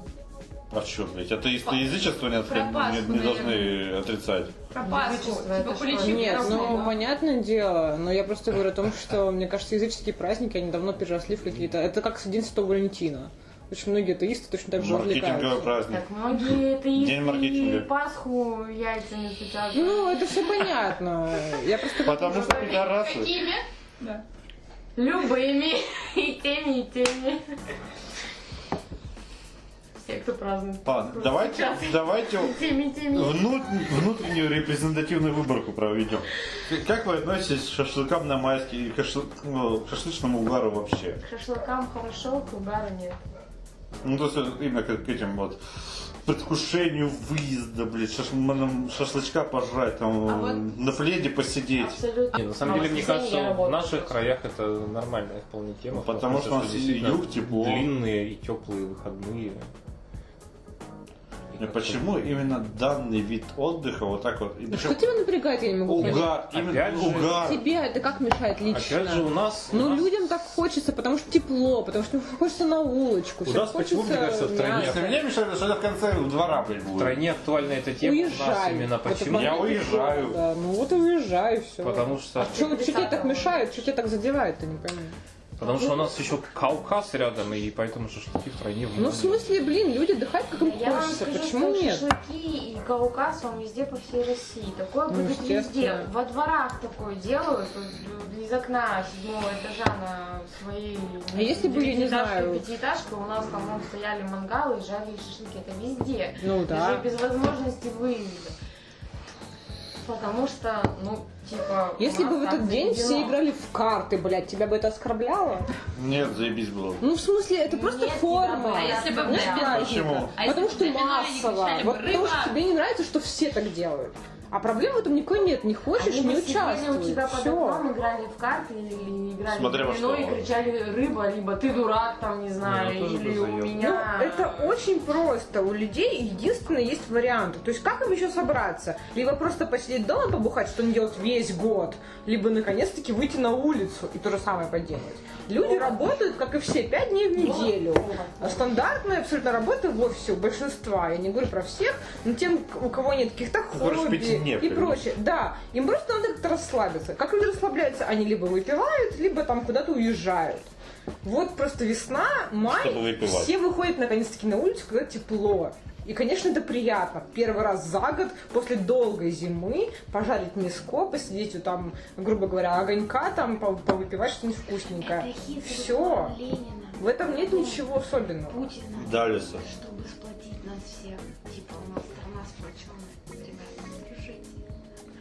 S2: А что, блядь, атеисты язычество не, отри-
S9: ну, Про
S2: не-
S9: Пасху,
S2: не должны отрицать.
S9: Про
S4: Ну,
S9: Пасху.
S4: вычество,
S9: Типа
S4: это что?
S9: куличи
S5: Нет,
S9: красные,
S5: ну
S9: да.
S5: понятное дело, но я просто говорю о том, что, мне кажется, языческие праздники, они давно переросли в какие-то... Это как с 11 Валентина. Очень многие атеисты точно так же
S2: Маркетинговый
S5: увлекаются.
S2: праздник.
S4: Так многие атеисты
S2: День маркетинга.
S4: и Пасху яйцами пытают.
S5: Ну, это все понятно. Я просто...
S2: Потому что пидорасы.
S9: Какими?
S5: ну,
S9: Да.
S4: Любыми. И теми, и теми. Все, кто празднует.
S2: Ладно, давайте,
S4: Сейчас.
S2: давайте
S4: И теми, и теми.
S2: внут- внутреннюю репрезентативную выборку проведем. Как вы относитесь к шашлыкам на майске и к шашлы- ну, к шашлычному угару вообще?
S4: К шашлыкам хорошо, к угару нет.
S2: Ну, то есть вот именно к, к этим вот предвкушению выезда, блядь, шаш- нам шашлычка пожрать, там,
S9: А вот-
S2: на пледе посидеть.
S4: Абсолютно.
S8: Не, на самом
S4: А
S8: деле, мне
S4: воскресенье я
S8: кажется, в
S4: работаю.
S8: наших краях это нормальная вполне
S1: А
S8: тема.
S2: Ну, Потому что у нас
S8: действительно
S2: юг, тепло.
S8: Длинные и теплые выходные. И
S2: Но
S8: как-то-
S2: Э, Почему именно данный вид отдыха вот так вот? И
S8: Ну,
S5: Да
S2: причем
S5: что тебя напрягает, Ну, я не могу понять.
S2: угар,
S8: Опять
S2: именно
S8: же-
S2: угар.
S5: Тебе это как мешает лично?
S8: Опять же, у нас... у
S5: Ну,
S8: нас-
S5: людям так хочется, потому что тепло, потому что хочется на улочку.
S8: У
S5: всем
S8: нас почему, мне кажется, в стране
S5: мяса.
S2: Если мне мешает, что это в конце двора, блядь, будет.
S8: Втройне актуальна эта тема у нас
S5: Уезжай.
S8: именно.
S5: Вот это
S8: Почему?
S2: Я уезжаю.
S5: Да, ну вот и уезжай, все.
S8: Потому что...
S5: Что, тебе так мешает, что тебе так задевает, ты не понимаю.
S8: Потому что у нас еще Кавказ рядом, и поэтому шашлыки втройне в
S5: Ну, в смысле, блин, люди отдыхают, как им
S4: Я вам
S5: хочется.
S4: скажу,
S5: Почему
S4: что
S5: нет?
S4: шашлыки и каукас он везде по всей России. Такое
S5: Ну,
S4: будет
S5: естественно.
S4: везде. Во дворах такое делают, вот, э, из окна седьмого этажа на своей
S5: А если бы, я не знаю.
S4: пятиэтажке у нас там вон, стояли мангалы и жарили шашлыки. Это везде.
S5: Ну
S4: Даже
S5: да.
S4: без возможности выезда. Потому что, ну, типа... у
S5: Если
S4: нас
S5: бы в
S4: так
S5: этот день все
S4: заведено.
S5: играли в карты, блядь, тебя бы это оскорбляло?
S2: Нет, заебись было.
S5: Ну, в смысле, это просто
S4: Нет, тебя бы
S5: форма.
S9: А если бы
S4: Да.
S5: Знаешь,
S9: блядь,
S5: праздника.
S2: Почему?
S9: А если
S5: Потому
S9: бы
S5: что
S9: тебе виновали,
S5: массово.
S9: кричали бы,
S5: Вот потому
S9: «Рыба!»
S5: что тебе не нравится, что все так делают. А проблем в этом никакой нет. Не хочешь,
S4: Они
S5: не
S4: бы сидели
S5: участвуй.
S4: у тебя под
S5: Все.
S4: окном, играли в карты или играли
S2: Смотря во
S4: в кино
S2: что.
S4: и кричали «рыба», либо «ты дурак», там, не знаю,
S8: Не, ну, тоже
S4: или
S8: бы
S4: «у
S8: заеб.
S5: Ну,
S4: меня...»
S5: это очень просто. У людей единственное есть варианты. То есть как им еще собраться? Либо просто посидеть дома побухать, что он делает весь год, либо наконец-таки выйти на улицу и то же самое поделать. Люди работают, как и все, пять дней в неделю. А Стандартная абсолютно работа в офисе у большинства, я не говорю про всех, но тем, у кого нет каких-то
S2: короче,
S5: хобби и
S2: пятидневка,
S5: прочее. Да, им просто надо как-то расслабиться. Как люди расслабляются? Они либо выпивают, либо там куда-то уезжают. Вот просто весна, май,
S2: Чтобы выпивать.
S5: все выходят наконец-таки на улицу, когда тепло. И, конечно, это приятно. Первый раз за год, после долгой зимы, пожарить мяско, посидеть у там, грубо говоря, огонька, там, пов- повыпивать что-нибудь вкусненькое. Все.
S10: Ленина,
S5: В этом нет ничего особенного.
S10: Путина,
S2: Далиса.
S10: чтобы сплотить нас всех. Типа у нас страна сплоченная. Ребята, дружите.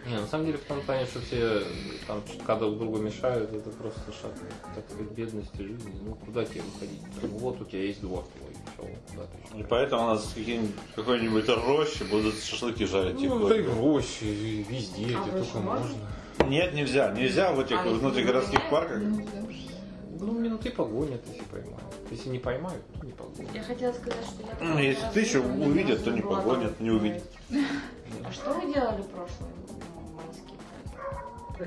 S8: Не, на самом деле в том плане, что все там когда друг другу мешают, это просто шатает, так сказать, бедности жизни. Ну куда тебе выходить? Ну вот у тебя есть двор твой, чё, куда ты
S2: И
S8: ещё?
S2: поэтому у нас какие-нибудь- какой-нибудь рощи будут шашлыки жарить. и
S8: Ну,
S2: ходят.
S8: да и в роще, и везде,
S4: А
S8: где
S4: в роще
S8: только
S4: можно?
S8: можно.
S2: Нет, нельзя. Нельзя в этих
S4: А, если
S2: внутригородских парках.
S8: Ну, минуты погонят, если поймают. Если не поймают, то не погонят.
S4: Я хотела сказать, что я...
S2: Ну, если
S4: прошлый
S2: тысячу
S4: раз была,
S2: увидят, то не
S5: Ну,
S4: была
S2: погонят,
S4: там.
S2: не увидят.
S4: А что вы делали прошлый ну, майский?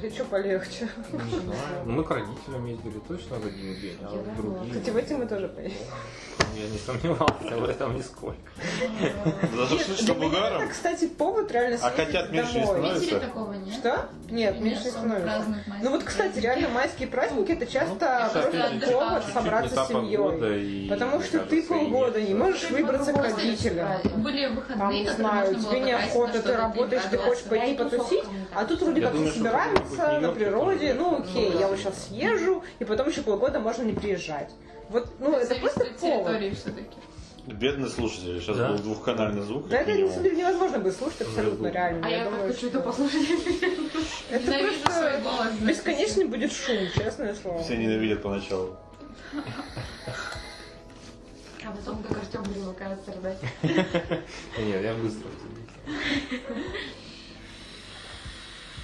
S5: Если что, полегче.
S8: Не знаю. Ну, Мы к родителям ездили точно в один день, а
S4: Я
S8: в
S4: думала.
S8: другие. Ну,
S5: Кстати, в этом мы тоже поедем.
S8: Я не сомневался в этом нисколько.
S2: За
S5: Для
S2: шашлычным
S5: меня
S2: угаром.
S5: это, кстати, повод реально
S2: А
S5: съездить
S2: котят меньше не
S5: домой.
S9: В
S2: становится?
S9: Питере такого нет.
S5: Что? Нет, меньше не
S9: Конечно,
S5: становится.
S9: празднуют майские
S5: Ну вот, кстати,
S9: праздники.
S5: реально майские праздники это часто
S9: Ну,
S5: просто
S9: опять же,
S5: повод
S9: чуть-чуть
S5: собраться с семьей. Потому что ты полгода не можешь
S4: Ты
S5: выбраться к
S4: по-другому
S5: родителям.
S4: ставишь.
S9: Были
S5: Там,
S9: выходные,
S5: не
S9: которые
S5: знаю, тебе
S9: можно было потратить на
S5: неохота,
S9: что-то,
S5: ты работаешь, ты
S9: порадоваться.
S5: хочешь
S4: Да, и
S5: пойти
S4: тусовка
S5: потусить,
S4: не так.
S5: а тут вроде
S8: Я
S5: как
S8: думаю, что какой-нибудь
S5: собираются на
S8: Нью-Йорк
S5: природе,
S8: какой-нибудь.
S5: ну окей, я вот сейчас съезжу, и потом еще полгода можно не приезжать. Вот, ну, это
S9: Зависит
S5: просто
S9: от
S5: повод.
S9: территории все-таки.
S2: Бедные слушатели. Сейчас
S8: Да.
S2: был двухканальный звук.
S5: Да
S2: как
S5: это, на
S2: минимум.
S5: самом деле, невозможно будет слушать абсолютно
S8: думаю.
S5: реально.
S4: А я так
S5: думаю,
S4: хочу это
S5: что-
S4: послушать.
S5: Это
S9: Ненавижу свой
S5: просто
S9: голос. знаете.
S5: бесконечный будет шум, честное слово.
S2: Все ненавидят поначалу.
S4: А потом как Артем привыкает страдать.
S8: Нет, я быстро.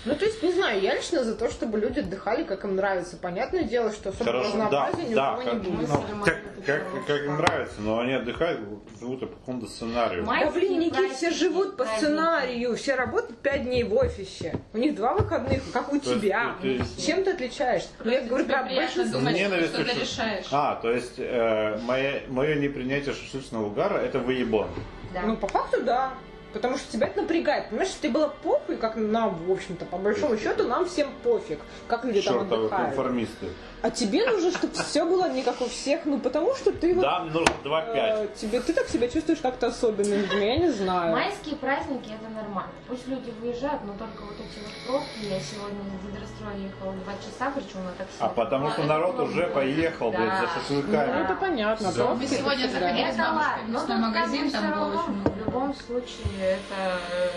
S5: Ну, то есть, не знаю, я лично за то, чтобы люди отдыхали, как им нравится. Понятное дело, что особо
S2: Хорошо,
S5: разнообразия
S2: да,
S5: ни у
S2: да,
S5: кого не
S2: как-
S5: будет.
S8: Ну,
S4: Мы с Романом
S2: Как, как, как им
S4: отдыхаем.
S2: нравится, но они отдыхают, живут по какому-то сценарию.
S4: Май-
S5: Да блин, Никит, все
S4: Праздники,
S5: живут по
S4: праздники.
S5: сценарию, все работают пять дней в офисе. У них два выходных, как у
S2: То есть
S5: тебя.
S2: ты-
S5: Чем ты отличаешься? Ну, я говорю
S9: Тебе
S5: про
S9: приятно
S5: большинство.
S9: думать,
S2: Мне,
S9: что
S2: наверное,
S9: что-то
S2: что-
S9: решаешь.
S2: А, то есть э, мое, мое непринятие шашлычного угара это выебон.
S4: Да.
S5: Ну, по факту, да. Потому что тебя это напрягает. Понимаешь, если тебе было похуй, как нам, в общем-то, по большому счету, нам всем пофиг, как люди там
S2: Чертовы
S5: отдыхают.
S2: конформисты.
S5: А тебе нужно, чтобы все было не как у всех, ну потому что ты вот
S2: Да, мне нужно 2-5.
S5: э, тебе ты так себя чувствуешь как-то особенным, я не знаю.
S4: Майские праздники это нормально. Пусть люди выезжают, но только вот эти вот пробки. Я сегодня в Гидрострой ехала два часа, причем на такси.
S2: А потому что
S4: Это
S2: народ
S4: было
S2: уже
S4: больно.
S2: поехал,
S4: Да.
S2: блядь, за
S5: Ну,
S2: шашлыками.
S5: это понятно.
S8: Да.
S5: пробки
S9: Мы
S5: это
S9: сегодня
S5: всегда.
S9: заходили.
S4: Это ладно, но
S9: Просто
S4: только
S9: магазин там
S4: всё
S9: было
S4: равно,
S9: очень много.
S4: В любом случае это э,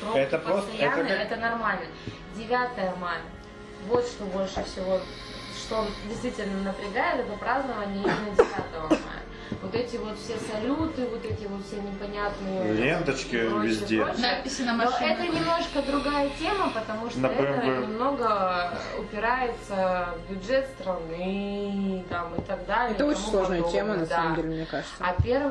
S4: пробки
S2: Это просто- это
S4: постоянные,
S2: как-
S4: это нормально. 9 мая. Вот что больше всего, что действительно напрягает, это празднование именно 10 мая. Вот эти вот все салюты, вот эти вот все непонятные...
S2: Ленточки
S4: и прочее,
S2: везде.
S4: прочее.
S9: Надписи на
S4: Но это
S9: машинах.
S4: немножко другая тема, потому что
S2: На
S4: это
S2: BMW.
S4: немного упирается в бюджет страны там, и так далее.
S5: Это
S4: и
S5: очень
S4: тому
S5: сложная
S4: подобное,
S5: тема, на
S4: да.
S5: самом деле, мне кажется.
S4: А 1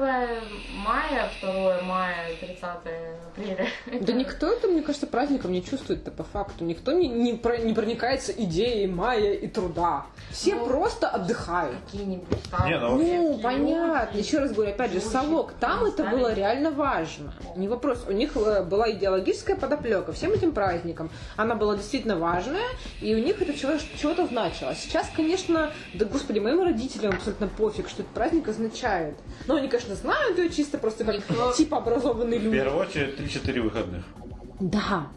S4: мая, 2 мая, 30 апреля.
S5: Да никто это, мне кажется, праздником не чувствует-то по факту. Никто не, не, про- не проникается идеей мая и труда. Все
S4: Ну,
S5: просто отдыхают.
S4: Какие-нибудь там.
S2: Не, ну,
S5: Ну,
S4: всякие
S5: понятно.
S4: люди.
S5: Еще раз говорю, опять же,
S4: Случаи,
S5: совок, там это
S4: представили.
S5: было реально важно. Не вопрос. У них э, была идеологическая подоплека всем этим праздникам. Она была действительно важная, и у них это чего- чего-то значило. Сейчас, конечно, да господи, моим родителям абсолютно пофиг, что этот праздник означает. Но они, конечно, знают ее чисто просто как
S9: Никто-
S5: типа образованные
S2: В
S5: люди.
S2: первую очередь 3-4 выходных.
S5: Да.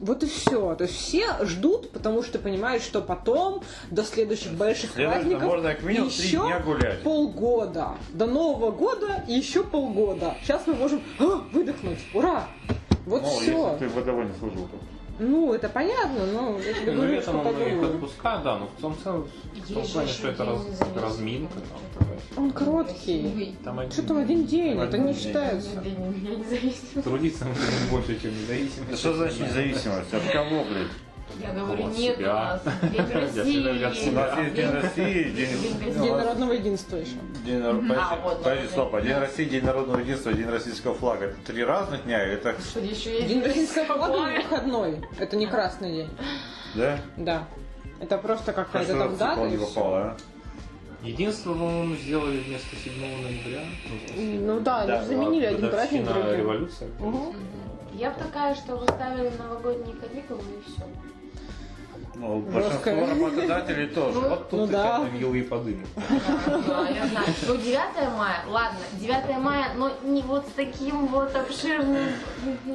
S5: Вот и все. То есть все ждут, потому что понимают, что потом, до следующих больших
S2: Следовательно,
S5: праздников,
S2: можно как минимум 3
S5: еще
S2: дня гулять.
S5: полгода. До Нового года и еще полгода. Сейчас мы можем а, выдохнуть. Ура! Вот
S2: Ну,
S5: все.
S2: если ты в водовой не служил. то.
S5: Ну, это понятно, но я тебе
S1: Ну,
S5: говорю,
S1: летом он
S5: что
S1: их
S5: подумаю.
S1: отпускает, да, но в том, цел- в том
S10: Есть
S1: плане,
S10: же
S1: что это
S10: еще
S1: раз-
S10: день
S1: разминка.
S10: независимости.
S1: Там, такая.
S5: Он короткий.
S9: Вы.
S1: там один-
S5: Что там один день, это
S4: Один
S5: не
S4: день.
S5: считается.
S1: Трудиться мы будем больше, чем независимость.
S4: Что значит независимость? От кого, блядь?
S10: Я говорю,
S1: Вот
S10: нет у
S1: себя.
S10: нас. День
S1: себя, для себя.
S4: У
S10: России.
S4: нас есть День России, День...
S2: Ну, а
S5: День народного единства еще.
S4: День народ-
S10: А,
S4: Подожди,
S10: вот,
S4: подожди,
S10: да,
S4: стоп.
S10: да.
S4: А День России, День народного единства, День российского флага. Это три разных дня, это...
S10: Что еще есть?
S5: День российского флага
S10: Какое?
S5: не выходной. Это не красный день.
S4: Да?
S5: Да. Это просто какая-то
S4: Хорошо,
S5: там дата.
S4: цикл
S5: и
S4: не
S5: всё.
S4: попало, а?
S1: Единство, по-моему, сделали вместо 7 ноября.
S5: Ну да, они
S2: Да,
S5: же заменили
S1: а
S5: один праздник
S1: годовщина
S5: другим.
S1: революции.
S5: Мгм.
S10: Я бы такая, что выставили новогодние каникулы и все.
S4: Ну,
S5: Жёстко.
S4: большинство работодателей тоже. Вот
S5: Ну
S4: тут ты
S5: да.
S4: сейчас навел и подымешь.
S10: Да, я знаю. Ну, 9 мая, ладно, 9 мая, но не вот с таким вот обширным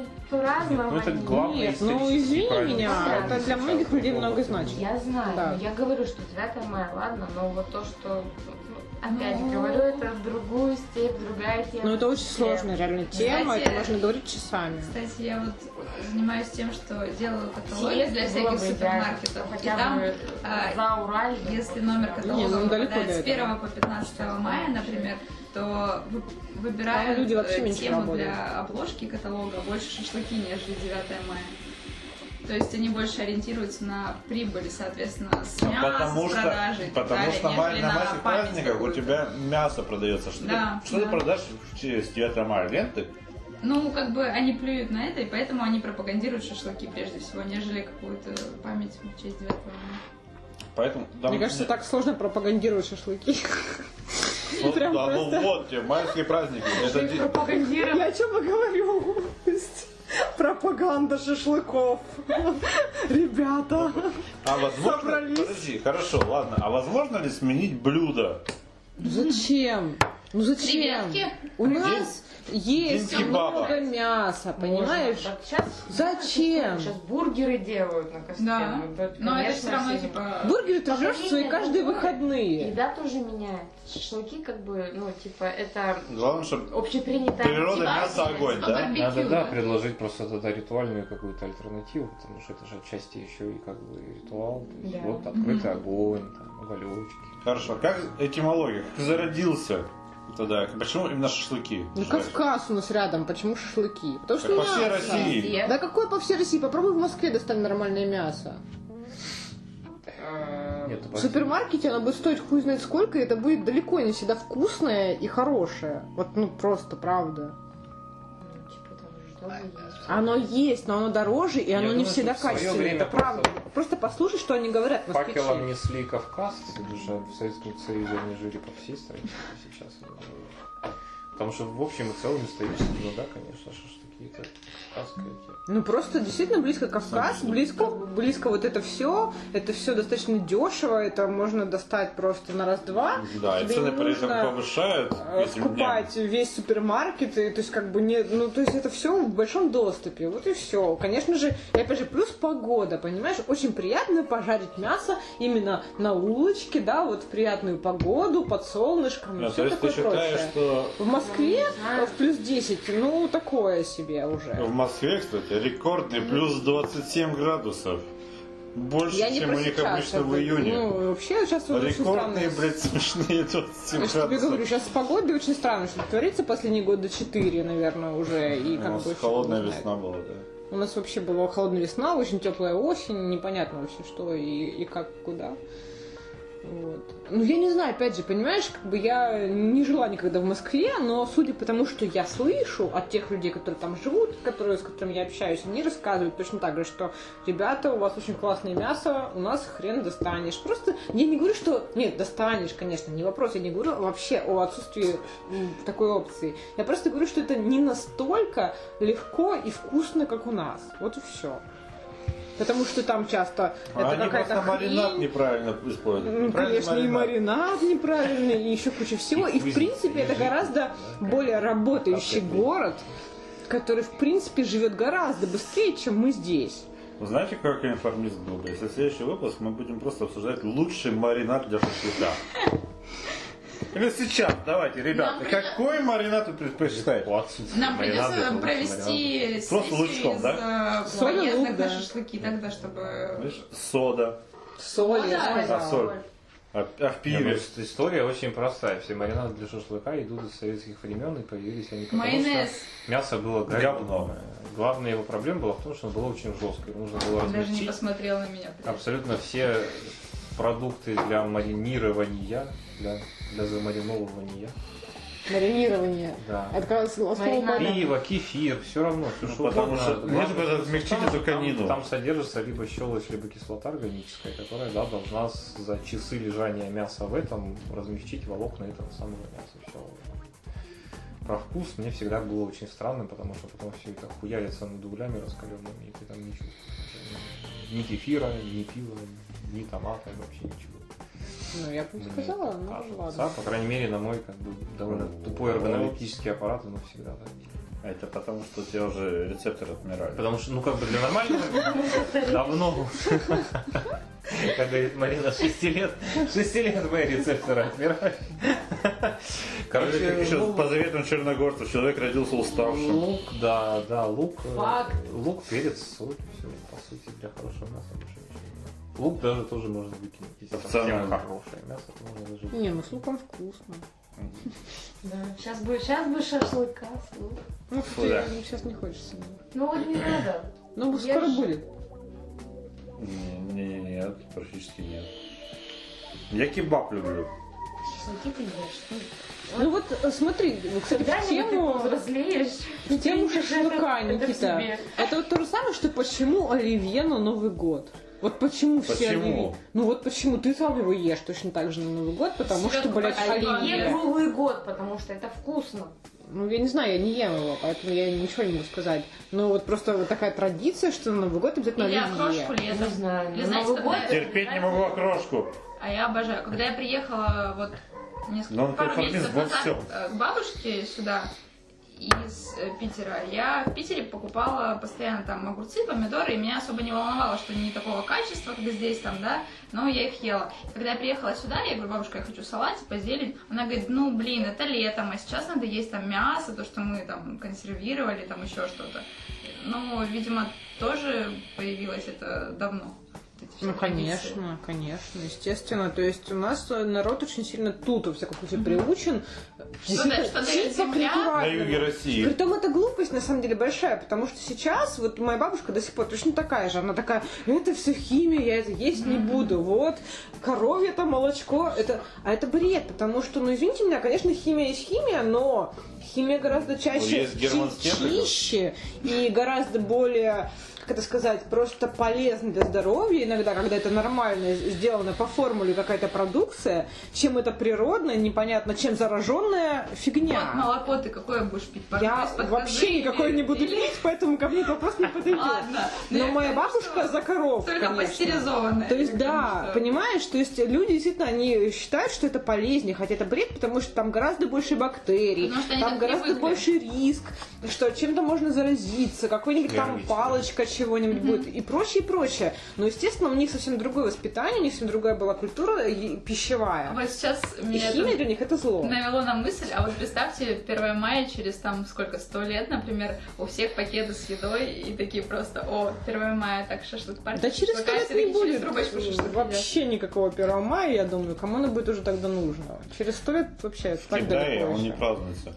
S1: Ну, это
S10: празднованием.
S1: главное
S5: Нет, ну
S1: исторический
S5: извини
S1: праздник.
S5: меня, это для многих людей много значит.
S10: Я знаю,
S5: Да.
S10: но я говорю, что 9 мая, ладно, но вот то, что, ну, опять
S9: Ну.
S10: говорю, это в другую степь, другая тема.
S5: Но Ну, это очень сложная реально тема,
S9: Кстати,
S5: это можно говорить часами.
S9: Кстати, я вот занимаюсь тем, что делаю каталоги
S10: Съезд
S9: для
S10: было
S9: всяких
S10: бы идеально.
S9: супермаркетов. И
S10: Хотя
S9: там,
S10: бы
S9: а,
S10: за Ураль.
S9: если номер
S5: Не, ну,
S9: каталога
S5: далеко
S9: выпадает
S5: до
S9: с
S5: этого.
S9: 1 по 15 мая, например, то вы- выбирают
S5: Там люди вообще
S9: э,
S5: меньше
S9: тему
S5: работают.
S9: для обложки каталога больше шашлыки, нежели 9 мая. То есть они больше ориентируются на прибыль, соответственно, с
S2: Ну,
S9: мяса,
S2: потому
S9: с
S2: что,
S9: продажи и так
S2: потому
S9: далее,
S2: что на,
S9: нежели
S2: на
S9: на
S2: ваших
S9: память
S2: праздниках у
S9: какую-то.
S2: тебя мясо продается. Что,
S9: Да,
S2: ты, что
S9: да.
S2: ты продашь в- через 9 мая? Ленты?
S9: Ну, как бы они плюют на это, и поэтому они пропагандируют шашлыки прежде всего, нежели какую-то память в честь 9 мая.
S2: Поэтому, да,
S5: Мне кажется, так сложно пропагандировать шашлыки.
S2: вот,
S5: прям
S2: да,
S5: просто.
S2: ну вот тебе, майские праздники. Это ди-
S10: Пропагандировать.
S5: Я о чем и говорю? То есть, Пропаганда шашлыков. Ребята.
S2: А возможно...
S5: Собрались.
S2: Подожди, хорошо, ладно. А возможно ли сменить блюдо?
S5: Зачем? Ну зачем?
S9: Креветки?
S5: У нас есть
S2: день кебаба.
S5: много мяса, понимаешь?
S10: Можно. Вот Сейчас,
S5: Зачем?
S10: Сейчас бургеры делают на костях.
S9: Да,
S10: Ну, да,
S9: но это
S10: конечно,
S9: все равно,
S10: всем.
S9: типа,
S5: Бургеры ты жрешь
S10: Поколение
S5: свои каждые
S10: другое.
S5: выходные.
S10: Еда тоже меняет. Шашлыки как бы, ну, типа, это
S2: Главное, чтобы
S10: общепринятая
S2: природа,
S10: мотивация.
S2: мясо, огонь,
S9: а
S2: да?
S9: барбекю,
S1: Надо, да,
S9: да?
S1: предложить просто тогда ритуальную какую-то альтернативу, потому что это же отчасти еще и как бы ритуал. То есть
S10: Да.
S1: Вот открытый огонь, там, уголечки.
S2: Хорошо, как этимология? Как зародился тогда? Почему именно шашлыки?
S5: Ну Кавказ у нас рядом, почему шашлыки? Потому что
S2: По всей
S5: мясо.
S2: России.
S5: Да какое по всей России? Попробуй в Москве достань нормальное мясо.
S2: Э,
S1: Нет, это
S5: В супермаркете оно будет стоить хуй знает сколько, и это будет далеко не всегда вкусное и хорошее. Вот, ну, просто правда.
S10: Ну, типа, там же тоже есть.
S5: Оно есть, но оно дороже, и
S1: Я
S5: оно не
S1: думаю,
S5: всегда
S1: что в своё
S5: качественное.
S1: время
S5: Это правда. Просто... послушай, что они говорят москвичи.
S1: Факелом несли кавказцы, уже в Советском Союзе они жили по всей стране, а сейчас. они живут. Потому что в общем и целом исторически, ну да, конечно, шашлыки это кавказская тема.
S5: Ну просто действительно близко Кавказ, близко, близко вот это все. Это все достаточно дешево, это можно достать просто на раз-два.
S2: Да, и
S5: Тебе
S2: цены
S5: не
S2: при этом
S5: нужно,
S2: повышают.
S5: э,
S2: этим дням.
S5: скупать весь супермаркет, и, то есть как бы нет, ну то есть это все в большом доступе, вот и все. Конечно же, и опять же, плюс погода, понимаешь, очень приятно пожарить мясо именно на улочке, да, вот в приятную погоду, под солнышком,
S2: Да,
S5: все
S2: Ну, то есть ты
S5: такое
S2: считаешь,
S5: прочее.
S2: что
S5: В Москве
S10: Ну, не знаю.
S5: э, в плюс 10, ну такое себе
S2: Ну, в
S5: уже.
S2: Москве, кстати, рекордный плюс 27 градусов. Больше,
S5: Я не
S2: чем
S5: про
S2: у них
S5: сейчас,
S2: обычно в
S5: это,
S2: июне.
S5: Ну, вообще сейчас вот очень странно.
S2: Рекордные, блядь, смешные
S5: Я
S2: 27
S5: же тебе говорю,
S2: градусов.
S5: сейчас с погодой очень странно, что творится последние года 4, наверное, уже. И
S2: У
S5: как
S2: нас
S5: бы
S2: Ну, холодная
S5: очень-
S2: весна была, да.
S5: У нас вообще была холодная весна, очень теплая осень, непонятно вообще что и, и как, куда. Вот. Ну, я не знаю, опять же, понимаешь, как бы я не жила никогда в Москве, но судя по тому, что я слышу от тех людей, которые там живут, которые, с которыми я общаюсь, они рассказывают точно так же, что ребята, у вас очень классное мясо, у нас хрен достанешь. Просто я не говорю, что... Нет, достанешь, конечно, не вопрос, я не говорю вообще о отсутствии м, такой опции. Я просто говорю, что это не настолько легко и вкусно, как у нас. Вот и все. Потому что там часто
S2: А
S5: это
S2: они
S5: какая-то
S2: просто маринад
S5: хрень.
S2: неправильно используют.
S5: Ну,
S2: Неправильный
S5: конечно, и маринад неправильный, и еще куча всего. И, в принципе, это гораздо более работающий город, который, в принципе, живет гораздо быстрее, чем мы здесь.
S2: Вы Знаете, как информист был бы? Если следующий выпуск, мы будем просто обсуждать лучший маринад для шашлыка. Или сейчас, давайте, ребята.
S3: Нам
S2: Какой маринад вы предпочитаете?
S3: Нам придется провести
S2: Просто
S3: сессию
S2: лучком,
S3: из э,
S5: Соль и лук,
S3: поездок
S5: да.
S3: на шашлыки тогда, чтобы...
S2: Видишь, Сода.
S5: Соль,
S3: Ну
S5: я
S3: да,
S2: А,
S5: сказала.
S2: соль. А, а в
S1: Не, ну,
S2: пиве?
S1: ис- история очень простая. Все маринады для шашлыка идут из советских времен и появились они потому,
S3: Майонез.
S1: что мясо было
S2: Говно.
S1: говно. Главная его проблема была в том, что оно было очень жесткое. Нужно было
S3: Даже не
S1: размягчить
S3: посмотрел на меня.
S1: абсолютно все продукты для маринирования, для, для замариновывания.
S5: Маринирование.
S1: Да.
S5: Это как слово
S10: Маринад.
S5: «баба».
S1: Пиво, кефир, все равно, все
S2: Ну,
S1: что
S2: потому
S1: угодно.
S2: что
S1: Главное,
S2: лишь бы размягчить
S1: там-
S2: эту конину.
S1: Там, там содержится либо щелочь, либо кислота органическая, которая да, должна с- за часы лежания мяса в этом размягчить волокна этого самого мяса. Всё. Про вкус мне всегда было очень странно, потому что потом все это хуярится над углями раскаленными, и ты там не чувствуешь. Ни кефира, ни пива, ни томата, вообще ничего.
S5: Ну, я бы
S1: Мне
S5: сказала,
S1: так
S5: ну
S1: кажется.
S5: ладно.
S1: По крайней мере, на мой как бы довольно
S2: Вот.
S1: тупой эргонометрический аппарат, но всегда так.
S2: А Это потому, что у тебя уже рецепторы отмирали.
S1: Потому что, ну как бы для нормального давно. Как говорит Марина, 6 лет, 6 лет мои рецепторы отмирают.
S2: Короче,
S1: Короче,
S2: еще
S1: лук,
S2: по заветам черногорцев человек родился уставшим.
S3: Ну.
S1: лук, да, да, лук, э,
S10: Факт.
S1: лук, перец, соль, все, по сути, для хорошего мяса больше ничего не надо. Лук даже тоже можно выкинуть, если совсем
S2: Опционально.
S1: хорошее мясо, то можно даже
S5: Не, ну с луком вкусно.
S10: Сейчас бы, сейчас бы шашлыка. слушай.
S5: Ну,
S2: Фу, да.
S5: сейчас не хочется.
S10: Ну вот не надо.
S5: Ну,
S10: Я
S5: скоро
S10: ж-
S5: будет.
S2: Не, не, не, нет, практически нет. Я кебаб люблю.
S10: Шашлыки ты ешь. Ну,
S5: Ну вот э, смотри, ну, кстати, в
S10: Когда-нибудь ты
S5: тему,
S10: повзрослеешь.
S5: в тему
S10: Ты
S5: шашлыка,
S10: это- это в
S5: Никита.
S10: себе.
S5: Это вот то же самое, что почему оливье на Новый год? Вот почему все
S2: Почему?
S5: оливье? Ну вот почему ты сам его ешь точно так же на Новый год, потому
S3: Серёга,
S5: что, блядь,
S3: оливье
S10: Оливье
S5: оливье.
S10: круглый год, потому что это вкусно.
S5: Ну я не знаю, я не ем его, поэтому я ничего не могу сказать. Но вот просто вот такая традиция, что на Новый год обязательно
S3: Или окрошку
S5: оливье.
S10: Я не
S3: летом.
S10: знаю.
S3: Вы
S4: ну,
S10: на
S3: знаете,
S10: Новый
S3: когда
S10: год
S3: это
S2: Терпеть не могу окрошку.
S3: А я обожаю. Когда я приехала вот
S2: Но
S3: несколько
S2: он
S3: пару
S2: конформист
S3: месяцев
S2: во
S3: назад
S2: всем.
S3: э, к бабушке сюда из э, Питера, я в Питере покупала постоянно там огурцы, помидоры, и меня особо не волновало, что не такого качества, как здесь там, да, но я их ела. И когда я приехала сюда, я говорю, бабушка, я хочу салат, типа зелень. Она говорит, ну, блин, это летом, а сейчас надо есть там мясо, то, что мы там консервировали, там еще что-то. Ну, видимо, тоже появилось это давно. вот эти все
S5: Ну,
S3: традиции.
S5: конечно, конечно, естественно. То есть у нас э, народ очень сильно тут, во всяком случае, приучен. действительно,
S3: что дает
S5: чисто
S3: земля.
S5: культурально.
S2: На юге России.
S5: Притом это глупость на самом деле большая, потому что сейчас, вот моя бабушка до сих пор точно такая же, она такая, это все химия, я это есть не буду, вот, коровье там молочко, это, а это бред, потому что, ну извините меня, конечно, химия есть химия, но химия гораздо чаще,
S2: Ну, есть германский
S5: чи-
S2: язык.
S5: чище и гораздо более как это сказать, просто полезно для здоровья иногда, когда это нормально сделано по формуле какая-то продукция, чем это природная, непонятно, чем зараженная фигня.
S3: Вот молоко ты какое будешь пить?
S5: А. Я
S3: Из-под козы
S5: вообще никакой
S3: или-
S5: не буду
S3: или-
S5: пить, поэтому ко мне этот вопрос не подойдет.
S3: Ладно.
S5: Но
S9: Ну,
S3: Я
S5: моя
S3: говорю,
S5: бабушка
S3: что
S5: за коров,
S3: Только
S5: конечно.
S3: пастеризованное.
S5: То есть,
S3: потому
S5: да,
S3: что-
S5: понимаешь, то есть люди действительно, они считают, что это полезнее, хотя это бред, потому что там гораздо больше бактерий,
S3: Потому что они
S5: там
S3: так
S5: гораздо
S3: привыкли.
S5: больше риск, что чем-то можно заразиться, какой-нибудь там
S1: Нервничать.
S5: палочка чего-нибудь будет и прочее, и прочее. Но, естественно, у них совсем другое воспитание, у них совсем другая была культура э, пищевая.
S3: Вот сейчас
S5: И
S3: меня
S5: химия
S3: это
S5: для них это зло.
S3: навело на мысль, а вот представьте 1 мая через там сколько, сто лет, например, у всех пакеты с едой и такие просто, о, 1 мая, так шашлык партия.
S5: Да через
S3: шашлыка,
S5: сто
S3: все
S5: лет не
S3: такие через
S5: будет
S3: трубочку шашлык едят.
S5: вообще никакого 1 мая, я думаю. Кому оно будет уже тогда нужно? Через сто лет вообще это
S2: В
S5: так
S2: Китае
S5: далеко
S2: он не
S5: еще.
S2: празднуется.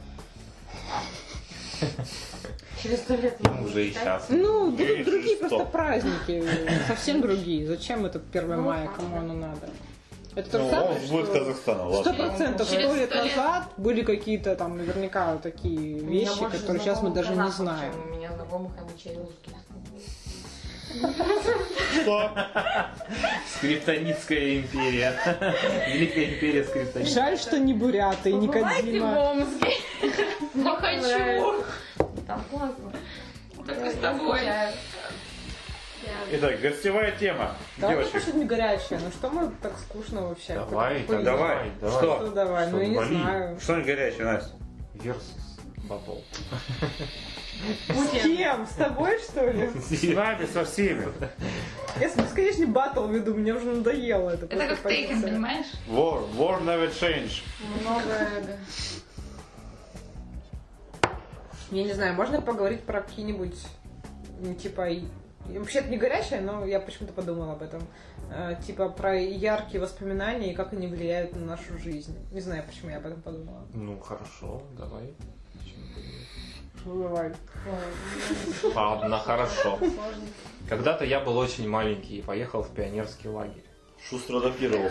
S10: Через сто лет.
S1: Ну, уже и
S10: сейчас.
S1: сейчас.
S5: Ну, будут
S2: Или
S5: другие
S2: через
S5: просто
S2: сто.
S5: праздники, совсем другие. Зачем это 1 мая, кому оно надо? Это то же
S2: Ну,
S5: самое,
S2: он будет
S5: что
S2: Казахстана,
S5: сто
S2: ладно.
S5: процентов
S3: Через
S5: сто лет
S3: сто лет.
S5: назад были какие-то там наверняка вот такие вещи, которые сейчас мы даже не знаем.
S10: У меня знакомых амичей русских.
S2: Что?
S1: Скриптонитская империя. Великая империя скриптонита.
S5: Жаль, что не буряты и не
S10: Побывайте в
S5: Кадима.
S10: Омске.
S3: Не хочу,
S10: Там классно.
S3: только с тобой.
S2: Итак, гостевая тема.
S5: Давай
S2: Девочки,
S5: что-нибудь горячее. Ну что мы так скучно вообще?
S1: Давай,
S5: Какой-то хуй.
S2: давай,
S1: давай.
S5: Ну
S2: что?
S5: давай,
S1: Что,
S5: ну я не
S1: блин?
S5: знаю.
S2: Что горячее, Настя?
S1: Versus Battle.
S5: С кем? С тобой, что ли?
S11: С нами, со всеми.
S5: Я с бесконечный батл веду, мне уже надоело. Это,
S3: Это как тейкен, понимаешь?
S2: War, war never change.
S4: Много эго.
S5: Я не знаю, можно поговорить про какие-нибудь, ну, типа, и- вообще это не горячее, но я почему-то подумала об этом. Э, типа про яркие воспоминания и как они влияют на нашу жизнь. Не знаю, почему я об этом подумала.
S1: Ну хорошо, давай. Почему бы и нет?
S5: Давай.
S1: Ладно, хорошо. Когда-то я был очень маленький и поехал в пионерский лагерь.
S2: Шустро адаптировал.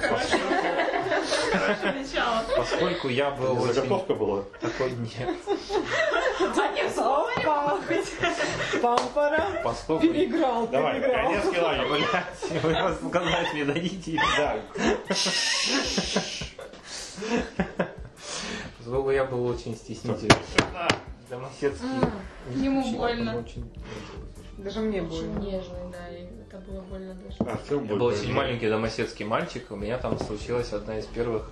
S1: Поскольку я был очень
S2: Заготовка была.
S1: такой нет.
S5: Опа! Пампара!
S1: Поскольку
S5: Переиграл,
S2: Давай,
S5: переиграл.
S2: пионерский лагерь.
S1: Блядь, вы вас сказать мне дадите.
S2: Да.
S1: Поскольку я был очень стеснительный.
S2: Тишина.
S1: Домоседский.
S4: ему
S1: Очень-
S4: больно.
S1: очень-
S5: Даже мне
S4: Очень
S5: больно.
S4: нежный, да, и это было больно даже.
S2: Артем
S1: Я был очень маленький домоседский мальчик, у меня там случилась одна из первых,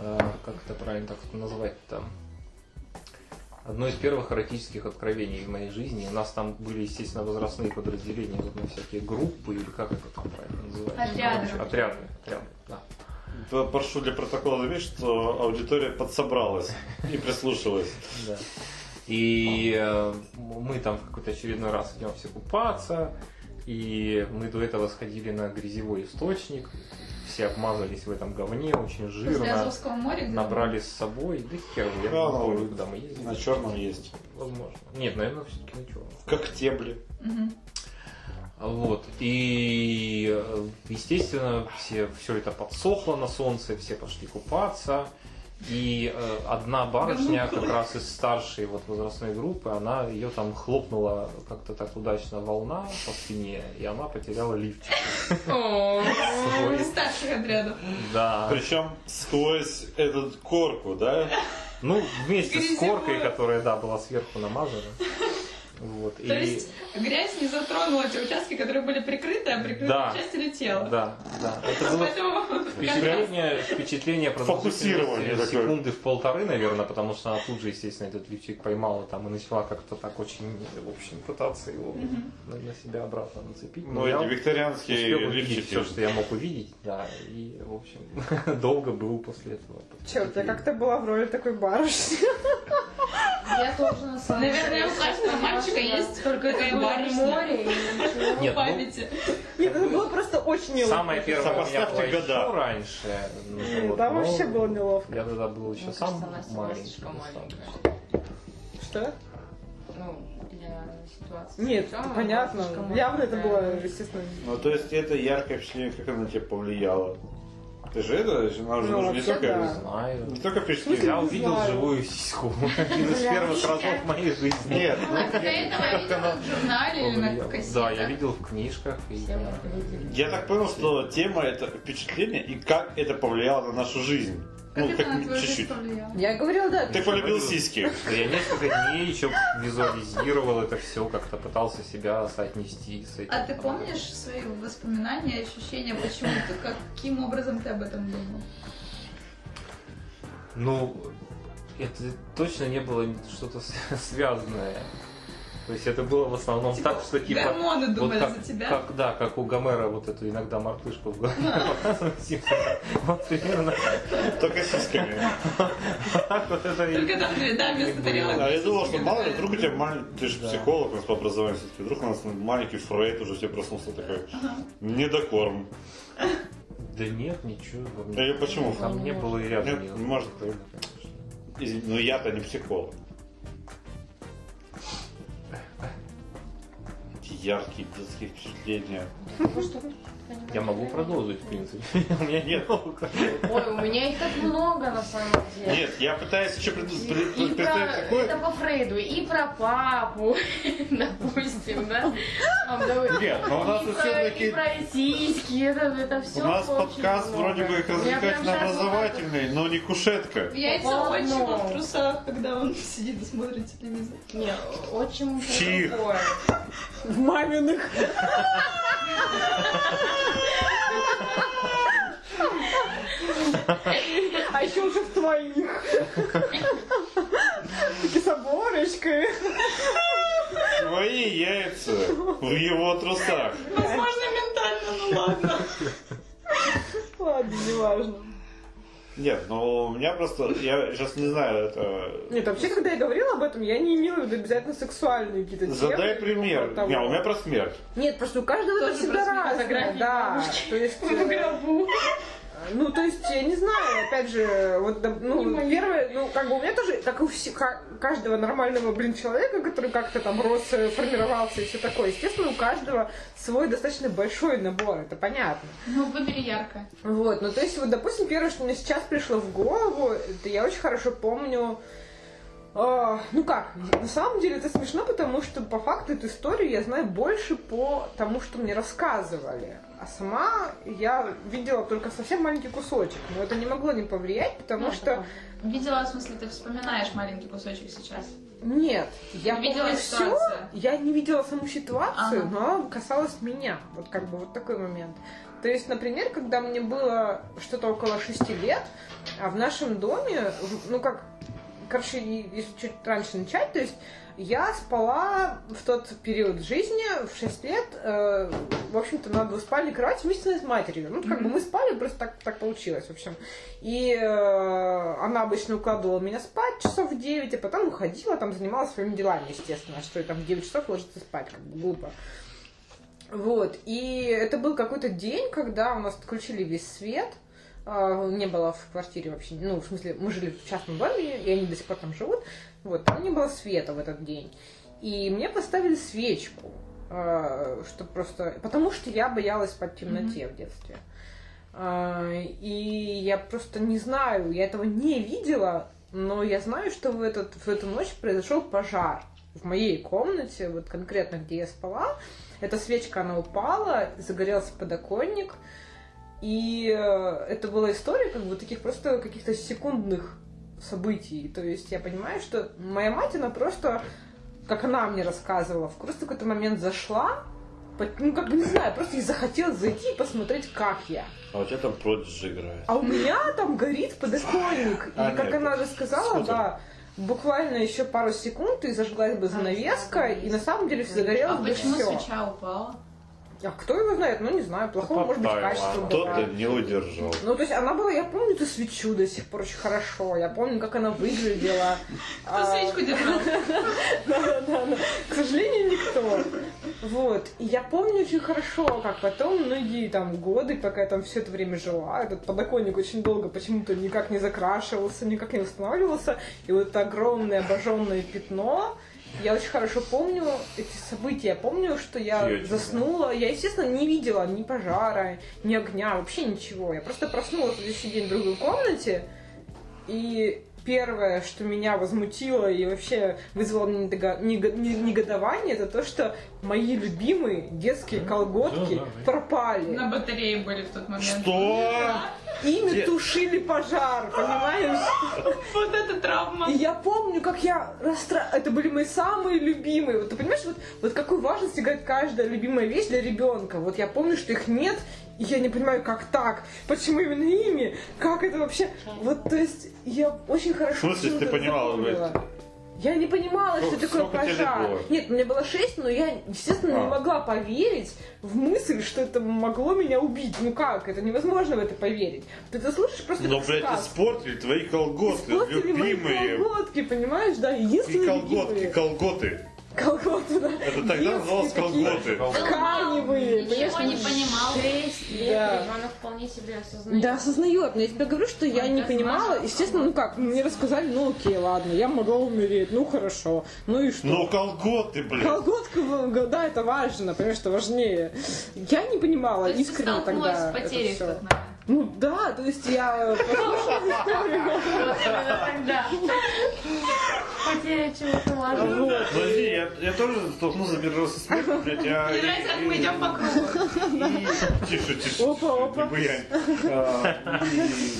S1: э, как это правильно так это назвать там, одно из первых эротических откровений в моей жизни. У нас там были, естественно, возрастные подразделения, вот на всякие группы или как это там правильно называется?
S3: Отряды.
S1: Короче, Отряды, отряды, да.
S2: Прошу для протокола заметить, что аудитория подсобралась и прислушалась.
S1: Да. И э, мы там в какой-то очередной раз идем все купаться, и мы до этого сходили на грязевой источник, все обмазались в этом говне, очень
S3: После
S1: жирно,
S3: Азовского а моря где-то.
S1: набрали с собой, да хер, я
S2: Да,
S1: не помню,
S2: ну,
S1: куда мы ездили.
S2: На черном есть.
S1: Возможно. Нет, наверное, все-таки на черном.
S2: Как тебли.
S3: Мгм.
S1: Вот. И, э, естественно, все, все это подсохло на солнце, все пошли купаться. И э, одна барышня, как раз из старшей вот возрастной группы, она ее там хлопнула как-то так удачно волна по спине, и она потеряла лифчик. с собой.
S3: Из старших отрядов.
S1: Да.
S2: Причем сквозь этот корку, да?
S1: Ну, вместе с
S3: Грязевую.
S1: коркой, которая, да, была сверху намазана. Вот.
S3: То есть грязь не затронула те участки, которые были прикрыты, а
S1: Да.
S3: прикрытая часть летела.
S1: Да, да. Это было
S3: Поэтому
S1: Впечатление, впечатление
S2: Фокусирование
S1: продолжительностью
S2: такое.
S1: секунды в полторы, наверное, потому что она тут же, естественно, этот лифчик поймала там и начала как-то так очень, в общем, пытаться его на, на себя обратно нацепить. Но
S2: Ну,
S1: я
S2: эти викторианские
S1: успел увидеть
S2: лифчики.
S1: все, что я мог увидеть, да, и, в общем, долго был после этого.
S5: Черт, я как-то была в роли такой барышни.
S4: Я тоже на самом
S3: Наверное, у каждого мальчика есть только эта барышня
S4: море. и-
S1: Нет,
S3: в памяти.
S5: Нет, это было просто очень
S1: ну,
S5: неловко.
S1: самое первое у меня
S2: Сопоставьте
S1: было еще
S2: года.
S1: раньше. ну, вот,
S5: Э, Там
S1: но
S5: вообще было неловко.
S1: Я тогда был еще
S4: Мне
S1: сам
S4: кажется, она всегда
S1: маленький.
S4: слишком маленькая.
S5: Что?
S4: Ну, для ситуации.
S5: Нет,
S9: А,
S4: Всё,
S5: понятно.
S4: слишком
S5: Явно это
S4: маленькая.
S5: было, естественно,
S2: Ну, то есть это яркое впечатление, как оно на тебя повлияло. Ты же это, нам же
S5: Ну,
S2: нужно не
S5: вообще
S2: только,
S5: да.
S1: Знаю.
S2: не только
S1: Я
S2: впечатление.
S1: увидел
S5: знаю.
S1: живую сиську. Один из первых разов в моей жизни.
S2: Нет, ну,
S3: А до этого я видела в журнале или на
S1: повлияло. Да, я
S3: кассетах.
S1: видел в книжках. и
S4: Всем
S1: я-
S4: видели.
S2: я так понял, что тема это впечатление и как это повлияло на нашу жизнь.
S3: Как
S2: ну,
S3: это на
S2: как
S3: твою жизнь
S2: чуть-чуть.
S3: повлияло?
S5: Я говорила, да.
S2: Ты полюбил сиськи.
S1: Я несколько дней еще визуализировал это все, как-то пытался себя соотнести с этим.
S3: А ты помнишь свои воспоминания, ощущения, почему ты, каким образом ты об этом думал?
S1: Ну, это точно не было что-то с- связанное. То есть это было в основном так, что типа...
S3: Гормоны
S1: вот
S3: думали
S1: как,
S3: за тебя.
S1: как- да, как у Гомера вот эту иногда мартышку в голове показывают, типа, Вот примерно
S2: Только сиськами.
S1: так вот это и...
S3: Только там да, вместо тарелок.
S2: А я думал, что мало ли, вдруг у тебя маленький... Ты же
S1: Да.
S2: психолог у нас по образованию все-таки. Вдруг у нас маленький Фрейд уже все проснулся такой. Недокорм.
S1: Да нет, ничего. во мне-
S2: Э, почему?
S1: Ко мне было и рядом.
S2: Нет,
S1: не
S2: не может.
S1: было, конечно.
S2: Извини, Но ну, я-то не психолог. Эти яркие детские впечатления.
S1: Я могу продолжить, в принципе. У меня
S2: Нет.
S1: нет.
S4: Ой, у меня их так много на самом деле.
S2: Нет, я пытаюсь еще пред-
S4: И,
S2: пред-
S4: и про,
S2: пред- представить
S4: это
S2: такое.
S4: по Фрейду, и про папу, допустим, да? А, давай.
S2: Нет, но у нас
S4: И про- и
S2: все-таки...
S4: про сиськи, это, это все
S2: У нас подкаст вроде бы развлекательно-образовательный, но не кушетка.
S3: Яйца
S4: Попало в
S3: отчима
S4: нос.
S3: в трусах, когда он сидит и смотрит телевизор.
S4: Нет, очень
S2: Чих.
S4: другое.
S5: В маминых. А еще уже в твоих. Таки с оборочкой.
S2: свои яйца в его трусах.
S9: Возможно, ментально, ну ладно.
S5: Ладно, неважно.
S2: Нет, ну у меня просто, я сейчас не знаю, это...
S5: Нет, вообще, когда я говорила об этом, я не имела в виду обязательно сексуальные какие-то темы.
S2: Задай
S5: типа
S2: пример.
S5: того.
S2: Не, у меня про смерть.
S5: Нет, просто у каждого это
S9: Тоже
S5: всегда
S9: просто
S5: разное,
S9: фотографии
S5: да.
S9: бабушки.
S5: То есть,
S9: В
S5: э,
S9: гробу.
S5: ну, то есть, я не знаю, опять же, вот, да, ну, первое, ну, как бы у меня тоже, как и у всех, ка- каждого нормального, блин, человека, который как-то там рос, э, формировался и все такое, естественно, у каждого свой достаточно большой набор, это понятно.
S9: Ну, выбери ярко.
S5: Вот, ну то есть, вот, допустим, первое, что мне сейчас пришло в голову, это я очень хорошо помню. э, ну как, на самом деле это смешно, потому что по факту эту историю я знаю больше по тому, что мне рассказывали. А сама я видела только совсем маленький кусочек, но это не могло не повлиять, потому
S4: Ну,
S5: что
S4: такое.
S9: Видела, в смысле, ты вспоминаешь маленький кусочек сейчас.
S5: нет, я
S9: видела
S5: помню все,
S9: ситуацию.
S5: я не видела саму ситуацию,
S9: Ага.
S5: но она касалась меня. Вот как бы вот такой момент. То есть, например, когда мне было что-то около шести лет, а в нашем доме, в- ну как, короче, и- если чуть раньше начать, то есть я спала в тот период жизни, в 6 лет, э, в общем-то, на двуспальной кровати вместе с матерью. Ну, как бы мы спали, просто так, так получилось, в общем. И э, она обычно укладывала меня спать часов в 9, а потом уходила, там занималась своими делами, естественно, что я там в 9 часов ложится спать, как бы глупо. Вот, и это был какой-то день, когда у нас отключили весь свет, а, не было в квартире вообще, ну, в смысле, мы жили в частном доме, и они до сих пор там живут, вот, там не было света в этот день. И мне поставили свечку, что просто... Потому что я боялась спать в темноте в детстве. А, И я просто не знаю, я этого не видела, но я знаю, что в, этот, в эту ночь произошел пожар в моей комнате, вот конкретно, где я спала. Эта свечка, она упала, загорелся подоконник. И э, это была история как бы таких просто каких-то секундных событий. То есть я понимаю, что моя мать, она просто, как она мне рассказывала, в просто какой-то момент зашла, по- ну как бы не знаю, просто ей захотелось зайти и посмотреть, как я.
S2: А у тебя там продиджи играет.
S5: А у меня там горит подоконник. И
S2: А,
S5: как
S2: нет,
S5: она же сказала,
S2: скутер.
S5: да, буквально еще пару секунд и зажглась бы занавеска, и на самом деле все загорелось
S9: А
S5: бы
S9: почему
S5: все.
S9: свеча упала?
S5: А кто его знает? Ну, не знаю, плохого, может быть,
S8: Попала.
S5: качества была.
S2: Кто-то не удержал.
S5: Ну, то есть она была, я помню эту свечу до сих пор очень хорошо, я помню, как она выглядела.
S9: Кто
S5: А,
S9: свечку держал?
S5: да-да-да. К сожалению, никто. Вот. И я помню очень хорошо, как потом многие там годы, пока я там все это время жила, этот подоконник очень долго почему-то никак не закрашивался, никак не восстанавливался. И вот это огромное обожженное пятно. Я очень хорошо помню эти события. Я помню, что я
S8: Серьёзно, да?
S5: заснула. Я, естественно, не видела ни пожара, ни огня, вообще ничего. Я просто проснулась на следующий день в другой комнате. И первое, что меня возмутило и вообще вызвало мне недога- нег- не- негодование, это то, что мои любимые детские колготки
S8: да, да.
S5: пропали.
S9: На батарее были в тот момент.
S2: Что?
S5: Ими
S2: Где-
S5: тушили пожар, понимаешь?
S9: Вот это травма.
S5: И я помню, как я расстра... Это были мои самые любимые. Вот ты понимаешь, вот, вот какую важность играет каждая любимая вещь для ребенка. Вот я помню, что их нет, и я не понимаю, как так? Почему именно ими? Как это вообще? Вот, то есть, я очень
S2: В
S5: хорошо...
S2: смысле,
S5: всё
S2: ты
S5: это
S2: понимала,
S5: запомнила.
S2: блядь?
S5: Я не понимала,
S2: Сколько-
S5: что такое
S2: сколько тебе лет
S5: пожар.
S2: было?
S5: Нет, мне было шесть, но я, естественно, не
S2: А.
S5: могла поверить в мысль, что это могло меня убить. Ну как? Это невозможно в это поверить. Ты это слышишь просто
S2: Ну,
S5: как
S2: блядь,
S5: сказку.
S2: испортили твои колготы,
S5: Испортили мои
S2: любимые.
S5: колготки, понимаешь, да,
S2: И
S5: единственные
S2: колготки,
S5: любимые.
S2: колготы.
S5: Колготы, да.
S2: Это тогда
S5: Детские
S2: называлось
S5: такие.
S2: колготы.
S5: Тканевые,
S4: Ничего не
S5: понимаешь, ну,
S4: понимал. Шесть лет
S5: Да.
S4: ребенок вполне себе осознает.
S5: Да, осознает, но я тебе говорю, что я
S4: Ой,
S5: не
S4: я
S5: понимала,
S4: знаю.
S5: естественно, ну как, мне рассказали, ну окей, ладно, я могла умереть, ну хорошо, ну и что?
S2: Ну, колготы, блядь.
S5: Колготка, в- да, это важно, понимаешь, что важнее. Я не
S9: То
S5: понимала
S9: есть ты
S5: искренне
S9: столкнулась
S5: тогда
S9: с
S5: это
S9: потерей в
S5: всё.
S9: тот момент.
S5: Ну да, то есть я послушала историю,
S4: Тогда. Потеря чего-то важного.
S5: вот,
S2: Подожди, я, я тоже ну, столкнулся например, со смертью, блядь, я...
S9: Мне нравится, как мы идем по кругу.
S2: и- Тише, тише,
S5: Опа,
S2: тише, не
S5: опа.
S2: буянь. А, и-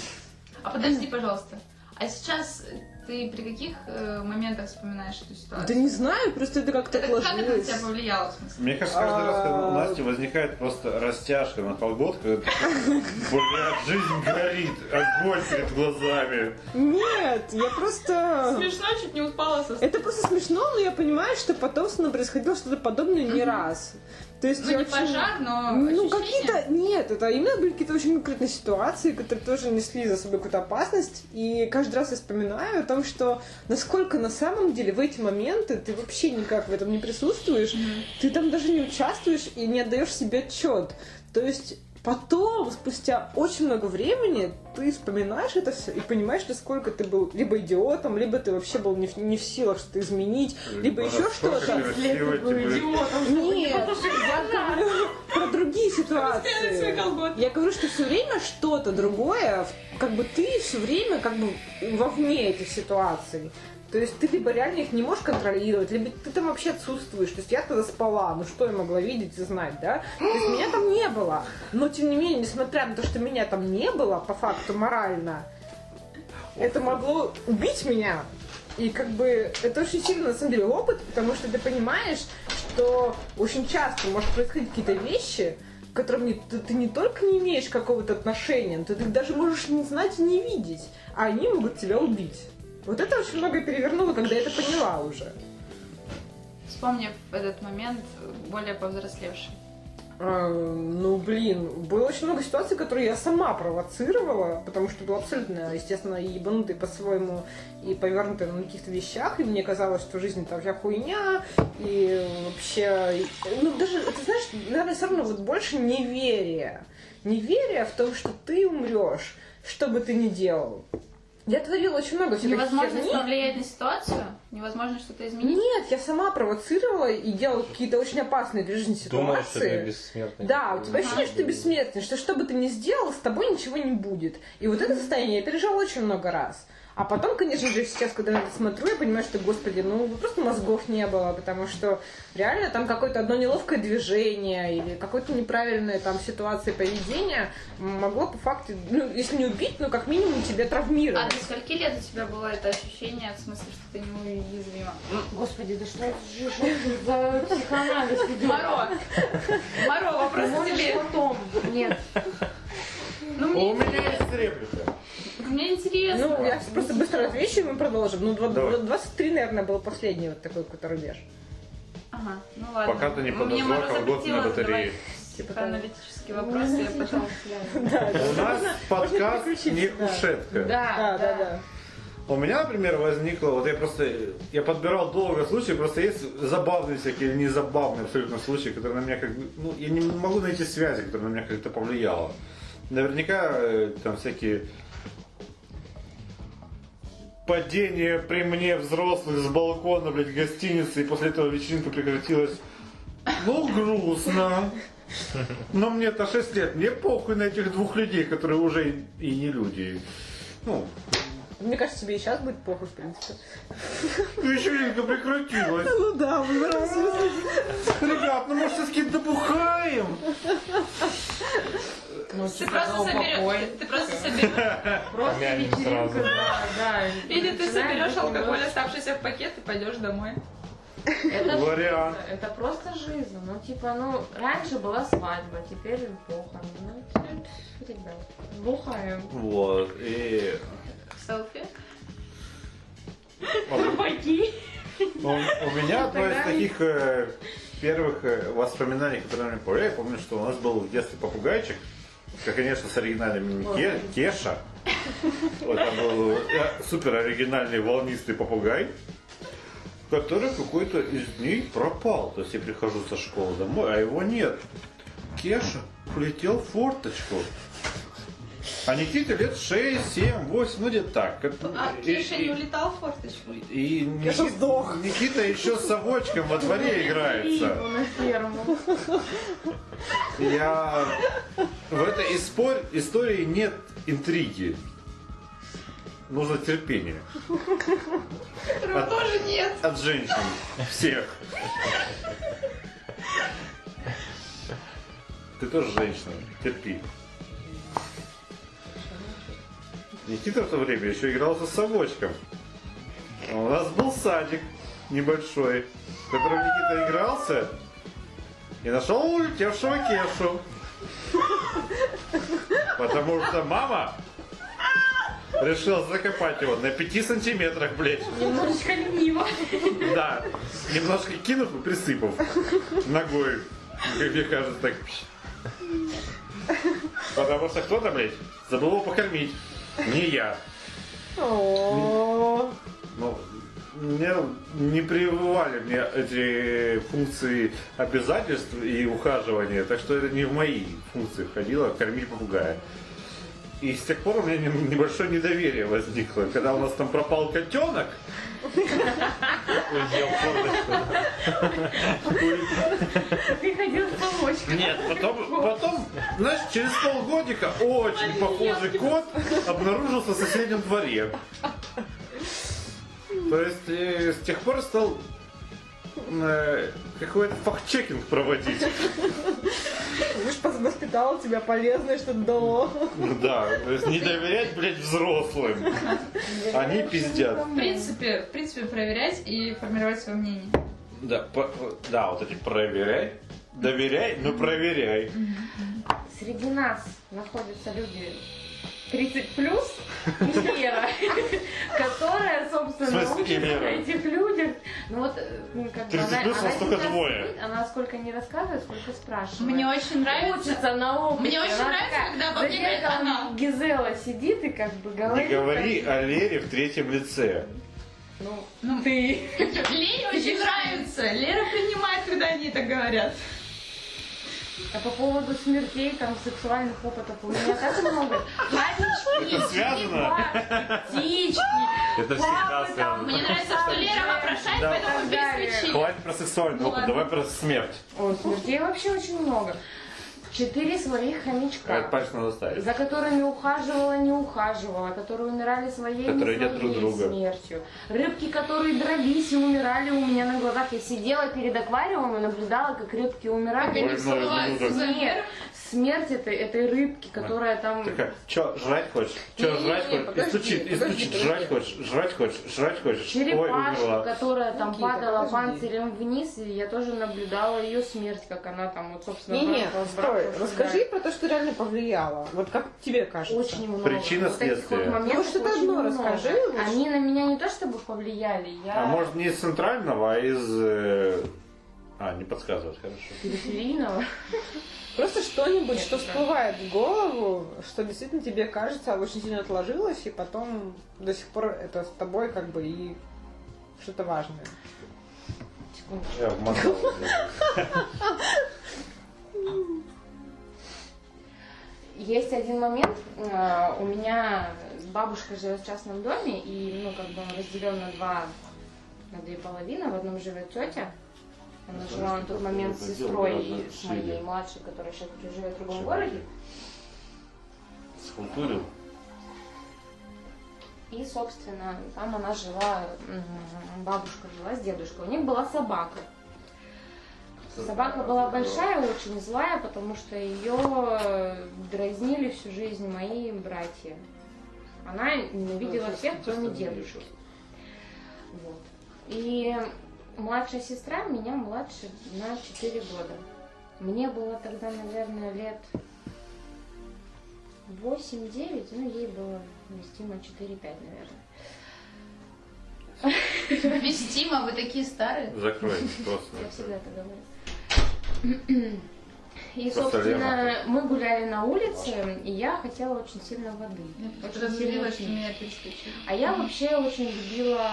S9: А подожди, пожалуйста. А сейчас Ты при каких э, моментах вспоминаешь эту ситуацию?
S5: Да не знаю, просто это как-то
S9: Это как это на
S5: сложилось.
S9: тебя повлияло, в смысле?
S2: Мне кажется, каждый раз, когда у
S5: А.
S2: Насти возникает просто растяжка на полгодка, блядь, жизнь горит, огонь перед глазами.
S5: Нет, я просто...
S4: Смешно, чуть не упала со
S5: Это просто смешно, но я понимаю, что потом со мной происходило что-то подобное не раз. То есть
S9: Ну,
S5: я
S9: не
S5: очень-
S9: пожар,
S3: А,
S9: но
S5: Ну,
S9: ощущение.
S5: какие-то... Нет, это именно были какие-то очень конкретные ситуации, которые тоже несли за собой какую-то опасность. И каждый раз я вспоминаю о том, что насколько на самом деле в эти моменты ты вообще никак в этом не присутствуешь, ты там даже не участвуешь и не отдаешь себе отчет. То есть потом, спустя очень много времени, ты вспоминаешь это все и понимаешь, насколько ты был либо идиотом, либо ты вообще был не в, не в силах что-то изменить, либо еще
S2: Насколько
S5: что-то.
S2: красиво тебе.
S5: Нет, я говорю про другие ситуации. Я говорю, что все время что-то другое, в- как бы ты все время как бы вовне этих ситуаций. То есть ты либо реально их не можешь контролировать, либо ты там вообще отсутствуешь. То есть я тогда спала, ну что я могла видеть и знать, да? То есть меня там не было. Но тем не менее, несмотря на то, что меня там не было, по факту морально, это могло убить меня. И как бы это очень сильно на самом деле опыт, потому что ты понимаешь, что очень часто может происходить какие-то вещи, к которым не- ты, ты не только не имеешь какого-то отношения, но ты их даже можешь не знать и не видеть, а они могут тебя убить. Вот это очень много перевернуло, когда я это поняла уже.
S9: Вспомнив этот момент, э, более повзрослевший.
S5: А, Ну, блин, было очень много ситуаций, которые я сама провоцировала, потому что была абсолютно, естественно, и ебанутая по-своему и повернутая на каких-то вещах, и мне казалось, что жизнь это вся хуйня, и вообще... и- ну, даже, ты знаешь, наверное, все равно вот больше неверие. Неверие в том, что ты умрешь, что бы ты ни делал. Я творила очень много всякой
S9: Невозможность
S5: херни.
S9: повлиять на ситуацию? Невозможно что-то изменить?
S5: Нет, я сама провоцировала и делала какие-то очень опасные для жизни ситуации.
S8: Думаешь, что ты бессмертный.
S5: Да, у тебя ощущение, что ты бессмертный, что что бы ты ни сделал, с тобой ничего не будет. И вот это состояние я пережила очень много раз. А потом, конечно же, сейчас, когда я это смотрю, я понимаю, что, господи, ну просто мозгов не было, потому что реально там какое-то одно неловкое движение или какое-то неправильное там ситуация поведения могло по факту, ну, если не убить, ну как минимум тебя
S9: А
S5: травмировать.
S9: до скольки лет у тебя было это ощущение, в смысле, что ты неуязвима?
S4: Господи, да что это же что за психоанализ идет?
S9: Маро! Маро, вопрос к
S4: Можешь
S9: тебе.
S4: потом. Нет.
S9: Ну, мне
S2: У меня
S9: интересно.
S2: есть реплика.
S9: Мне
S3: А,
S9: интересно.
S5: Ну, я просто быстро отвечу, и мы продолжим. Ну, два-
S2: Давай.
S5: 23, наверное, был последний вот такой какой-то рубеж.
S9: Ага, ну ладно.
S2: Пока ты не
S9: Мне
S2: подожгла
S9: Маро
S2: колготки
S9: запретила
S2: на батарее.
S9: задавать Психоаналитические вопросы, я потом...
S5: Да,
S2: У нас подкаст
S5: переключиться,
S2: не
S5: да.
S2: кушетка.
S5: да, да. да.
S2: У меня, например, возникло, вот я просто, я подбирал долго случаи, просто есть забавные всякие, или незабавные абсолютно случаи, которые на меня как бы, ну, я не могу найти связи, которые на меня как-то повлияло. Наверняка э, там всякие падение при мне взрослых с балкона, блядь, гостиницы, и после этого вечеринка прекратилась. Ну, грустно. Но мне-то 6 лет, мне похуй на этих двух людей, которые уже и- и не люди. Ну,
S5: Мне кажется, тебе и сейчас будет плохо, в принципе.
S2: Вечеринка прекратилась.
S5: Ну да,
S2: Ребят, ну может все-таки добухаем?
S4: Ну,
S9: Ты просто соберешь... Ты просто соберешь...
S4: типа, Просто
S8: Помянем сразу.
S4: вечеринка, да, да.
S9: Или ты
S4: Начинаем
S9: соберешь алкоголь,
S4: немного.
S9: оставшийся в пакет, и пойдешь домой.
S4: Это
S2: Вариант.
S4: жизнь, Это просто жизнь. Ну, типа, ну, раньше была свадьба, теперь похороны. Ну, теперь, ребят, бухаем.
S2: Вот, и...
S9: Селфи.
S4: Трупаки.
S2: У, Ну, у меня одно из таких э, первых э, воспоминаний, которые мне повлияли, я помню, что у нас был в детстве попугайчик, Ка- конечно, с оригинальным именем Ке- Кеша. Вот там был э, супер оригинальный волнистый попугай, который какой-то из дней пропал. То есть я прихожу со школы домой, а его нет. Кеша улетел в форточку. А Никите лет 6, 7, 8, ну где-то так. Как-
S9: А
S2: и-
S9: Киша
S2: и-
S9: не улетал в форточку?
S2: и
S5: Кеша
S2: Никит-
S5: сдох.
S2: Никита еще с совочком во дворе играется.
S4: Типа, на ферму.
S2: Я... В этой испор- истории нет интриги. Нужно терпение. От,
S9: Тоже нет.
S2: от женщин. Всех. Ты тоже женщина. Терпи. Никита в то время еще играл со совочком. А У нас был садик небольшой, в котором Никита игрался и нашел улетевшего кешу. Потому что мама решила закопать его на 5 сантиметрах, блядь.
S9: Немножечко лениво.
S2: Да, немножко кинув и присыпав ногой, как мне кажется, так. Потому что кто-то, блядь, забыл его покормить. Не я.
S5: О,
S2: Ну, мне не прививали мне эти функции обязательств и ухаживания, так что это не в мои функции входило кормить попугая. И с тех пор у меня не- небольшое недоверие возникло, когда у нас там пропал котенок.
S9: Приходил помочь.
S2: Нет, потом, потом, знаешь, через полгодика очень похожий кот обнаружился в соседнем дворе. То есть э, с тех пор стал э, какой-то фактчекинг проводить.
S5: Уж воспитала тебя полезное, что дало.
S2: Да, то есть не доверять, блядь, взрослым. Они пиздят.
S9: В принципе, в принципе, проверять и формировать свое мнение.
S2: Да, по- да, вот эти проверяй. Доверяй, но проверяй.
S4: Среди нас находятся люди 30 плюс и Лера, которая,
S2: В
S4: собственно,
S2: смысле,
S4: учится
S2: Лера?
S4: на этих людях. Ну вот, э, ну, как бы
S2: 30
S4: она,
S2: плюс у
S4: она
S2: нас только
S4: сейчас
S2: двое.
S4: сидит, Она сколько не рассказывает, сколько спрашивает.
S9: Мне очень нравится.
S4: Учится на опыте.
S9: Мне очень
S4: Она
S9: нравится,
S4: такая,
S9: когда обо
S4: за
S9: мне говорит
S4: зеркалом
S9: она.
S4: Гизела сидит и как бы
S2: Не
S4: говорит.
S2: говори
S4: как-
S2: о Лере в третьем лице.
S4: Ну,
S9: Ну,
S4: ты.
S9: Лере очень нравится. Лера принимает, когда они так говорят.
S4: А по поводу смертей, там, сексуальных опытов у меня так много. Птички,
S2: связано?
S4: птички,
S8: Это всегда связано.
S9: Мне нравится, что Лера
S3: а
S9: вопрошает,
S2: Да.
S9: поэтому без свечи.
S2: Хватит про сексуальный
S9: Ну
S2: опыт,
S9: ладно.
S2: давай про смерть.
S4: Ой, смертей вообще очень много. Четыре своих
S2: Этот
S4: хомячка,
S2: пальчик надо ставить.
S4: за которыми ухаживала, не ухаживала, которые умирали своей, не
S2: Которые едят
S4: своей
S2: друг друга.
S4: смертью. Рыбки, которые дрались и умирали у меня на глазах. Я сидела перед аквариумом и наблюдала, как рыбки умирали.
S9: Они
S2: Больно,
S9: всплывают
S2: жутко.
S4: Нет, смерть этой, этой рыбки, которая там...
S2: Такая, чё, жрать хочешь? Чё,
S5: Не-не-не,
S2: жрать хочешь? И
S5: подожди,
S2: стучит, и
S5: подожди,
S2: стучит,
S5: подожди.
S2: жрать хочешь, жрать хочешь, жрать хочешь. Ой,
S4: черепашку,
S2: умерла.
S4: которая там
S5: Никита,
S4: падала
S5: подожди.
S4: панцирем вниз, и я тоже наблюдала ее смерть, как она там вот, собственно,
S5: Не-не,
S4: бросилась,
S5: стой,
S4: бросилась,
S5: расскажи
S4: да.
S5: про то, что реально повлияло. Вот как тебе кажется?
S4: Очень много.
S2: Причина
S4: вот таких
S2: следствия.
S4: вот моментов
S5: Ну, что-то
S4: очень
S5: одно
S4: много.
S5: расскажи, вот
S4: Они на меня не то чтобы повлияли, я
S2: А может не из центрального, а из... э, А, не подсказывать, хорошо.
S4: периферийного.
S5: Просто что-нибудь,
S4: Нет,
S5: что
S4: да.
S5: всплывает в голову, что действительно тебе кажется, а очень сильно отложилось, и потом до сих пор это с тобой как бы и что-то важное.
S2: Я в Монгол.
S4: Есть один момент, э, у меня бабушка живет в частном доме, и ну как бы он разделен на два, на две половины, в одном живет тетя, она
S2: Потому
S4: жила
S2: что
S4: на тот
S2: такое
S4: момент с
S2: было дело,
S4: сестрой
S2: когда
S4: и с
S2: жили.
S4: моей младшей, которая сейчас уже живет в другом
S2: Жили.
S4: городе,
S2: Схалтурил?
S4: и собственно там она жила, м, бабушка жила с дедушкой, у них была собака. Собака была большая, очень злая, потому что ее дразнили всю жизнь мои братья. Она ненавидела
S2: Ну,
S4: всех, кроме дедушки. Вот. И младшая сестра меня младше на 4 года. Мне было тогда, наверное, лет 8-9, ну ей было вместимо 4-5, наверное.
S9: Вестима, вы такие старые.
S2: Закрой, просто.
S4: Я всегда это говорю. И,
S2: Просто
S4: собственно,
S2: Лена.
S4: мы гуляли на улице, Э, и я хотела очень сильно воды.
S9: Я
S4: Очень
S9: подразумевала,
S4: сильно
S9: что
S4: пить.
S9: меня перескочили.
S4: А я вообще очень любила...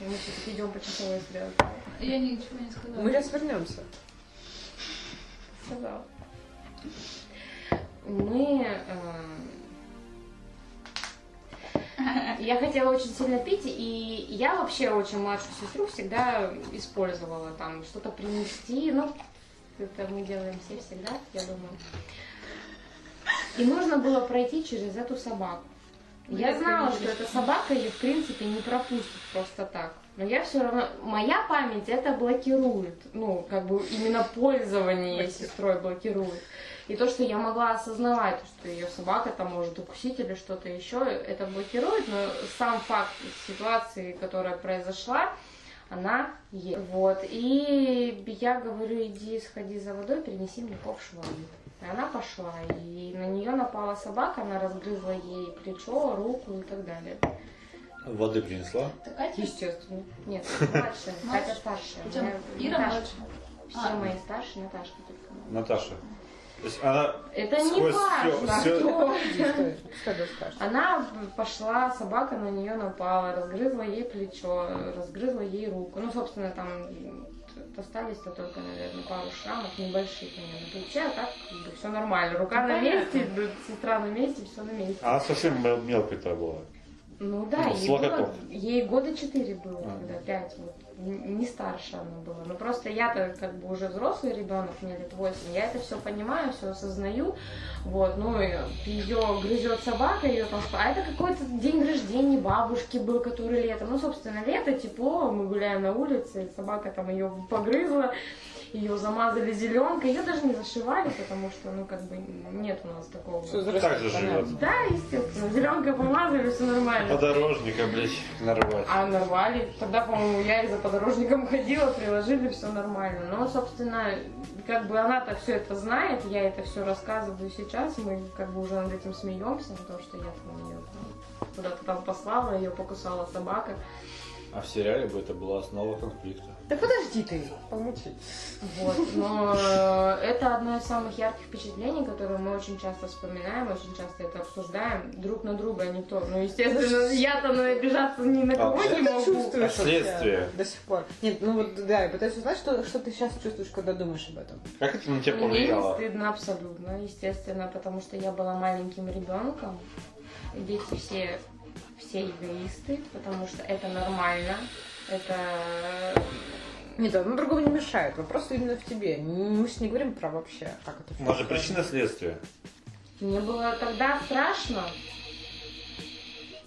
S4: Мы сейчас идем по часовой стрелке.
S9: Я ничего не сказала.
S5: Ну, Мы сейчас вернемся.
S4: Сказала. Мы... э, Я хотела очень сильно пить, и я вообще очень младшую сестру всегда использовала там что-то принести, ну, это мы делаем все всегда, я думаю. И нужно было пройти через эту собаку. Я знала, что эта собака ее, в принципе, не пропустит просто так. Но я все равно... Моя память это блокирует. Ну, как бы именно пользование сестрой блокирует. И то, что я могла осознавать, что ее собака там может укусить или что-то еще, это блокирует, но сам факт ситуации, которая произошла, она есть. Вот. И я говорю, иди сходи за водой, принеси мне пол швабры. И она пошла, и на нее напала собака, она разгрызла ей плечо, руку и так далее.
S2: Воды принесла?
S3: Так, Катя,
S4: Естественно. Нет, младшая, Катя старшая.
S3: у тебя
S4: Я-
S3: Ира
S4: Наташа.
S3: младшая.
S4: Все
S3: А.
S4: мои старшие, Наташка только.
S2: Наташа. То есть она
S4: Это не
S2: Сквозь всё-
S4: важно,
S2: всё-
S4: кто.
S5: Что ты скажешь?
S4: Она пошла, собака на нее напала, разгрызла ей плечо, разгрызла ей руку. Ну, собственно, там м, остались-то только, наверное, пару шрамов небольших у нее на плече, а так все нормально. Рука на месте, д- сестра на месте, все на месте.
S2: Она А совсем мел- мелкая-то была.
S4: Ну да,
S2: Ну,
S4: ей,
S2: слокоток.
S4: было, ей года четыре было,
S2: А.
S4: когда пять, вот. Н- не старше она была. Ну просто я-то как бы уже взрослый ребенок, мне лет восемь, я это все понимаю, все осознаю, вот, ну и ее грызет собака, ее там, сп- а это какой-то день рождения бабушки был, который летом, ну собственно лето, тепло, мы гуляем на улице, собака там ее погрызла, ее замазали зеленкой, ее даже не зашивали, потому что, ну как бы нет у нас такого.
S5: Всё,
S2: Ну, Так же
S5: здравствуйте,
S2: живет.
S5: понятно.
S4: Да, естественно, зеленкой помазали, все нормально.
S2: Подорожника, блядь, нарвать.
S4: А нарвали. Тогда, по-моему, я и за подорожником ходила, приложили, все нормально. Но, собственно, как бы она-то все это знает, я это все рассказываю сейчас, мы как бы уже над этим смеемся, потому что я там ее куда-то там послала, ее покусала собака.
S2: А в сериале бы это была основа конфликта.
S5: Да подожди ты, помолчи.
S4: Вот. Но э, это одно из самых ярких впечатлений, которые мы очень часто вспоминаем, очень часто это обсуждаем. Друг на друга никто. Ну, естественно, я-то ну, обижаться ни на кого
S5: Что
S4: не
S5: ты
S4: могу.
S5: чувствуешь вообще
S2: Следствие.
S5: до сих пор? Нет, ну вот да, я пытаюсь узнать, что, что ты сейчас чувствуешь, когда думаешь об этом.
S2: Как это на тебя
S4: Мне не
S2: повлияло?
S4: стыдно абсолютно, естественно, потому что я была маленьким ребенком. Дети все, все эгоисты, потому что это нормально. Это
S5: Нет, одно другому не мешает. Вопрос именно в тебе. М, Мы с ней говорим про вообще, как это всё.
S2: Может, же причина следствия.
S4: мне было тогда страшно.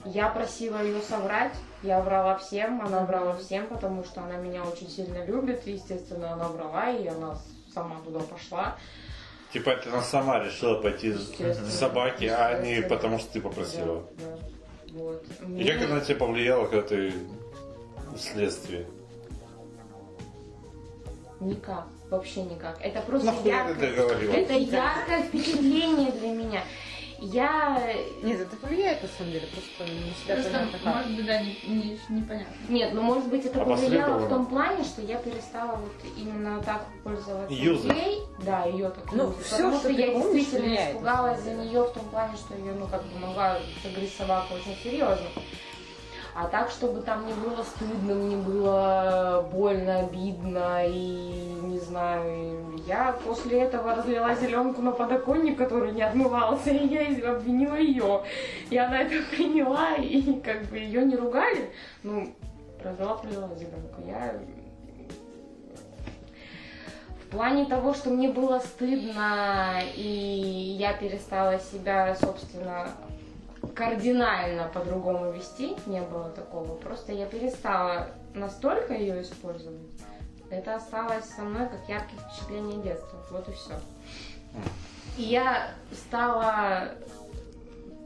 S4: Я просила ее соврать, я врала всем, она врала всем, потому что она меня очень сильно любит, и, естественно, она врала, и она сама туда пошла.
S2: Типа это она сама решила пойти с
S4: Естественно.
S2: с собаки, а не
S4: Естественно.
S2: потому что ты попросила.
S4: Да, да. Вот.
S2: И как это на тебя повлияло, когда ты в следствии?
S4: Никак, вообще никак. Это просто
S2: Нахуй ты
S4: яркое,
S2: это говорила?
S4: это яркое впечатление для меня. Я...
S5: Нет, это влияет на самом деле, просто не всегда
S3: Просто,
S5: понятно как.
S3: может быть, да, не- не- непонятно.
S4: Нет, ну может быть это
S2: А
S4: повлияло в
S2: последовало?
S4: том плане, что я перестала вот именно так пользоваться
S2: Юзать.
S4: ей. Да, ее так
S5: Ну,
S4: юзать.
S5: всё,
S4: Потому что,
S5: что ты
S4: я
S5: помнишь,
S4: действительно
S5: влияет, на самом
S4: испугалась за
S5: деле.
S4: нее в том плане, что ее, ну как бы могла загрызть собака очень серьезно. А так, чтобы там не было стыдно, не было больно, обидно и не знаю. и Я после этого разлила зеленку на подоконник, который не отмывался, и я из- обвинила ее. И она это приняла, и как бы ее не ругали. Ну, разлила, пролила зеленку. Я в плане того, что мне было стыдно, и я перестала себя, собственно, кардинально по-другому вести, не было такого. Просто я перестала настолько ее использовать. Это осталось со мной как яркие впечатления детства. Вот и все. И я стала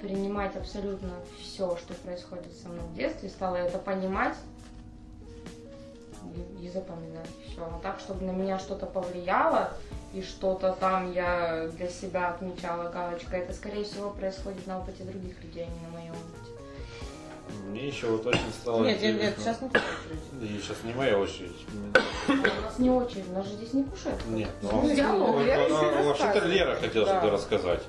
S4: принимать абсолютно все, что происходит со мной в детстве, стала это понимать и, и запоминать все. А так, чтобы на меня что-то повлияло, и что-то там я для себя отмечала галочкой, это, скорее всего, происходит на опыте других людей, а не на моем опыте.
S2: Мне еще вот очень стало
S5: Нет, нет, нет,
S2: интересно.
S5: сейчас не твоя очередь.
S2: Да и сейчас не моя очередь.
S4: Но у нас не очередь, у нас же здесь не кушают.
S2: Нет,
S5: Ну,
S2: ну...
S5: диалог,
S2: Вот
S5: Лера
S2: она-
S5: себе
S2: Вообще-то
S5: рассказывает.
S2: Лера хотела
S5: Да.
S2: что-то рассказать.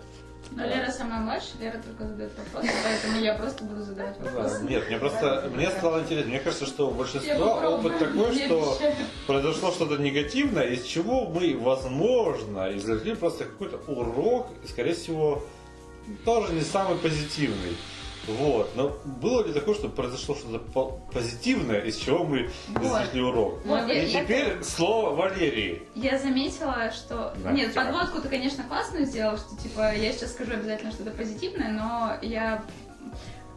S3: Но Лера самая младшая, Лера только задает вопросы, поэтому я просто буду задавать вопросы.
S2: Нет, мне просто мне стало интересно. Мне кажется, что у
S3: Я
S2: большинства
S3: попробую.
S2: опыт такой,
S3: Не
S2: что
S3: обещаю.
S2: произошло что-то негативное, из чего мы, возможно, извлекли просто какой-то урок, и, скорее всего, тоже не самый позитивный. Вот. Но было ли такое, что произошло что-то по- позитивное, из чего мы
S3: Вот.
S2: извлекли урок?
S3: Вот,
S2: И
S3: я-
S2: теперь слово Валерии.
S3: Я заметила, что...
S2: Да,
S3: Нет,
S2: тема.
S3: подводку ты, типа, конечно, классную сделал, что, типа, я сейчас скажу обязательно что-то позитивное, но я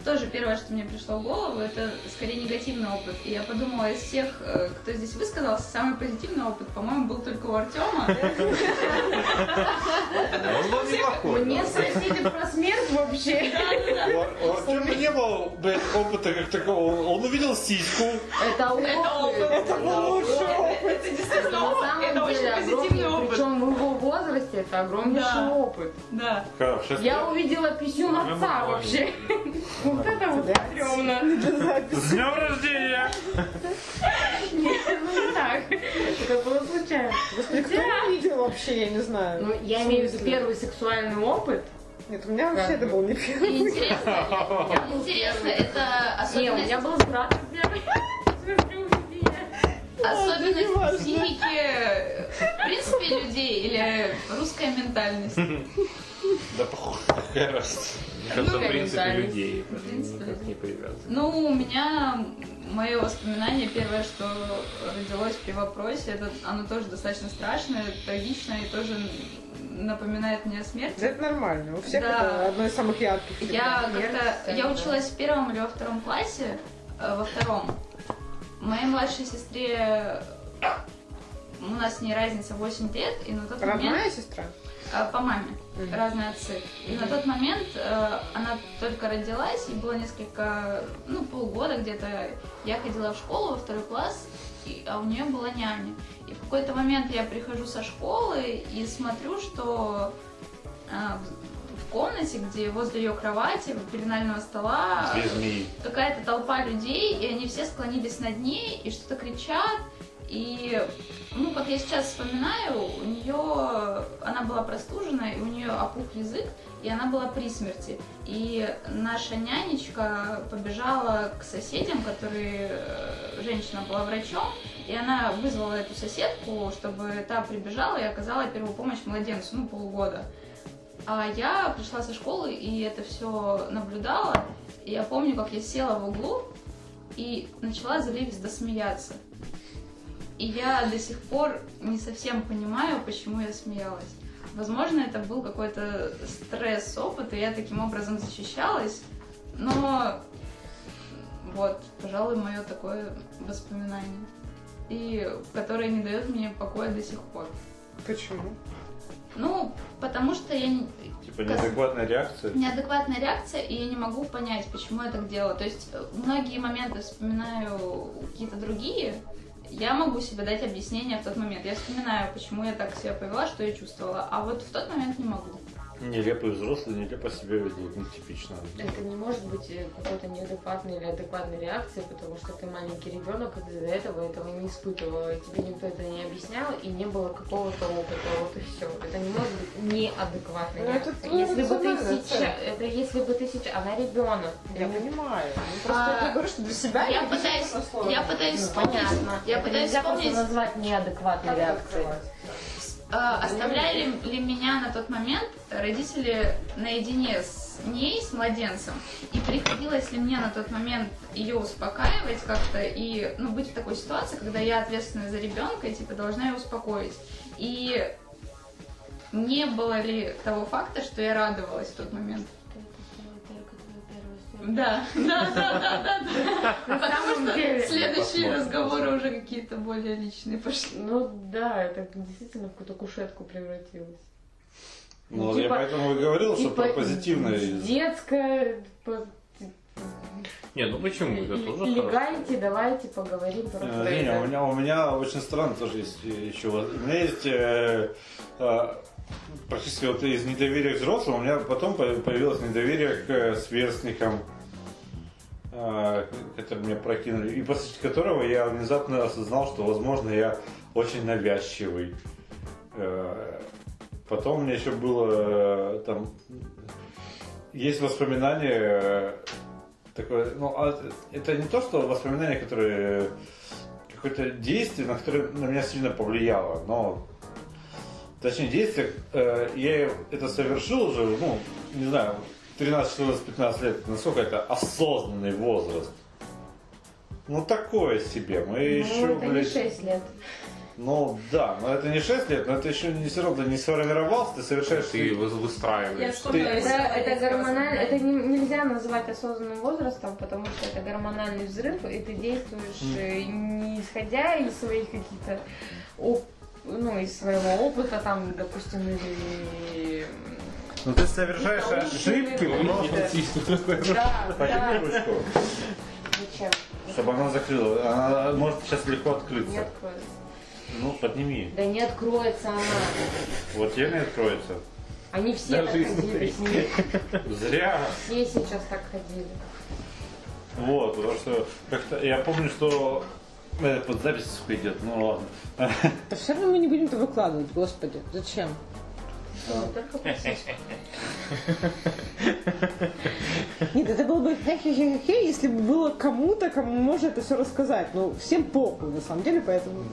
S3: тоже первое, что мне пришло в голову, это скорее негативный опыт. И я подумала, из всех, э, кто здесь высказался, самый позитивный опыт, по-моему, был только у Артема.
S2: Он был неплохой.
S12: Мне спросили про смерть вообще.
S2: У Артема не было блядь, опыта как такого. Он увидел сиську.
S4: Это опыт. Это
S3: Это действительно
S4: На
S3: опыт, это
S4: самом деле
S3: очень позитивный
S4: огромный,
S3: опыт.
S4: причем в его возрасте это огромнейший
S3: Да.
S4: опыт.
S3: Да.
S2: Сейчас
S4: Я увидела писюн отца вообще.
S5: Ну,
S4: Вот это вот стрёмно.
S13: С днем рождения!
S4: Ну не так. Это было случайно.
S5: Господи, кто его видел вообще, я не знаю.
S4: Ну, я
S5: В
S4: имею в виду
S5: смысле?
S4: первый сексуальный опыт.
S5: Нет, у меня вообще это был не первый.
S3: И Интересно, интересно, это
S4: Не, у меня
S3: особенность,
S4: был брат, например. Смотрю, где.
S3: особенность психики, э, в принципе, людей или русская ментальность?
S2: Да похуй, какая разница.
S1: Мне кажется,
S4: Ну,
S1: в принципе,
S4: элементарно.
S1: людей
S3: В принципе,
S1: никак не привязан.
S3: Ну, у меня мое воспоминание первое, что родилось при вопросе, это оно тоже достаточно страшное, трагичное и тоже напоминает мне о смерти.
S5: Это нормально. У всех
S3: Да.
S5: это одно из самых ярких.
S3: Я как-то,
S4: Верно,
S3: я
S4: да.
S3: училась в первом или во втором классе, э, во втором. Моей младшей сестре у нас с ней разница 8 лет, и на тот момент
S5: Родная сестра?
S3: э, по маме
S5: Мгм.
S3: разные отцы. И на тот момент э, она только родилась, и было несколько, ну, полгода где-то. Я ходила в школу во второй класс, и- а у нее была няня. И в какой-то момент я прихожу со школы и смотрю, что э, в комнате, где возле ее кровати, у пеленального стола,
S2: Две змеи.
S3: какая-то толпа людей, и они все склонились над ней и что-то кричат. И, ну, как я сейчас вспоминаю, у нее, она была простужена, и у нее опух язык, и она была при смерти. И наша нянечка побежала к соседям, которые, э, женщина была врачом, и она вызвала эту соседку, чтобы та прибежала и оказала первую помощь младенцу, ну, полгода. А я пришла со школы и это все наблюдала. И я помню, как я села в углу и начала заливисто смеяться. И я до сих пор не совсем понимаю, почему я смеялась. Возможно, это был какой-то стресс, опыт, и я таким образом защищалась. Но вот, пожалуй, мое такое воспоминание. И которое не дает мне покоя до сих пор.
S5: Почему?
S3: Ну, потому что я не-
S2: Типа неадекватная реакция.
S3: неадекватная реакция, и я не могу понять, почему я так делала. То есть э, многие моменты вспоминаю какие-то другие, я могу себе дать объяснение в тот момент. Я вспоминаю, почему я так себя повела, что я чувствовала, а вот в тот момент не могу.
S2: Нелепые взрослые нелепо себя ведут, ну типично.
S4: Это не может быть э, какой-то неадекватной или адекватной реакции, потому что ты маленький ребенок, и ты до этого этого не испытывала, и тебе никто это не объяснял, и не было какого-то опыта, вот и все. Это не может быть неадекватной
S5: Ну, это
S4: реакцией.
S5: твоя
S4: если бы ты
S5: рациональная
S4: сейчас, это если бы ты сейчас, она ребенок.
S5: Я понимаю. Ну, Просто
S3: А,
S5: я говорю, что для себя
S3: я
S5: не вижу
S3: пытаюсь-
S5: этого слова.
S3: я пытаюсь
S5: Ну,
S3: вспомнить.
S4: Понятно.
S3: Я
S4: Это
S3: пытаюсь
S4: нельзя просто
S3: вспомнить.
S4: назвать неадекватной
S5: как это
S4: реакцией.
S5: открывать?
S3: А, оставляли ли меня на тот момент родители наедине с ней, с младенцем, и приходилось ли мне на тот момент ее успокаивать как-то и ну, быть в такой ситуации, когда я ответственна за ребенка и типа должна ее успокоить. И не было ли того факта, что я радовалась в тот момент? Да, да, да, да, да, да. Потому что следующие разговоры уже какие-то более личные пошли.
S4: Ну да, это действительно в какую-то кушетку превратилось.
S2: Ну,
S4: Типа-
S2: я поэтому и говорил, что Ну, про
S4: Типа
S2: позитивное.
S4: Детское... по-
S1: Нет, ну почему? Это тоже хорошо.
S4: Легайте, давайте поговорим про
S2: Э, не,
S4: это.
S2: у меня, у меня очень странно тоже есть э, еще. вот- У меня есть э, э, практически вот из недоверия к взрослым, у меня потом по- появилось недоверие к э, сверстникам, э, которые меня прокинули, и после которого я внезапно осознал, что, возможно, я очень навязчивый. Э, Потом у меня еще было э, там есть воспоминание э, такое, ну а это не то, что воспоминания, которые э, какое-то действие, на которое на меня сильно повлияло, но точнее действие, э, я это совершил уже, ну, не знаю, 13, 14, 15 лет, насколько это осознанный возраст. Ну такое себе. Мы
S4: Ну,
S2: еще,
S4: это не
S2: блядь,
S4: 6 лет.
S2: Ну да, но это не 6 лет, но это еще не все равно не сформировался, ты совершаешь...
S1: Ты вы- выстраиваешь.
S2: ты-
S4: Это, это гормональный, это не- нельзя называть осознанным возрастом, потому что это гормональный взрыв, и ты действуешь э, не исходя из своих каких-то, оп- ну, из своего опыта, там, допустим, или... м,
S2: Ну ты совершаешь ошибки, но...
S4: Да,
S2: Подними
S4: да,
S2: ручку,
S4: зачем?
S2: чтобы она закрыла. Она может сейчас легко
S4: Не
S2: открыться.
S4: откроется.
S2: Ну, подними.
S4: Да не откроется она.
S2: Вот я не откроется.
S4: Они все так ходили с ней.
S2: Зря.
S4: Все сейчас так ходили.
S2: Вот, потому что как-то я помню, что э, под запись сука, идет, ну ладно.
S5: Да все равно мы не будем это выкладывать, господи. Зачем?
S4: Ну, Только пососку.
S5: Нет, это было бы хе-хе-хе-хе, если бы было кому-то, кому можно это все рассказать. Но всем похуй, на самом деле, поэтому...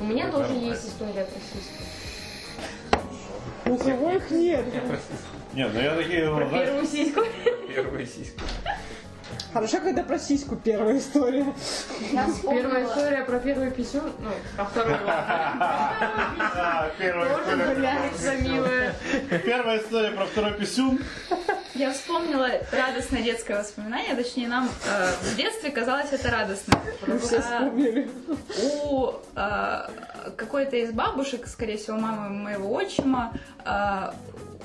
S4: У меня тоже есть история про сиськи.
S5: У кого Ну, их нет?
S2: Нет, ну я такие, ну, знаешь,
S4: Первую сиську.
S1: Первая сиська.
S5: Хорошо, когда про сиську первая история.
S14: Я
S4: Первая
S14: вспомнила.
S4: история про первую писю, ну, про вторую.
S2: а, первая
S4: Тоже,
S2: история.
S4: блядь, милая.
S2: Первая история про второй писюн.
S3: Я вспомнила радостное детское воспоминание, точнее нам э, в детстве казалось это радостным.
S9: Ну,
S5: Мы все
S3: А,
S5: вспомнили.
S3: у э, какой-то из бабушек, скорее всего, мамы моего отчима, э,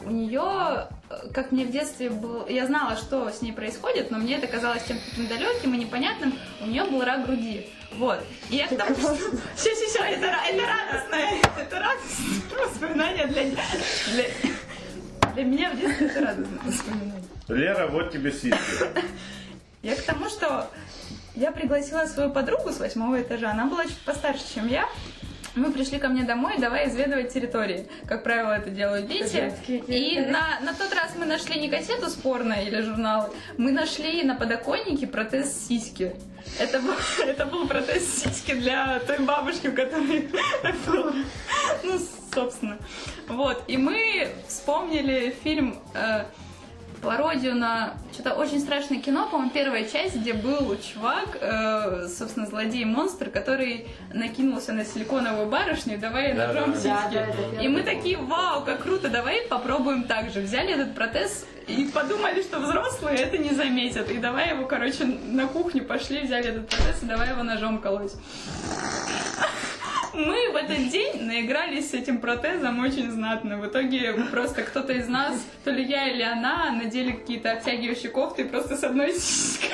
S3: у нее, э, как мне в детстве был, я знала, что с ней происходит, но мне это казалось чем-то таким далеким и непонятным, у нее был рак груди. Вот. И я к тому, что... Все, все, все, это, ра- это радостное, это радостное воспоминание для, для, для меня в детстве это радостное воспоминание.
S2: Лера, вот тебе сиськи.
S3: Я к тому, что я пригласила свою подругу с восьмого этажа. Она была чуть постарше, чем я. Мы пришли ко мне домой, давай изведывать территории. Как правило, это делают дети. И на, на тот раз мы нашли не кассету спорно или журнал, мы нашли на подоконнике протез сиськи. Это был, это был протез сиськи для той бабушки, у которой был. Ну, собственно. Вот. И мы вспомнили фильм э, пародию на что-то очень страшное кино, по-моему, первая часть, где был чувак, э, собственно, злодей-монстр, который накинулся на силиконовую барышню, давай
S1: Да,
S3: ножом
S1: да,
S3: сиськи.
S4: Да, да, это
S3: И мы такие, вау, как круто, давай попробуем так же. Взяли этот протез и подумали, что взрослые это не заметят. И давай его, короче, на кухню пошли, взяли этот протез и давай его ножом колоть. Мы в этот день наигрались с этим протезом очень знатно. В итоге просто кто-то из нас, то ли я или она, надели какие-то обтягивающие кофты и просто с одной сиськой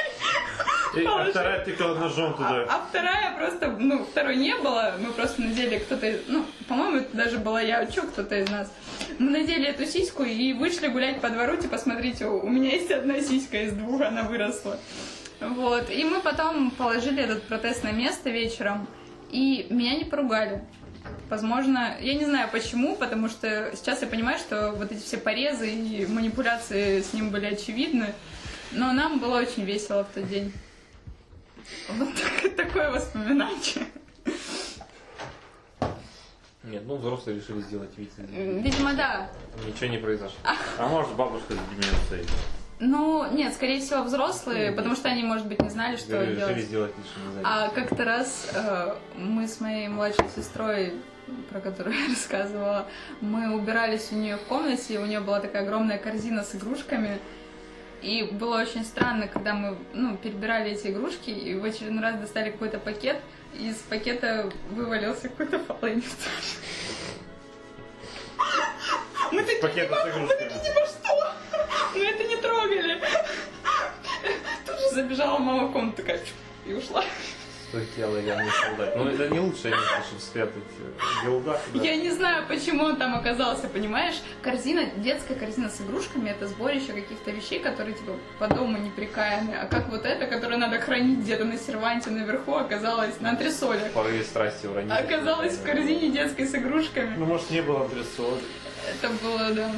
S2: И, а
S3: положили.
S2: вторая тыкала ножом туда.
S3: А, а вторая просто, ну, второй не было, мы просто надели кто-то, из- ну, по-моему, это даже была я, а чё кто-то из нас. Мы надели эту сиську и вышли гулять по двору, типа, смотрите, у у меня есть одна сиська из двух, она выросла. Вот, и мы потом положили этот протест на место вечером, и меня не поругали. Возможно, я не знаю почему, потому что сейчас я понимаю, что вот эти все порезы и манипуляции с ним были очевидны, но нам было очень весело в тот день. Вот так- такое воспоминание.
S1: Нет, ну взрослые решили сделать вид.
S3: Видимо, да.
S1: Ничего не произошло.
S2: А может бабушка с деменцией.
S3: Ну, нет, скорее всего, взрослые, потому что они, может быть, не знали, что
S4: А,
S1: Решили
S3: делать.
S1: сделать лишь не знаю.
S3: А как-то раз э, мы с моей младшей сестрой, про которую я рассказывала, мы убирались у нее в комнате, и у нее была такая огромная корзина с игрушками. И было очень странно, когда мы ну, перебирали эти игрушки, и в очередной раз достали какой-то пакет, и из пакета вывалился какой-то полынец. Мы такие,
S2: Пакеты с игрушками.
S3: типа что? Мы это не трогали. Тут же забежала мама в комнату такая «Чук», и ушла.
S1: Что тело я не солдат. Ну это не лучшее место, чтобы спрятать э, гелгах. да.
S3: Я не знаю, почему он там оказался, понимаешь? Корзина, детская корзина с игрушками, это сборище каких-то вещей, которые, типа, по дому неприкаянные. А как вот это, которое надо хранить где-то на серванте наверху, оказалось на антресолях.
S1: В порыве страсти уронить.
S3: А Оказалось в корзине детской с игрушками.
S2: Ну может не было антресоли.
S3: Это было, да.